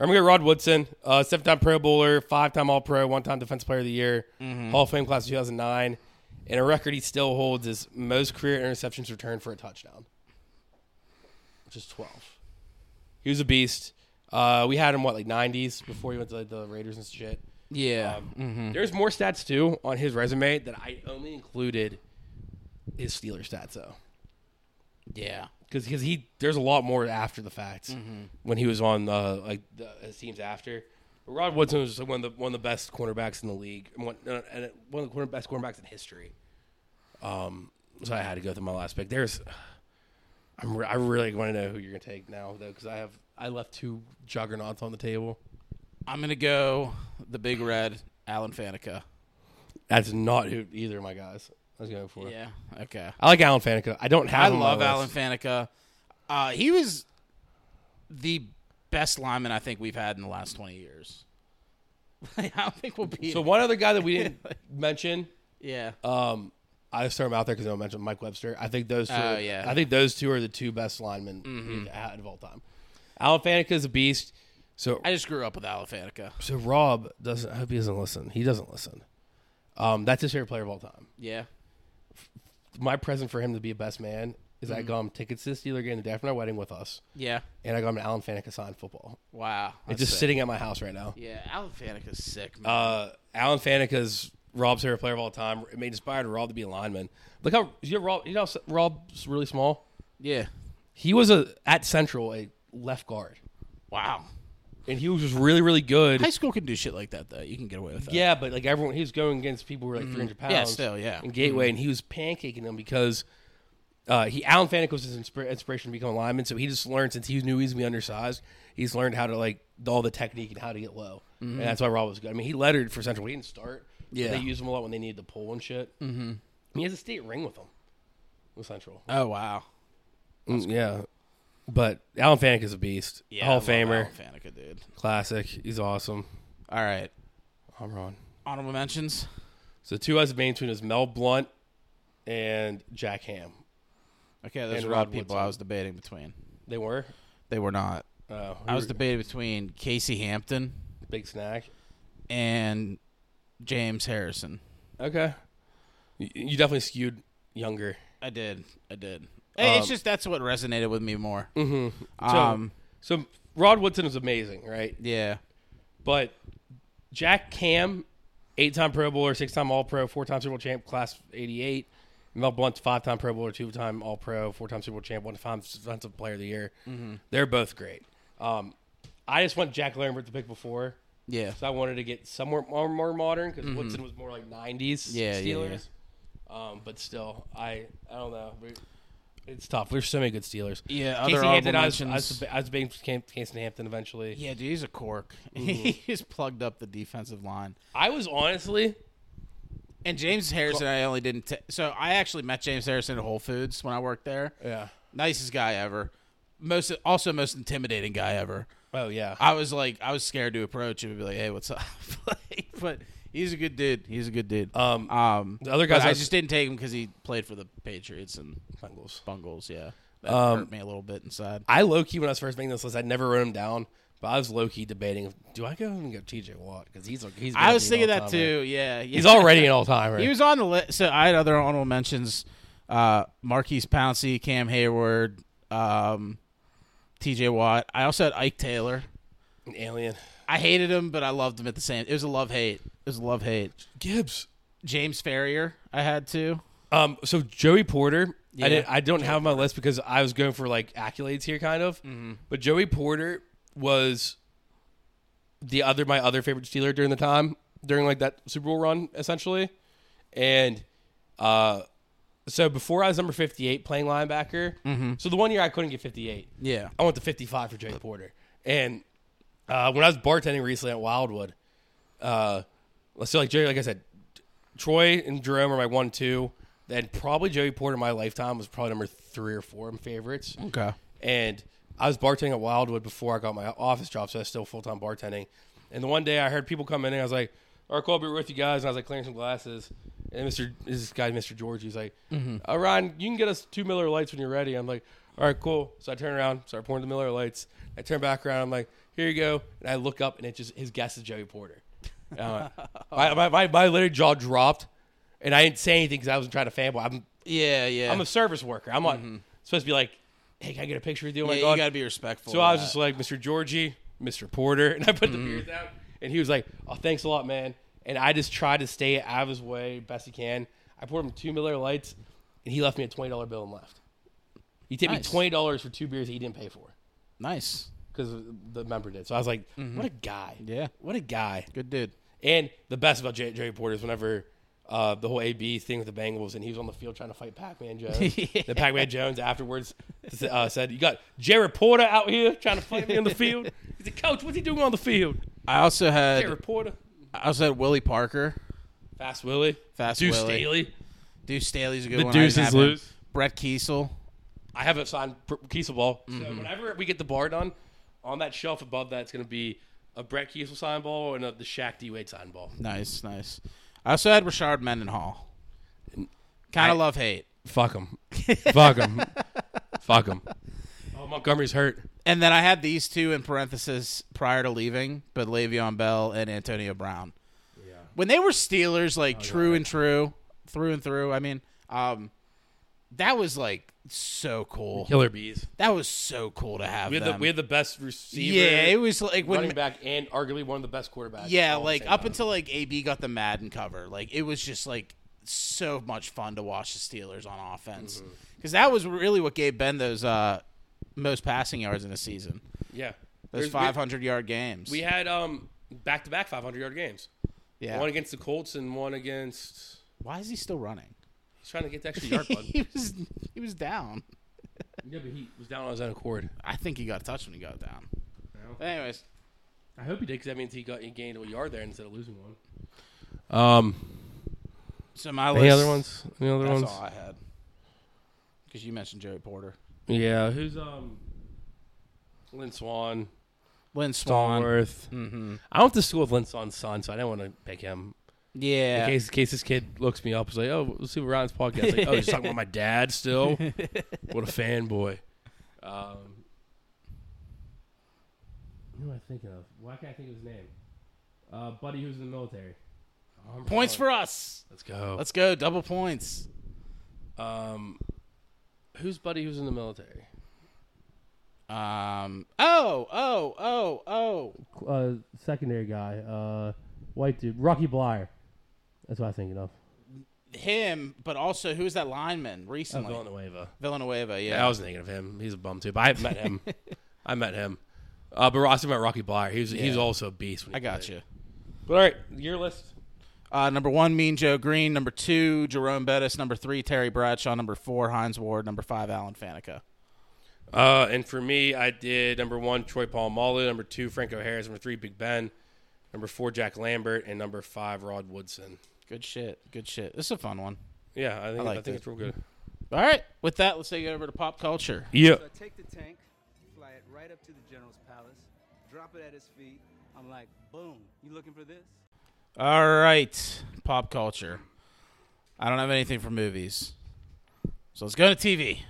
Speaker 2: I'm gonna go Rod Woodson, uh, seven-time Pro Bowler, five-time All-Pro, one-time Defense Player of the Year, Hall of Fame class of 2009, and a record he still holds is most career interceptions returned for a touchdown, which is 12. He was a beast. Uh, we had him what like 90s before he went to like, the Raiders and shit.
Speaker 1: yeah.
Speaker 2: Um, There's more stats too on his resume that I only included his Steelers stats though
Speaker 1: yeah.
Speaker 2: because he there's a lot more after the fact
Speaker 1: Mm-hmm.
Speaker 2: when he was on uh, like the, his teams after. But Rod Woodson was just, like, one of the one of the best cornerbacks in the league, and one, uh, and one of the corner, best cornerbacks in history. Um, so I had to go through my last pick. There's, I'm re- I really want to know who you're gonna take now though, because I have I left two juggernauts on the table.
Speaker 1: I'm gonna go the big red Alan Faneca.
Speaker 2: That's not who either of my guys. I was going for.
Speaker 1: Yeah. Okay.
Speaker 2: I like Alan Faneca. I don't have.
Speaker 1: I
Speaker 2: him on my
Speaker 1: love Alan
Speaker 2: list.
Speaker 1: Faneca. Uh, he was the best lineman I think we've had in the last 20 years. I don't think we'll be.
Speaker 2: So one other guy that we didn't mention
Speaker 1: yeah.
Speaker 2: Um, I just throw him out there because I don't mention Mike Webster. I think those two.
Speaker 1: Oh,
Speaker 2: are-
Speaker 1: yeah. Mm-hmm.
Speaker 2: I think those two are the two best linemen we've had of all time. Alan Faneca is a beast. So
Speaker 1: I just grew up with Alan Faneca.
Speaker 2: so Rob doesn't. I hope he doesn't listen. He doesn't listen. Um, that's his favorite player of all time.
Speaker 1: Yeah.
Speaker 2: My present for him to be a best man is
Speaker 1: Mm-hmm.
Speaker 2: I got him tickets to the Steeler game the day after my wedding with us,
Speaker 1: Yeah.
Speaker 2: and I got him an Alan Faneca signed football.
Speaker 1: Wow.
Speaker 2: It's
Speaker 1: That's
Speaker 2: just
Speaker 1: sick.
Speaker 2: sitting at my house right now.
Speaker 1: Yeah. Alan Faneca's sick, man.
Speaker 2: Uh, Alan Faneca's Rob's favorite player of all time. It made inspired Rob to be a lineman. Look how you know, Rob. You know how Rob's really small.
Speaker 1: yeah.
Speaker 2: he was a at Central a left guard,
Speaker 1: Wow.
Speaker 2: and he was just really really good.
Speaker 1: High school can do shit like that, though. You can get away with that.
Speaker 2: Yeah, but like everyone, he was going against people who were like 300 pounds.
Speaker 1: Mm. Yeah, still, yeah. Mm.
Speaker 2: In Gateway, and he was pancaking them because uh, he Alan Faneca was his inspira- inspiration to become a lineman. So he just learned since he knew he was gonna be undersized, he's learned how to like all the technique and how to get low, and that's why Rob was good. I mean, he lettered for Central. He didn't start. but
Speaker 1: Mm-hmm. Yeah.
Speaker 2: they used him a lot when they needed to pull and shit. Mm-hmm. He has a state ring with him with Central.
Speaker 1: Oh, wow.
Speaker 2: Yeah. But Alan Faneca is a beast.
Speaker 1: Mm, Yeah.
Speaker 2: Hall
Speaker 1: I
Speaker 2: of
Speaker 1: love
Speaker 2: Famer.
Speaker 1: Alan Faneca, dude.
Speaker 2: Classic. He's awesome.
Speaker 1: All right.
Speaker 2: I'm wrong.
Speaker 1: Honorable mentions.
Speaker 2: So the two as main tune is Mel Blunt and Jack Ham.
Speaker 1: Okay, those
Speaker 2: And
Speaker 1: are all
Speaker 2: Rod
Speaker 1: the people
Speaker 2: Woodson.
Speaker 1: I was debating between.
Speaker 2: They were.
Speaker 1: They were not.
Speaker 2: Uh,
Speaker 1: I was debating between Casey Hampton
Speaker 2: big snack.
Speaker 1: and James Harrison.
Speaker 2: Okay. You, you definitely skewed younger.
Speaker 1: I did. I did. Hey, it's
Speaker 2: Um,
Speaker 1: just that's what resonated with me more.
Speaker 2: So,
Speaker 1: Um,
Speaker 2: so Rod Woodson is amazing, right?
Speaker 1: yeah.
Speaker 2: But Jack Ham eight-time Pro Bowler, six-time All-Pro, four-time Super Bowl champ, class '88. Mel Blunt's five-time Pro Bowler, two-time All-Pro, four-time Super Bowl champ, one-time Defensive Player of the Year.
Speaker 1: Mm-hmm.
Speaker 2: They're both great. Um, I just went Jack Lambert to pick before,
Speaker 1: Yeah.
Speaker 2: so I wanted to get somewhere more, more modern because Woodson was more like '90s
Speaker 1: Mm-hmm. Yeah, yeah,
Speaker 2: Steelers. Um, but still, I I don't know. We- It's tough. There's so many good Steelers.
Speaker 1: Yeah,
Speaker 2: Casey
Speaker 1: other
Speaker 2: Hampton.
Speaker 1: honorable
Speaker 2: I was, I
Speaker 1: mentions.
Speaker 2: was, I was being Casey Hampton eventually.
Speaker 1: Yeah, dude, he's a cork. he just plugged up the defensive line.
Speaker 2: I was honestly
Speaker 1: And James Harrison, I only didn't. T- so I actually met James Harrison at Whole Foods when I worked there.
Speaker 2: Yeah.
Speaker 1: Nicest guy ever. Most also most intimidating guy ever.
Speaker 2: Oh yeah.
Speaker 1: I was like, I was scared to approach him and be like, "Hey, what's up?" Like, but he's a good dude. He's a good dude.
Speaker 2: Um,
Speaker 1: um,
Speaker 2: the other
Speaker 1: but
Speaker 2: guys
Speaker 1: I
Speaker 2: I was-
Speaker 1: just didn't take him because he played for the Patriots and
Speaker 2: Bengals. Um,
Speaker 1: Bungles. Yeah, that hurt me a little bit inside.
Speaker 2: I low key when I was first making this list, I never wrote him down, but I was low key debating: do I go and get T.J. Watt because he's a- he's.
Speaker 1: I
Speaker 2: gonna
Speaker 1: was
Speaker 2: be an
Speaker 1: thinking that
Speaker 2: all-timer.
Speaker 1: too. Yeah,
Speaker 2: He's already an all timer.
Speaker 1: He was on the list. So I had other honorable mentions: uh, Marquise Pouncey, Cam Hayward, um, T.J. Watt. I also had Ike Taylor.
Speaker 2: an alien.
Speaker 1: I hated him, but I loved him at the same. It was a love hate. It was a love hate.
Speaker 2: Gibbs.
Speaker 1: James Ferrier, I had too.
Speaker 2: Um. So Joey Porter,
Speaker 1: Yeah.
Speaker 2: I didn't. I don't have my list because I was going for like accolades here, kind of.
Speaker 1: Mm-hmm.
Speaker 2: But Joey Porter was the other my other favorite Steeler during the time during like that Super Bowl run, essentially. And uh, so before I was number fifty eight playing linebacker. So the one year I couldn't get fifty eight.
Speaker 1: Mm-hmm. Yeah.
Speaker 2: I went to 55 for Joey Porter. And uh, when I was bartending recently at Wildwood, uh, so like Joey, like I said, Troy and Jerome are my one, two. Then probably Joey Porter in my lifetime was probably number three or four in favorites.
Speaker 1: Okay.
Speaker 2: And I was bartending at Wildwood before I got my office job, so I was still full time bartending. And the one day I heard people come in, and I was like, "All right, cool, I'll be with you guys." And I was like clearing some glasses. And Mister, this guy, Mister George, he's like, "Uh, "Ryan, you can get us two Miller Lights when you're ready." I'm like, "All right, cool." So I turn around, start pouring the Miller Lights. I turn back around, I'm like, "Here you go." And I look up, and it just his guess is Joey Porter. And I'm like, my, my, my my literally jaw dropped, and I didn't say anything because I wasn't trying to fanboy. I'm
Speaker 1: Yeah, yeah. Mm-hmm.
Speaker 2: I'm a service worker. I'm not supposed to be like, hey, can I get a picture with you? Oh my
Speaker 1: yeah,
Speaker 2: god,
Speaker 1: you gotta be Mm-hmm. respectful.
Speaker 2: so
Speaker 1: of
Speaker 2: I was
Speaker 1: that.
Speaker 2: just like, Mr. Georgie, Mr. Porter, and I put the beers out, and he was like, oh, thanks a lot, man. And I just tried to stay out of his way best he can. I poured him two Miller Lights, and he left me a twenty dollar bill and left. He tipped
Speaker 1: Nice.
Speaker 2: me twenty dollars for two beers he didn't pay for
Speaker 1: nice,
Speaker 2: because the member did. So I was like, what a guy.
Speaker 1: Mm-hmm. Yeah.
Speaker 2: what a guy.
Speaker 1: good dude.
Speaker 2: And the best about J- Jerry Porter is whenever uh, the whole AB thing with the Bengals, and he was on the field trying to fight Pac-Man Jones. The Pac-Man Jones afterwards uh, said, "You got Jerry Porter out here trying to fight me on the field." He's like, "Coach, what's he doing on the field?"
Speaker 1: I also
Speaker 2: Jerry
Speaker 1: had
Speaker 2: Porter,
Speaker 1: I also had Willie Parker.
Speaker 2: Fast Willie,
Speaker 1: Fast
Speaker 2: Deuce
Speaker 1: Willie.
Speaker 2: Staley.
Speaker 1: Deuce Staley's a good
Speaker 2: The
Speaker 1: one. I didn't
Speaker 2: deuces
Speaker 1: have him.
Speaker 2: loose.
Speaker 1: Brett Kiesel.
Speaker 2: I have a signed pr- Kiesel ball. So whenever we get the bar done, on that shelf above that's going to be a Brett Kiesel signed ball and a, the Shaq D Wade signed ball.
Speaker 1: Nice, nice. I also had Richard Mendenhall. Kind
Speaker 2: I-
Speaker 1: of love hate.
Speaker 2: Fuck him. Fuck him. Fuck him. Oh, Montgomery's hurt.
Speaker 1: And then I had these two in parentheses prior to leaving, but Le'Veon Bell and Antonio Brown. When they were Steelers, like
Speaker 2: Oh,
Speaker 1: true and true, through and through. I mean, um, that was like so cool.
Speaker 2: Killer bees.
Speaker 1: That was so cool to have.
Speaker 2: We had, the,
Speaker 1: them.
Speaker 2: we had the best receiver.
Speaker 1: yeah, it was like
Speaker 2: running
Speaker 1: when
Speaker 2: back and arguably one of the best quarterbacks.
Speaker 1: yeah,
Speaker 2: all at the
Speaker 1: like
Speaker 2: same
Speaker 1: up
Speaker 2: time.
Speaker 1: until like AB got the Madden cover, like it was just like so much fun to watch the Steelers on offense
Speaker 2: Mm-hmm.
Speaker 1: because that was really what gave Ben those uh, most passing yards in a season.
Speaker 2: yeah,
Speaker 1: Those
Speaker 2: There's-
Speaker 1: five hundred yard games.
Speaker 2: We, we had um back to back 500 yard games.
Speaker 1: yeah.
Speaker 2: One against the Colts and one against.
Speaker 1: Why is he still running?
Speaker 2: He's trying to get the extra yard bug.
Speaker 1: he was he was down.
Speaker 2: yeah, but he was down on his own accord.
Speaker 1: I think he got touched when he got down. Anyways,
Speaker 2: I hope he did because that means he got he gained a yard there instead of losing one. Um,
Speaker 1: so my
Speaker 2: any
Speaker 1: list-
Speaker 2: other ones? Any other
Speaker 1: That's
Speaker 2: ones?
Speaker 1: all I had. Because you mentioned Jerry Porter,
Speaker 2: Yeah, who's um, Lynn Swan,
Speaker 1: Lynn Swan.
Speaker 2: Stallworth. Mm-hmm. I went to school with Lynn Swan's son, so I didn't want to pick him.
Speaker 1: Yeah.
Speaker 2: In case, in case this kid looks me up, was like, "Oh, let's see what Ryan's podcast." Like, oh, he's talking about my dad still. What a fanboy! Um, who am I thinking of? Why can't I think of his name? Uh, buddy, who's in the military.
Speaker 1: Points for us.
Speaker 2: Let's go.
Speaker 1: Let's go. Double points.
Speaker 2: um, who's buddy? Who's in the military?
Speaker 1: Um. Oh. Oh. Oh. Oh.
Speaker 2: Uh, secondary guy, uh, white dude, Rocky Blyer. That's what I'm thinking of.
Speaker 1: Him, but also who's that lineman
Speaker 2: Oh,
Speaker 1: recently?
Speaker 2: Villanueva.
Speaker 1: Villanueva, yeah.
Speaker 2: Yeah, I was thinking of him. He's a bum too, but I met him. I met him. Uh, but Ross about Rocky Blair. He was he was
Speaker 1: Yeah.
Speaker 2: also a beast. When he
Speaker 1: I got
Speaker 2: played.
Speaker 1: you.
Speaker 2: But all right, your list.
Speaker 1: Uh, number one, Mean Joe Green. Number two, Jerome Bettis. Number three, Terry Bradshaw. Number four, Heinz Ward. Number five, Alan Faneca.
Speaker 2: Uh, and for me, I did number one Troy Polamalu, number two Franco Harris, number three Big Ben, number four Jack Lambert, and number five Rod Woodson.
Speaker 1: Good shit. Good shit. This is a fun one.
Speaker 2: Yeah, I think I,
Speaker 1: like
Speaker 2: think
Speaker 1: that.
Speaker 2: it's real good.
Speaker 1: All right. With that, let's take it over to pop culture.
Speaker 2: Yeah.
Speaker 8: So I take the tank, fly it right up to the general's palace, drop it at his feet. I'm like, boom, you looking for this?
Speaker 1: All right. Pop culture. I don't have anything for movies. So let's go to TV.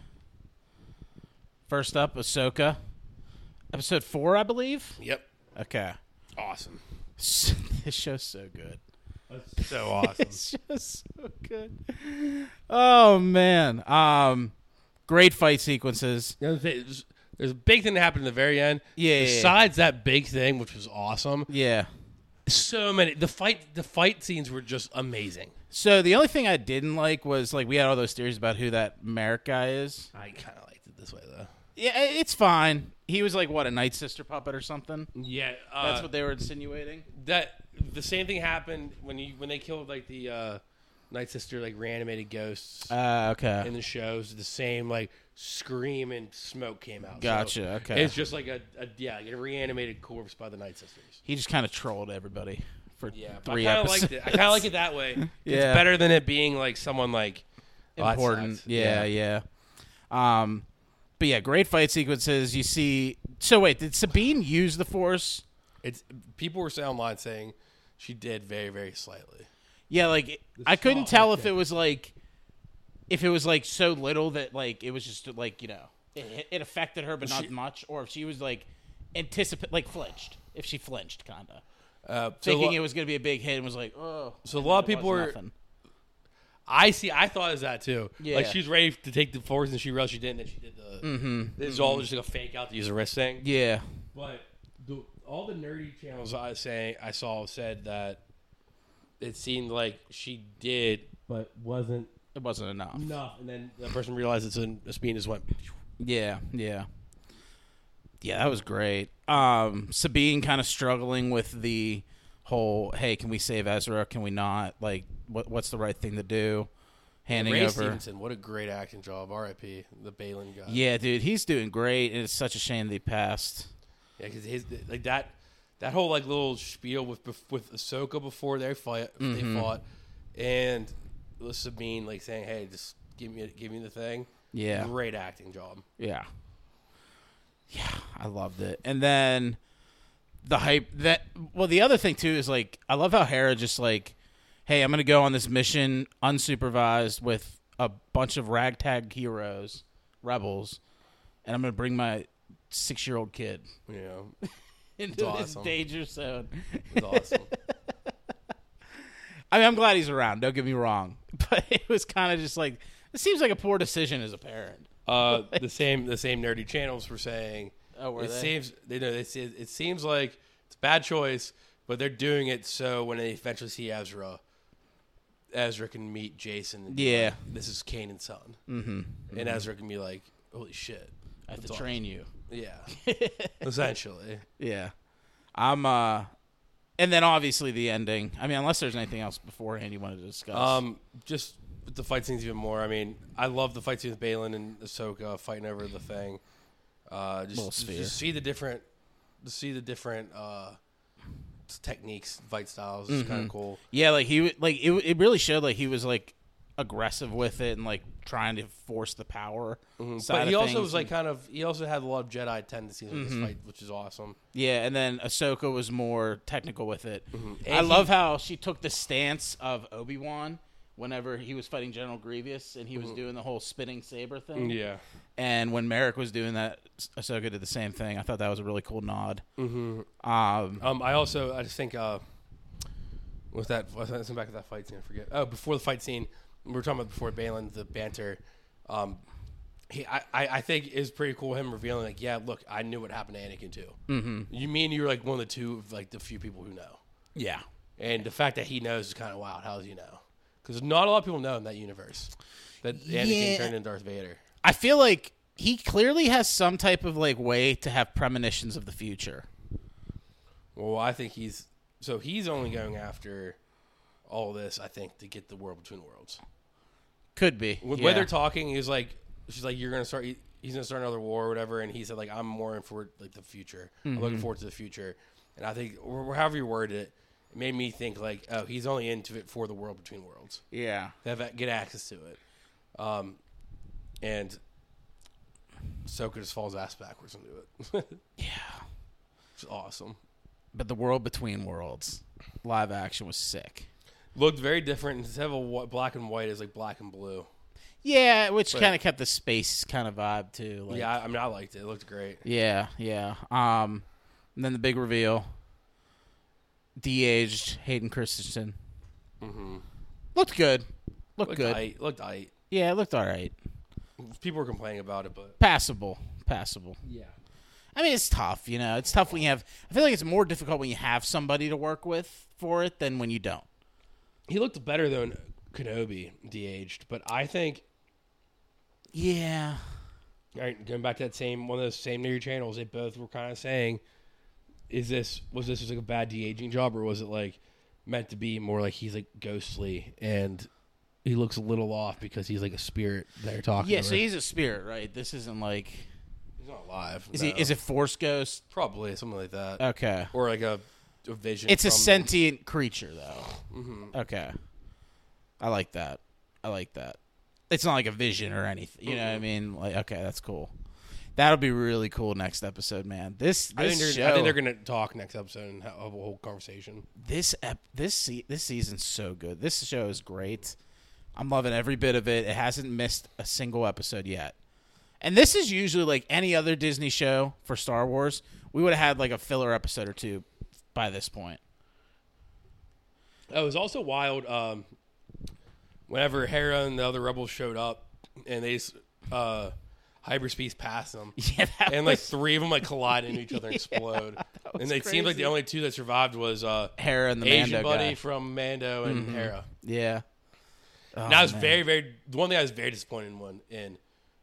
Speaker 1: First up, Ahsoka. Episode four, I believe.
Speaker 2: Yep.
Speaker 1: Okay.
Speaker 2: Awesome.
Speaker 1: this show's so good.
Speaker 2: So awesome.
Speaker 1: It's just so good. Oh man. Um great fight sequences.
Speaker 2: You know what I'm saying? There's- There's a big thing that happened in the very end.
Speaker 1: Yeah, yeah, yeah.
Speaker 2: Besides that big thing, which was awesome,
Speaker 1: Yeah.
Speaker 2: so many the fight the fight scenes were just amazing.
Speaker 1: So the only thing I didn't like was like we had all those theories about who that Merrick guy is.
Speaker 2: I kind of liked it this way though.
Speaker 1: Yeah, i- it's fine. He was like what a Night Sister puppet or something.
Speaker 2: Yeah, uh,
Speaker 1: That's what they were insinuating.
Speaker 2: that the same thing happened when you when they killed like the uh, Night Sister like reanimated ghosts
Speaker 1: Uh, okay.
Speaker 2: in the shows. The same like scream and smoke came out. So
Speaker 1: Gotcha, okay.
Speaker 2: it's just like a, a yeah like a reanimated corpse by the Night Sisters.
Speaker 1: he just kind of trolled everybody for
Speaker 2: Yeah, but
Speaker 1: three
Speaker 2: I kind of
Speaker 1: episodes.
Speaker 2: liked it. I kind of like it that way.
Speaker 1: Yeah.
Speaker 2: It's better than it being like someone like "Oh, that
Speaker 1: important.
Speaker 2: sucks."
Speaker 1: yeah, yeah, Um, but yeah, great fight sequences. You see. So wait, did Sabine use the Force?
Speaker 2: It's people were saying online saying she did very very slightly.
Speaker 1: Yeah, like it- I couldn't tell if it was like if it was like so little that like it was just like you know it, it- it affected her but not much, or if she was like anticipate like flinched if she flinched kind of
Speaker 2: Uh, so
Speaker 1: thinking
Speaker 2: lo-
Speaker 1: it was gonna be a big hit and was like oh
Speaker 2: So a
Speaker 1: and
Speaker 2: lot of
Speaker 1: it was
Speaker 2: people were-
Speaker 1: nothing.
Speaker 2: I see. I thought it was that too.
Speaker 1: Yeah. Mm-hmm.
Speaker 2: Like she's ready to take the force, and she realized she didn't. And she did the. This is all just like a fake out to use a wrist thing.
Speaker 1: yeah
Speaker 2: But the, all the nerdy channels I say I saw said that it seemed like she did, but wasn't
Speaker 1: it wasn't enough
Speaker 2: enough. And then the person realized it's an a speed and just went.
Speaker 1: Yeah, yeah. Yeah, that was great. Um Sabine kind of struggling with the whole hey, can we save Ezra? Can we not? Like what what's the right thing to do? Handing
Speaker 2: Ray
Speaker 1: over.
Speaker 2: Stevenson, what a great acting job. R.I.P. The Balin guy.
Speaker 1: Yeah, dude, he's doing great and it's such a shame that he passed.
Speaker 2: Yeah, because his like that that whole like little spiel with bef- with Ahsoka before they fight they fought, and with Sabine like saying, "Hey, just give me give me the thing."
Speaker 1: Yeah.
Speaker 2: great acting job.
Speaker 1: Yeah. Yeah, I loved it. And then the hype that well the other thing too is like I love how Hera just like hey, I'm going to go on this mission unsupervised with a bunch of ragtag heroes, rebels, and I'm going to bring my 6-year-old kid
Speaker 2: You know,
Speaker 1: into this
Speaker 2: awesome.
Speaker 1: danger zone.
Speaker 2: it's awesome.
Speaker 1: I mean, I'm glad he's around, don't get me wrong, but it was kind of just like it seems like a poor decision as a parent.
Speaker 2: Uh, the same the same nerdy channels were saying.
Speaker 1: Oh, were
Speaker 2: it
Speaker 1: they?
Speaker 2: seems they know they say- it seems like it's a bad choice, but they're doing it so when they eventually see Ezra, Ezra can meet Jason. And be
Speaker 1: Yeah.
Speaker 2: like, this is Kanan's son, mm-hmm. and Ezra can be like, "Holy shit!"
Speaker 1: I have to
Speaker 2: That's awesome.
Speaker 1: train you.
Speaker 2: Yeah, essentially.
Speaker 1: Yeah. I'm uh and then obviously the ending. I mean, unless there's anything else beforehand you want to discuss.
Speaker 2: Um, just with the fight scenes even more. I mean, I love the fight scene with Balin and Ahsoka fighting over the thing. Uh,
Speaker 1: Little
Speaker 2: just,
Speaker 1: sphere.
Speaker 2: just see the different, to see the different uh, techniques, fight styles. is
Speaker 1: Mm-hmm.
Speaker 2: kind of cool.
Speaker 1: yeah, like he w- like it w- it really showed like he was like aggressive with it and like trying to force the power. side
Speaker 2: Mm-hmm. But he
Speaker 1: of
Speaker 2: also
Speaker 1: things. Mm-hmm.
Speaker 2: was like kind of. He also had a lot of Jedi tendencies in this fight, which is awesome.
Speaker 1: Yeah, and then Ahsoka was more technical with it. I
Speaker 2: Mm-hmm. And he-
Speaker 1: love how she took the stance of Obi-Wan whenever he was fighting General Grievous and he
Speaker 2: Mm-hmm.
Speaker 1: was doing the whole spinning saber
Speaker 2: Mm,
Speaker 1: thing. And when Merrick was doing that, Ahsoka did the same thing. I thought that was a really cool nod.
Speaker 2: Mm.
Speaker 1: Mm-hmm. Um
Speaker 2: Um, I also I just think uh, with that let's back to that fight scene. I forget. Oh, before the fight scene, we were talking about before Balin the banter. Um, he I, I I think is pretty cool. Him revealing like, yeah, look, I knew what happened to Anakin too. Mm-hmm. You mean you were like one of the two of like the few people who know.
Speaker 1: Yeah.
Speaker 2: And the fact that he knows is kind of wild. How does he know? Because not a lot of people know in that universe that Anakin
Speaker 1: Yeah.
Speaker 2: turned into Darth Vader.
Speaker 1: I feel like he clearly has some type of like way to have premonitions of the future.
Speaker 2: Well, I think he's so he's only going after all this. I think to get the world between worlds.
Speaker 1: Could be.
Speaker 2: When,
Speaker 1: yeah.
Speaker 2: when they're talking, he's like, she's like, you're gonna start. he- He's gonna start another war or whatever. And he said like, I'm more in for like the future. I'm
Speaker 1: Mm-hmm.
Speaker 2: looking forward to the future. And I think, or however you worded it, it made me think like, oh, he's only into it for the world between worlds.
Speaker 1: yeah.
Speaker 2: They have get access to it. Um, and Soka just falls ass backwards into it. yeah, it's awesome.
Speaker 1: But the world between worlds live action was sick.
Speaker 2: Looked very different. Instead of a wh- black and white, is like black and blue.
Speaker 1: Yeah, which
Speaker 2: But-
Speaker 1: kind of kept the space kind of vibe too. Like,
Speaker 2: yeah, I, I mean, I liked it. It looked great.
Speaker 1: yeah, yeah. Um, and then the big reveal: de-aged Hayden Christensen. Mm-hmm. Looked good. Looked,
Speaker 2: Looked
Speaker 1: good.
Speaker 2: aight. Looked aight.
Speaker 1: Yeah, it looked all right.
Speaker 2: People were complaining about it, but
Speaker 1: Passable. Passable.
Speaker 2: yeah,
Speaker 1: I mean, it's tough, you know. It's tough when you have. I feel like it's more difficult when you have somebody to work with for it than when you don't.
Speaker 2: he looked better than Kenobi de-aged. But I think
Speaker 1: Yeah.
Speaker 2: all right, going back to that same one of those same new channels, they both were kind of saying, "Is this was this just like a bad de aging job, or was it like meant to be more like he's like ghostly and he looks a little off because he's like a spirit they're talking?
Speaker 1: Yeah.
Speaker 2: to
Speaker 1: So he's a spirit, right? This isn't like.
Speaker 2: he's not alive.
Speaker 1: Is
Speaker 2: no.
Speaker 1: he? Is it force ghost?
Speaker 2: probably something like that,
Speaker 1: Okay.
Speaker 2: or like a, a vision?
Speaker 1: It's a
Speaker 2: from-
Speaker 1: sentient creature, though.
Speaker 2: Mm-hmm.
Speaker 1: Okay. I like that. I like that. It's not like a vision or anything. You know what I mean? Like, okay, that's cool. That'll be really cool next episode, man. This
Speaker 2: I think,
Speaker 1: this
Speaker 2: they're,
Speaker 1: show,
Speaker 2: I think they're gonna talk next episode and have a whole conversation.
Speaker 1: this ep- this se- this season's so good. This show is great. I'm loving every bit of it. It hasn't missed a single episode yet. And this is usually like any other Disney show for Star Wars. We would have had like a filler episode or two by this point.
Speaker 2: It was also wild. Um, whenever Hera and the other rebels showed up, and they s- uh, hyperspace past them,
Speaker 1: Yeah, that
Speaker 2: and like
Speaker 1: was-
Speaker 2: three of them like collide into each other and explode. and
Speaker 1: was
Speaker 2: it seemed like
Speaker 1: crazy.
Speaker 2: the only two that survived was uh,
Speaker 1: Hera and the
Speaker 2: Asian
Speaker 1: Mando
Speaker 2: buddy
Speaker 1: guy. Mm-hmm.
Speaker 2: from Mando and Hera.
Speaker 1: Yeah. Oh,
Speaker 2: and I was very, very. The one thing I was very disappointed in, one- in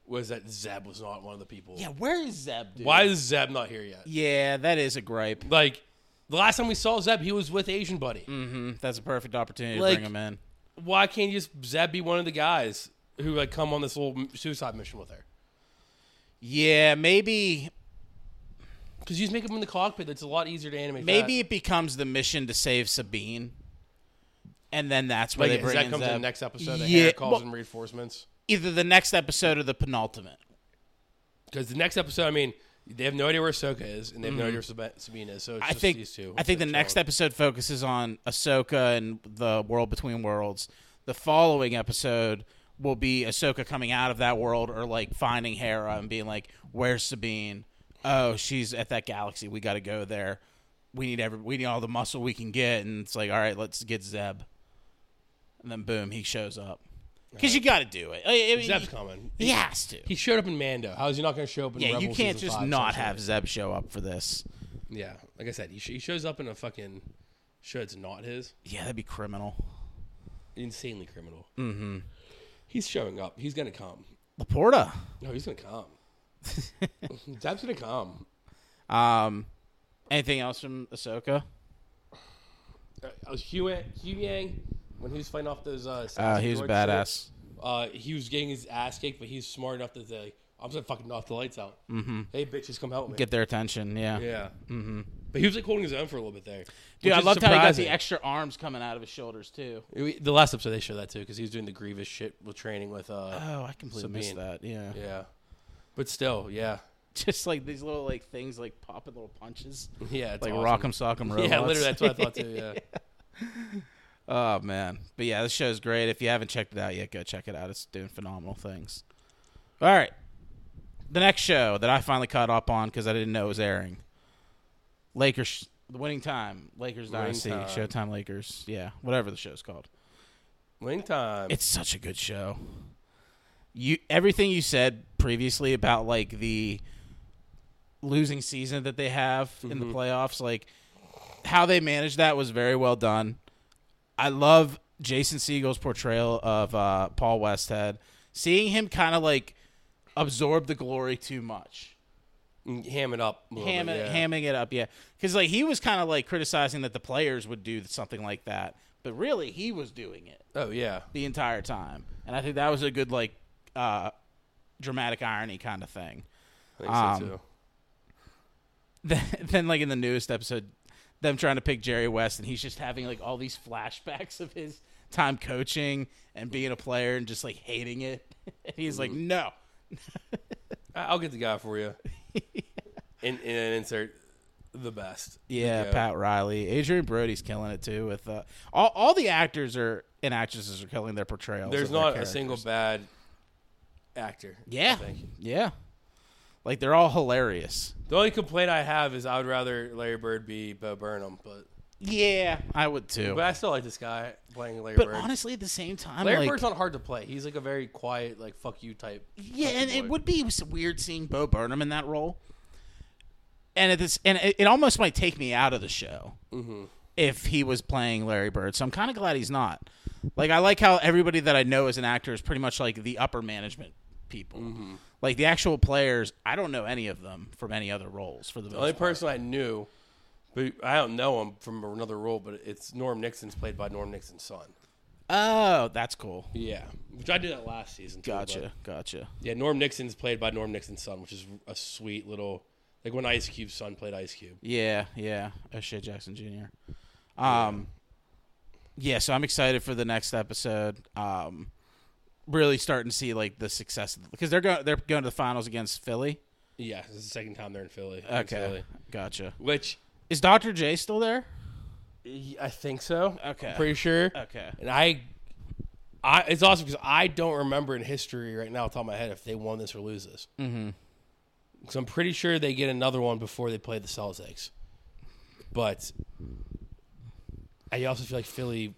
Speaker 2: was that Zeb was not one of the people.
Speaker 1: Yeah, where is Zeb? Dude?
Speaker 2: Why is Zeb not here yet?
Speaker 1: Yeah, that is a gripe.
Speaker 2: Like the last time we saw Zeb, he was with Asian buddy.
Speaker 1: Mm-hmm. That's a perfect opportunity
Speaker 2: Like-
Speaker 1: to bring him in.
Speaker 2: Why can't you just Zeb be one of the guys who like come on this little m- suicide mission with her?
Speaker 1: Yeah, maybe
Speaker 2: Because you just make him in the cockpit. That's a lot easier to animate.
Speaker 1: maybe
Speaker 2: that.
Speaker 1: it becomes the mission to save Sabine, and then that's where
Speaker 2: Like,
Speaker 1: they
Speaker 2: does
Speaker 1: bring
Speaker 2: that
Speaker 1: in
Speaker 2: comes in the
Speaker 1: Zeb.
Speaker 2: next episode? that
Speaker 1: Yeah,
Speaker 2: Hera calls
Speaker 1: well-
Speaker 2: in reinforcements.
Speaker 1: Either the next episode or the penultimate.
Speaker 2: Because the next episode, I mean, they have no idea where Ahsoka is, and they have no idea where Sab- Sabine is. So it's
Speaker 1: Mm-hmm. I
Speaker 2: just
Speaker 1: think
Speaker 2: these two.
Speaker 1: I think the next episode focuses on Ahsoka and the world between worlds. The following episode will be Ahsoka coming out of that world or like finding Hera and being like, "Where's Sabine? Oh, she's at that galaxy. We got to go there. We need every we need all the muscle we can get." And it's like, "All right, let's get Zeb." And then boom, he shows up. Because you got to do it. I- I mean,
Speaker 2: Zeb's coming.
Speaker 1: He has to.
Speaker 2: He showed up in Mando. How is he not going to show up in?
Speaker 1: yeah,
Speaker 2: Rebels
Speaker 1: you can't
Speaker 2: season
Speaker 1: just
Speaker 2: five,
Speaker 1: not
Speaker 2: season
Speaker 1: have
Speaker 2: eight?
Speaker 1: Zeb show up for this.
Speaker 2: Yeah, like I said, he, sh- he shows up in a fucking show that's not his.
Speaker 1: Yeah, that'd be criminal.
Speaker 2: Insanely criminal. Mm-hmm. He's showing up. He's going to come.
Speaker 1: Laporta.
Speaker 2: No, he's going to come. Zeb's going to come.
Speaker 1: Um, anything else from Ahsoka?
Speaker 2: Uh, uh, Hugh, Hugh Yang, when he was fighting off those, uh,
Speaker 1: Uh, he was
Speaker 2: droid shit,
Speaker 1: badass.
Speaker 2: uh, he was getting his ass kicked, but he's smart enough to say, "I'm just fucking knock the lights out." Mm-hmm. Hey, bitches, come help me.
Speaker 1: Get their attention. Yeah,
Speaker 2: yeah. Mm-hmm. But he was like holding his own for a little bit there.
Speaker 1: dude,
Speaker 2: which
Speaker 1: I
Speaker 2: is
Speaker 1: loved how he got
Speaker 2: surprising.
Speaker 1: the extra arms coming out of his shoulders too.
Speaker 2: We- The last episode they show that too because he was doing the grievous shit with training with. uh
Speaker 1: Oh, I completely missed
Speaker 2: Sabine.
Speaker 1: that. Yeah.
Speaker 2: Yeah, but still, yeah,
Speaker 1: just like these little like things, like popping little punches,
Speaker 2: yeah, it's
Speaker 1: like
Speaker 2: awesome.
Speaker 1: rock 'em sock 'em robots.
Speaker 2: Yeah, literally, that's what I thought too. Yeah,
Speaker 1: oh man, but yeah, this show's great. If you haven't checked it out yet, go check it out. It's doing phenomenal things. All right, the next show that I finally caught up on because I didn't know it was airing. Lakers, the winning time, Lakers
Speaker 2: Winning
Speaker 1: dynasty,
Speaker 2: Time.
Speaker 1: Showtime Lakers, yeah, whatever the show's called.
Speaker 2: link time.
Speaker 1: It's such a good show. You everything you said previously about like the losing
Speaker 2: Mm-hmm.
Speaker 1: season that they have in the playoffs, like how they managed that was very well done. I love Jason Siegel's portrayal of uh, Paul Westhead. Seeing him kind of like absorb the glory too much.
Speaker 2: Mm, Ham it up. a little bit,
Speaker 1: Ham-
Speaker 2: yeah.
Speaker 1: hamming it up, yeah. Because like he was kind of like criticizing that the players would do something like that, but really he was doing it
Speaker 2: Oh yeah.
Speaker 1: the entire time, and I think that was a good like uh, dramatic irony kind of thing.
Speaker 2: I think
Speaker 1: Um,
Speaker 2: so too.
Speaker 1: Then, then like in the newest episode, them trying to pick Jerry West, and he's just having like all these flashbacks of his time coaching and being a player and just like hating it. And he's like, no,
Speaker 2: I- I'll get the guy for you. and, and insert the best.
Speaker 1: Yeah,
Speaker 2: There you go.
Speaker 1: Pat Riley, Adrian Brody's killing it too. With uh, all, all the actors are and actresses are killing their portrayals.
Speaker 2: There's
Speaker 1: of their
Speaker 2: not a
Speaker 1: characters.
Speaker 2: single bad actor. I
Speaker 1: Yeah,
Speaker 2: think.
Speaker 1: yeah. Like they're all hilarious.
Speaker 2: The only complaint I have is I would rather Larry Bird be Bo Burnham, but
Speaker 1: Yeah, I would too.
Speaker 2: but I still like this guy playing Larry
Speaker 1: But
Speaker 2: Bird.
Speaker 1: honestly, at the same time,
Speaker 2: Larry
Speaker 1: like
Speaker 2: Bird's not hard to play. He's like a very quiet, like fuck you type.
Speaker 1: yeah,
Speaker 2: fucking
Speaker 1: and
Speaker 2: boy.
Speaker 1: it would be s- weird seeing Bo Burnham in that role. And at this, and it, it almost might take me out of the show
Speaker 2: Mm-hmm.
Speaker 1: if he was playing Larry Bird. So I'm kind of glad he's not. Like I like how everybody that I know as an actor is pretty much like the upper management people.
Speaker 2: Mm-hmm.
Speaker 1: Like the actual players, I don't know any of them from any other roles for the,
Speaker 2: The
Speaker 1: most
Speaker 2: only
Speaker 1: part.
Speaker 2: person I knew, but I don't know him from another role, but it's Norm Nixon's played by Norm Nixon's son.
Speaker 1: Oh, that's cool.
Speaker 2: Yeah, which I did that last season. too, but-
Speaker 1: Gotcha, gotcha.
Speaker 2: Yeah, Norm Nixon's played by Norm Nixon's son, which is a sweet little like when Ice Cube's son played Ice Cube.
Speaker 1: Yeah, yeah. O'Shea Jackson Jr. Um, yeah. So I'm excited for the next episode. Um, really starting to see like the success because they're going they're going to the finals against Philly.
Speaker 2: Yeah, this is the second time they're in Philly. in
Speaker 1: Okay,
Speaker 2: Philly.
Speaker 1: gotcha.
Speaker 2: Which
Speaker 1: Is Dr. J still there?
Speaker 2: I think so.
Speaker 1: Okay.
Speaker 2: I'm pretty sure.
Speaker 1: Okay.
Speaker 2: And I, I it's awesome because I don't remember in history right now, off the top of my head, if they won this or lose this. Mm-hmm. So I'm pretty sure they get another one before they play the Celtics. But I also feel like Philly.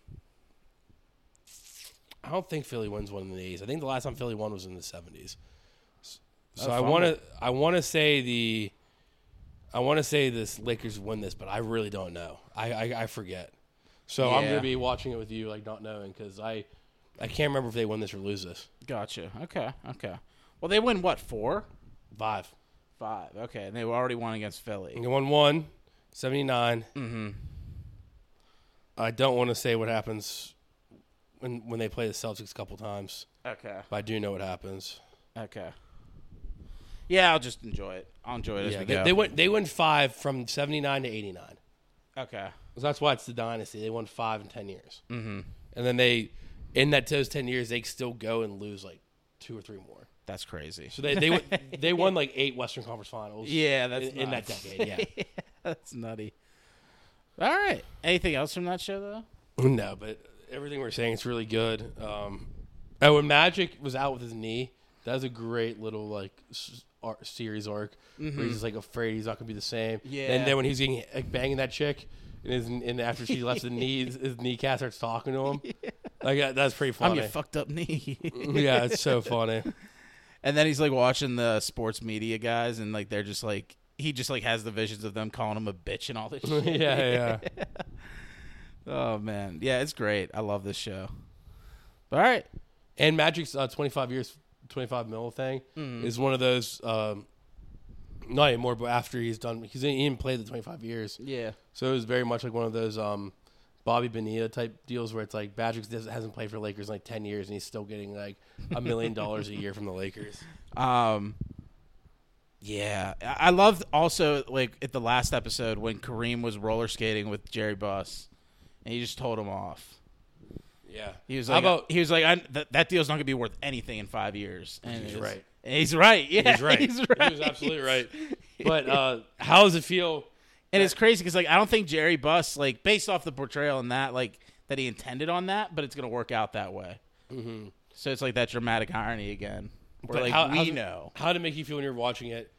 Speaker 2: I don't think Philly wins one in the 80s. I think the last time Philly won was in the 70s. So I want to. I want to say the. I want to say this Lakers win this, but I really don't know. I I, I forget. So I'm
Speaker 1: Yeah.
Speaker 2: gonna be watching it with you, like not knowing, because I I can't remember if they win this or lose this.
Speaker 1: Gotcha. Okay. Okay. Well, they win what four,
Speaker 2: Five.
Speaker 1: five? Okay, and they were already won against Philly.
Speaker 2: They won one, 79. Mm-hmm. I don't want to say what happens when when they play the Celtics a couple times,
Speaker 1: Okay.
Speaker 2: but I do know what happens.
Speaker 1: Okay. Yeah, I'll just enjoy it. I'll enjoy it as
Speaker 2: yeah,
Speaker 1: we
Speaker 2: they,
Speaker 1: go.
Speaker 2: they went they won five from 79 to 89.
Speaker 1: Okay.
Speaker 2: So that's why it's the dynasty. They won five in ten years, mm-hmm. and then they, in that those ten years, they still go and lose like two or three more.
Speaker 1: That's crazy.
Speaker 2: So they they won- they won like eight Western Conference Finals.
Speaker 1: Yeah, that's
Speaker 2: in, in that
Speaker 1: nuts.
Speaker 2: decade. Yeah,
Speaker 1: That's nutty. All right. Anything else from that show though?
Speaker 2: no, but everything we're saying is really good. Um, and when Magic was out with his knee, that was a great little like s- ar series arc where he's just, like afraid he's not gonna be the same.
Speaker 1: Mm-hmm. Yeah.
Speaker 2: and then when he's getting like, banging that chick. And, his, and after she left the knee, his, his kneecap starts talking to him. Like that- that's pretty funny.
Speaker 1: I'm your fucked up knee.
Speaker 2: yeah, it's so funny.
Speaker 1: and then he's like watching the sports media guys, and like they're just like he just like has the visions of them calling him a bitch and all this shit.
Speaker 2: yeah, yeah.
Speaker 1: Oh man, yeah, it's great. I love this show. All right,
Speaker 2: And Magic's uh, 25 years, 25 mil thing
Speaker 1: Mm-hmm.
Speaker 2: is one of those, um, not anymore, but after he's done, because he didn't play the 25 years.
Speaker 1: yeah,
Speaker 2: So it was very much like one of those um, Bobby Bonilla type deals where it's like Magic doesn't- hasn't played for the Lakers in like 10 years and he's still getting like a million dollars a year from the Lakers.
Speaker 1: um, yeah. I I loved also like at the last episode when Kareem was roller skating with Jerry Buss, and he just told him off.
Speaker 2: Yeah.
Speaker 1: He was
Speaker 2: How
Speaker 1: like,
Speaker 2: about-
Speaker 1: he was like, I, th- that deal's not gonna be worth anything in five years. And
Speaker 2: He's
Speaker 1: it's-
Speaker 2: right.
Speaker 1: and he's right. Yeah,
Speaker 2: He's right.
Speaker 1: He's
Speaker 2: He was absolutely right. But uh, how does it feel?
Speaker 1: And it's crazy because like I don't think Jerry Buss like based off the portrayal and that like that he intended on that, but it's gonna work out that way. So it's like that dramatic irony again. Where,
Speaker 2: Mm-hmm. But
Speaker 1: like
Speaker 2: how,
Speaker 1: we
Speaker 2: how's it-
Speaker 1: know.
Speaker 2: How did it make you feel when you're watching it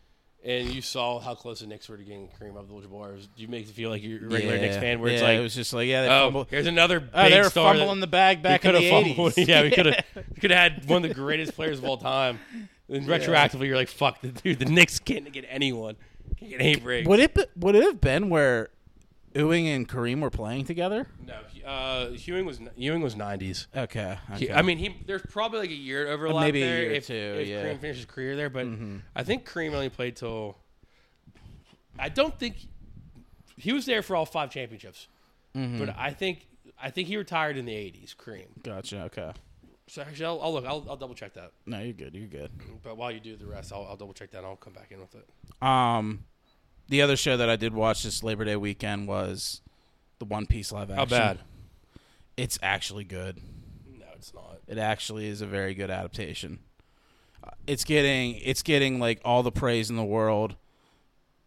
Speaker 2: and you saw how close the Knicks were to getting Kareem Abdul-Jabbar? Was- Do you make it feel like you're a regular Knicks fan where it's
Speaker 1: Yeah,
Speaker 2: like,
Speaker 1: it was just like yeah, they
Speaker 2: oh,
Speaker 1: fumbled.
Speaker 2: here's another big
Speaker 1: Oh, they were
Speaker 2: star that
Speaker 1: fumbling the bag back
Speaker 2: we
Speaker 1: in
Speaker 2: could
Speaker 1: the
Speaker 2: have fumbled.
Speaker 1: 80s.
Speaker 2: yeah, we could have could have had one of the greatest players of all time. And retroactively, you're like, fuck, the, dude, the Knicks can't get anyone. Can't get any break.
Speaker 1: Would it be, would it have been where Ewing and Kareem were playing together?
Speaker 2: No, he- Uh, Ewing was Ewing was nineties.
Speaker 1: Okay.
Speaker 2: He-
Speaker 1: okay.
Speaker 2: I mean, he there's probably like a year overlap
Speaker 1: maybe a
Speaker 2: there
Speaker 1: year or
Speaker 2: if,
Speaker 1: two,
Speaker 2: if
Speaker 1: yeah. Mm-hmm.
Speaker 2: Kareem finishes his career there, but I think Kareem only played till. I don't think he was there for all five championships,
Speaker 1: Mm-hmm.
Speaker 2: but I think I think he retired in the '80s. Kareem.
Speaker 1: gotcha. Okay.
Speaker 2: So actually, I'll, I'll look. I'll, I'll double check that.
Speaker 1: No, you're good. You're good.
Speaker 2: But while you do the rest, I'll, I'll double check that. and I'll come back in with it.
Speaker 1: Um, the other show that I did watch this Labor Day weekend was the One Piece live action. It's actually good.
Speaker 2: No, it's not.
Speaker 1: It actually is a very good adaptation. Uh, It's getting it's getting like all the praise in the world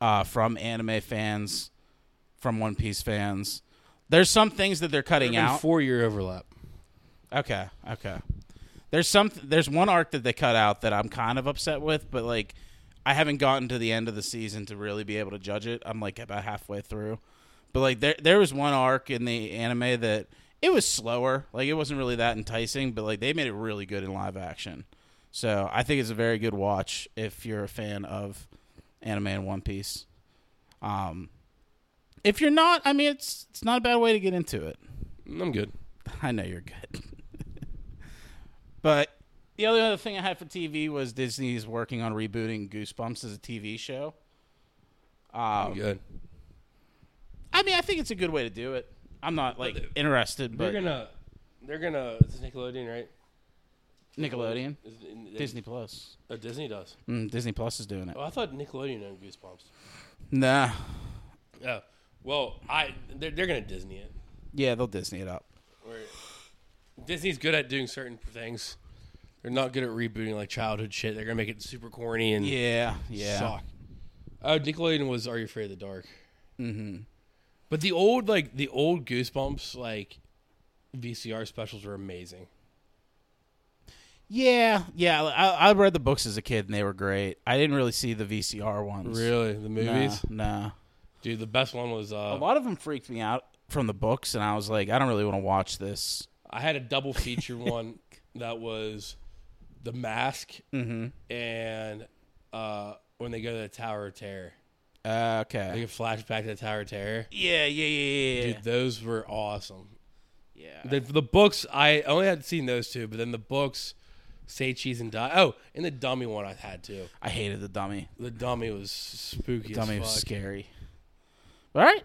Speaker 1: uh, from anime fans, from One Piece fans. There's some things that they're cutting out.
Speaker 2: Four year overlap.
Speaker 1: Okay, okay. There's some. There's one arc that they cut out that I'm kind of upset with, but like, I haven't gotten to the end of the season to really be able to judge it. I'm like about halfway through, but like there there was one arc in the anime that it was slower. Like it wasn't really that enticing, but like they made it really good in live action. So I think it's a very good watch if you're a fan of anime and One Piece. Um, if you're not, I mean, it's it's not a bad way to get into it.
Speaker 2: Mm, I'm good.
Speaker 1: I know you're good. but the other other thing I had for TV was Disney's working on rebooting Goosebumps as a TV show.
Speaker 2: I'm good.
Speaker 1: I mean, I think it's a good way to do it. I'm not like
Speaker 2: But-
Speaker 1: interested,
Speaker 2: They're
Speaker 1: but
Speaker 2: gonna. They're gonna. It's Nickelodeon, right?
Speaker 1: Nickelodeon,
Speaker 2: Is-
Speaker 1: Disney Plus,
Speaker 2: Oh, Disney does.
Speaker 1: mm, Disney Plus is doing it.
Speaker 2: Oh, I thought Nickelodeon owned Goosebumps.
Speaker 1: Nah,
Speaker 2: Yeah. Oh. Well, I they're, they're gonna Disney it.
Speaker 1: yeah, they'll Disney it up.
Speaker 2: Or Disney's good at doing certain things. They're not good at rebooting like childhood shit. They're gonna make it super corny and
Speaker 1: Yeah, yeah.
Speaker 2: suck. Oh, Nickelodeon was Are You Afraid of the Dark? Mm-hmm. But the old like the old Goosebumps like VCR specials were amazing.
Speaker 1: Yeah, yeah. I, I read the books as a kid and they were great. I didn't really see the VCR ones.
Speaker 2: Really, the
Speaker 1: Nah,
Speaker 2: movies,
Speaker 1: nah.
Speaker 2: dude. The best one was
Speaker 1: A
Speaker 2: uh,
Speaker 1: lot of them freaked me out from the books, and I was like, I don't really want to watch this.
Speaker 2: I had a double feature one that was The Mask and uh, when they go to the Tower of Terror.
Speaker 1: Uh, okay.
Speaker 2: Like a flashback to the Tower of Terror.
Speaker 1: Yeah, yeah, yeah, yeah.
Speaker 2: Dude, those were awesome.
Speaker 1: yeah.
Speaker 2: The, the books, I only had seen those two, but then the books, Say Cheese and Die. Oh, and the Dummy one I had too.
Speaker 1: I hated the dummy.
Speaker 2: The Dummy was spooky
Speaker 1: dummy
Speaker 2: as
Speaker 1: was
Speaker 2: fuck.
Speaker 1: scary. All right.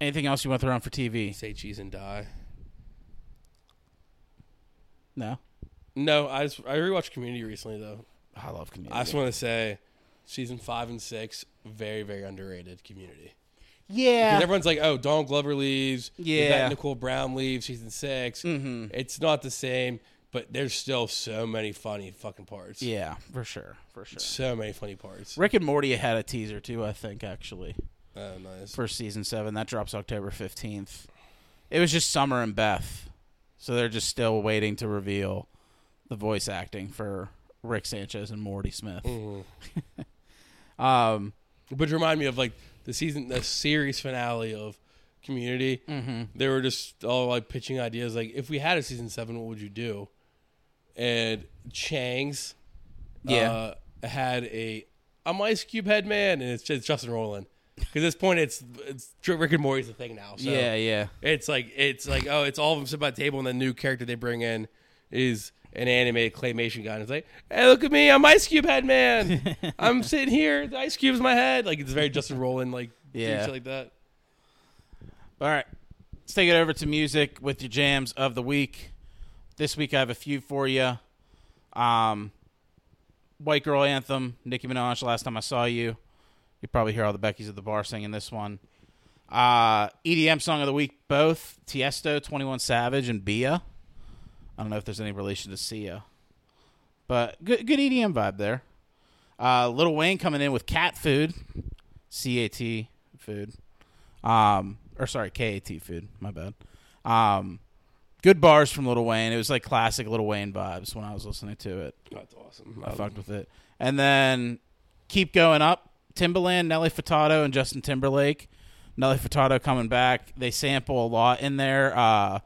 Speaker 1: Anything else you want to throw on for TV?
Speaker 2: Say Cheese and Die.
Speaker 1: No.
Speaker 2: No, I, just, I rewatched Community recently though.
Speaker 1: I love community.
Speaker 2: I just want to say season five and six, very, very underrated Community.
Speaker 1: yeah.
Speaker 2: Because everyone's like, oh, Donald Glover leaves.
Speaker 1: Yeah. Mm-hmm.
Speaker 2: Yvette Nicole Brown leaves season 6 It's not the same, but there's still so many funny fucking parts.
Speaker 1: yeah, for sure. For sure.
Speaker 2: So many funny parts.
Speaker 1: Rick and Morty had a teaser too, I think, actually,
Speaker 2: Oh, nice.
Speaker 1: for season seven. That drops October 15th. It was just Summer and Beth. So they're just still waiting to reveal the voice acting for Rick Sanchez and Morty Smith. um,
Speaker 2: But remind me of like the season, the series finale of Community.
Speaker 1: Mm-hmm.
Speaker 2: They were just all like pitching ideas like, if we had a season seven, what would you do? And Chang's
Speaker 1: yeah.
Speaker 2: uh, had a I'm Ice Cube head man, and it's, it's Justin Roland. Because at this point, it's it's Rick and Morty's the thing now. So
Speaker 1: yeah, yeah.
Speaker 2: It's like it's like oh, it's all of them sitting by the table, and the new character they bring in is an animated claymation guy. And it's like, hey, look at me, I'm Ice Cube head man. I'm sitting here, the Ice Cube's my head. Like it's very Justin Roland, like doing
Speaker 1: Yeah.
Speaker 2: shit like that.
Speaker 1: All right. Let's take it over to music with your jams of the week. This week I have a few for you. Um, White Girl Anthem, Nicki Minaj, Last Time I Saw You. You probably hear all the Beckys at the bar singing this one. Uh, EDM Song of the Week, both Tiesto, 21 Savage, and Bia. I don't know if there's any relation to Sia. But good, good EDM vibe there. Uh, Little Wayne coming in with Cat Food, C A T food um, or sorry, KAT food. My bad. Um, good bars from Little Wayne. It was like classic Little Wayne vibes when I was listening to it.
Speaker 2: That's awesome.
Speaker 1: I fucked with it. And then keep going up. Timbaland, Nelly Furtado, and Justin Timberlake. Nelly Furtado coming back. They sample a lot in there. Uh,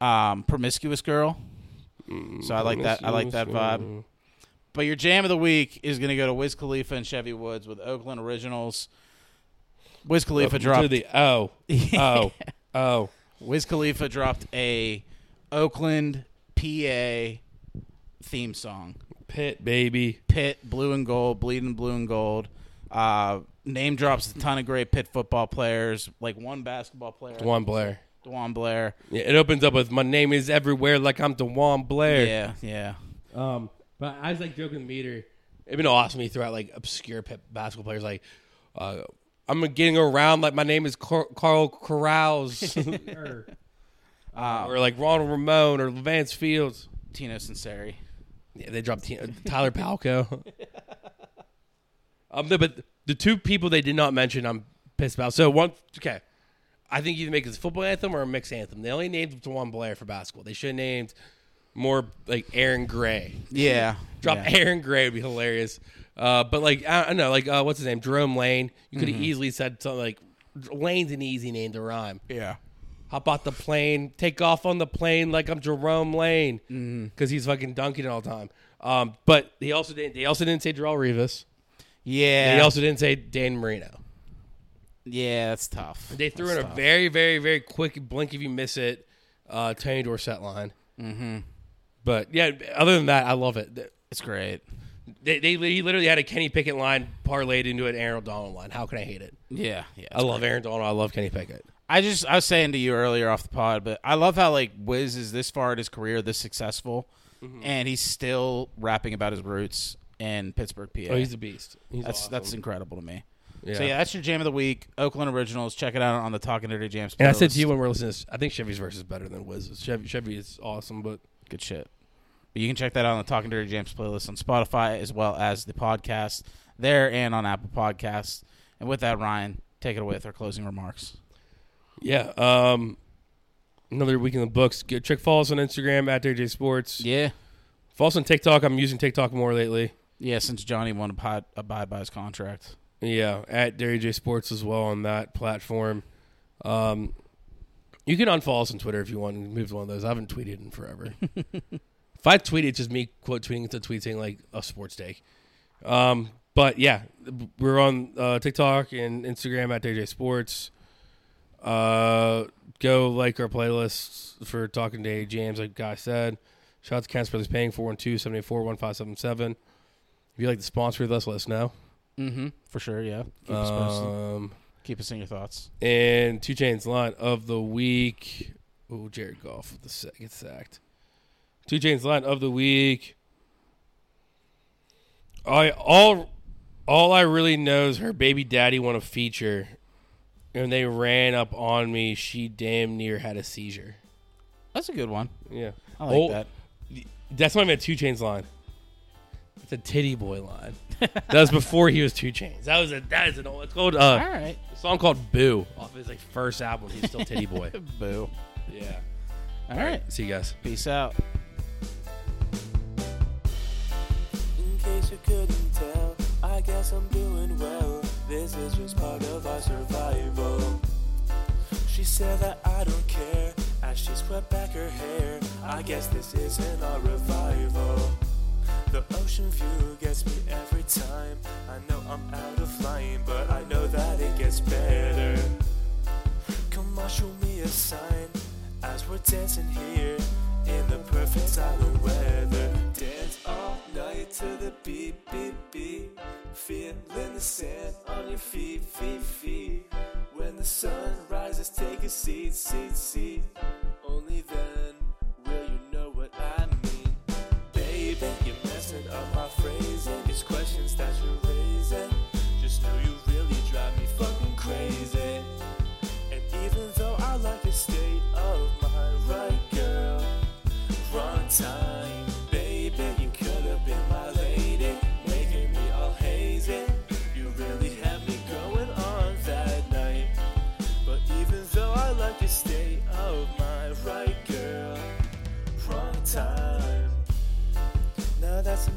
Speaker 1: um, promiscuous girl. So I like that. I like that vibe. But your jam of the week is going to go to Wiz Khalifa and Chevy Woods with Oakland Originals. Wiz Khalifa dropped
Speaker 2: to the oh oh oh.
Speaker 1: Wiz Khalifa dropped a Oakland, PA theme song.
Speaker 2: Pit baby.
Speaker 1: Pitt, blue and gold, bleeding blue and gold. Uh, name drops a ton of great Pitt football players, like one basketball player,
Speaker 2: Dewan Blair.
Speaker 1: Dewan Blair.
Speaker 2: Yeah, it opens up with my name is everywhere like I'm Dewan Blair.
Speaker 1: Yeah, yeah.
Speaker 2: Um, but I was like joking with Meter. It'd been awesome if he threw out like obscure pe- basketball players. Like, uh, I'm getting around like my name is Car- Carl Corrales
Speaker 6: Er,
Speaker 2: Um, or like Ronald Ramon or Vance Fields.
Speaker 1: Tino Sinceri.
Speaker 2: Yeah, they dropped T- uh, Tyler Palco. um, no, but the two people they did not mention, I'm pissed about. So one, okay, I think you can make this a football anthem or a mixed anthem. They only named Dewan Blair for basketball. They should have named more like Aaron Gray.
Speaker 1: Yeah.
Speaker 2: Drop
Speaker 1: yeah.
Speaker 2: Aaron Gray would be hilarious. Uh, but like I I don't know, like uh, what's his name, Jerome Lane. You could have
Speaker 1: Mm-hmm.
Speaker 2: easily said something like Lane's an easy name to rhyme.
Speaker 1: Yeah.
Speaker 2: Hop out the plane, take off on the plane like I'm Jerome Lane
Speaker 1: Mm-hmm.
Speaker 2: because he's fucking dunking all the time. Um, but they also didn't. They also didn't say Jarrell Revis.
Speaker 1: Yeah.
Speaker 2: They also didn't say Dan Marino.
Speaker 1: yeah, that's tough.
Speaker 2: They threw in a very, very, very quick blink if you miss it, uh, Tony Dorsett line. Mm-hmm. But yeah, other than that, I love it.
Speaker 1: It's great.
Speaker 2: They, they he literally had a Kenny Pickett line parlayed into an Aaron Donald line. How can I hate it?
Speaker 1: Yeah, yeah.
Speaker 2: I love Aaron Donald. I love Kenny Pickett.
Speaker 1: I just I was saying to you earlier off the pod, but I love how like Wiz is this far in his career, this successful,
Speaker 2: Mm-hmm.
Speaker 1: and he's still rapping about his roots in Pittsburgh, PA.
Speaker 2: Oh, he's a beast. He's
Speaker 1: that's
Speaker 2: awesome.
Speaker 1: that's incredible to me. So
Speaker 2: Yeah.
Speaker 1: yeah, that's your jam of the week. Oakland Originals. Check it out on the Talking Dirty Jams.
Speaker 2: and I said
Speaker 1: playlist.
Speaker 2: to you when we were listening, to this, I think Chevy's verse is better than Wiz's. Chevy, Chevy is awesome, but
Speaker 1: good shit. But you can check that out on the Talking Dirty Jams playlist on Spotify as well as the podcast there and on Apple Podcasts. And with that, Ryan, take it away with our closing remarks.
Speaker 2: yeah. Um, another week in the books. Good check. Follow us on Instagram at DJ Sports.
Speaker 1: Yeah,
Speaker 2: Follow us on TikTok. I'm using TikTok more lately.
Speaker 1: yeah. Since Johnny won't abide, abide by his contract.
Speaker 2: Yeah, at Dairy J Sports as well on that platform. Um, you can unfollow us on Twitter if you want and move to one of those. I haven't tweeted in forever. if I tweet, it's just me quote tweeting to tweet saying like a sports take. Um, but yeah, we're on uh, TikTok and Instagram at Dairy J Sports. Uh, go like our playlists for Talking Day Jams, like Guy said. Shout out to Cats Brothers Paying 412 74 1577. If you'd like to sponsor with us, let us know.
Speaker 1: Mm-hmm. For sure. Yeah. Keep us posted.
Speaker 2: Um,
Speaker 1: Keep us in your thoughts.
Speaker 2: and Two Chain's line of the week. Oh, Jared Goff with the sack, gets sacked. Two Chain's line of the week. I all all I really know is her baby daddy won a feature, and they ran up on me. She damn near had a seizure.
Speaker 1: That's a good one.
Speaker 2: Yeah,
Speaker 1: I like
Speaker 2: Oh,
Speaker 1: that.
Speaker 2: That's not even a Two Chain's line. It's a titty boy line. that was before he was Two Chains. That was a that is an old. It's called uh,
Speaker 1: All right.
Speaker 2: a song called Boo off his like first album. He's still Titty Boy.
Speaker 1: Boo.
Speaker 2: yeah.
Speaker 1: All right.
Speaker 2: See you guys.
Speaker 1: Peace out.
Speaker 9: In case you couldn't tell, I guess I'm doing well. This is just part of our survival. She said that I don't care as she swept back her hair. I guess this isn't our revival. The ocean view gets me every time. I know I'm out of line, but I know that it gets better. Come on, show me a sign as we're dancing here in the perfect silent weather. Dance all night to the beat, beat, beat. Feeling the sand on your feet, feet, feet. When the sun rises, take a seat, seat, seat. Only then will you know what I mean. Baby, you're messing up my phrasing. These questions that you're raising. Just know you really drive me fucking crazy. And even though I like the state of my right girl, wrong time, baby, you could have been my lady, making me all hazy. You really had me going on that night. But even though I like the state of my right girl, wrong time. Now that some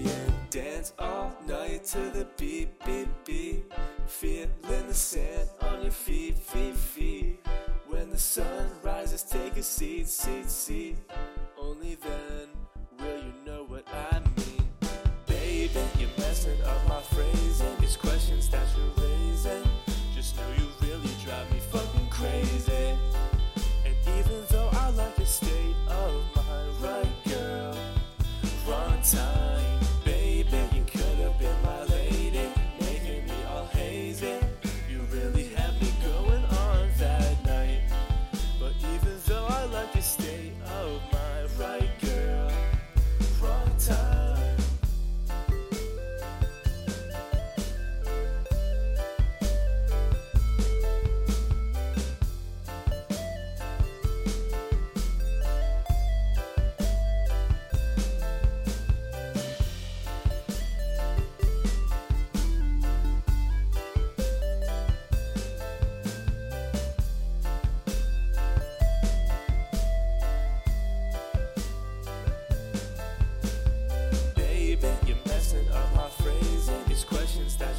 Speaker 9: right to the beat, beat, beat. Feeling the sand on your feet, feet, feet. When the sun rises, take a seat, seat, seat. Only then will you know what I mean. Baby, you're messing up my phrasing. These questions that you're raising. Just know you really drive me fucking crazy. And even though I like your state of mind, right, girl? Wrong time, baby. You could have been my lady, making me all hazy. You really had me going on that night. But even though I like your state of mind, right, girl? Wrong time. Baby, you're messing up my phrasing. These questions that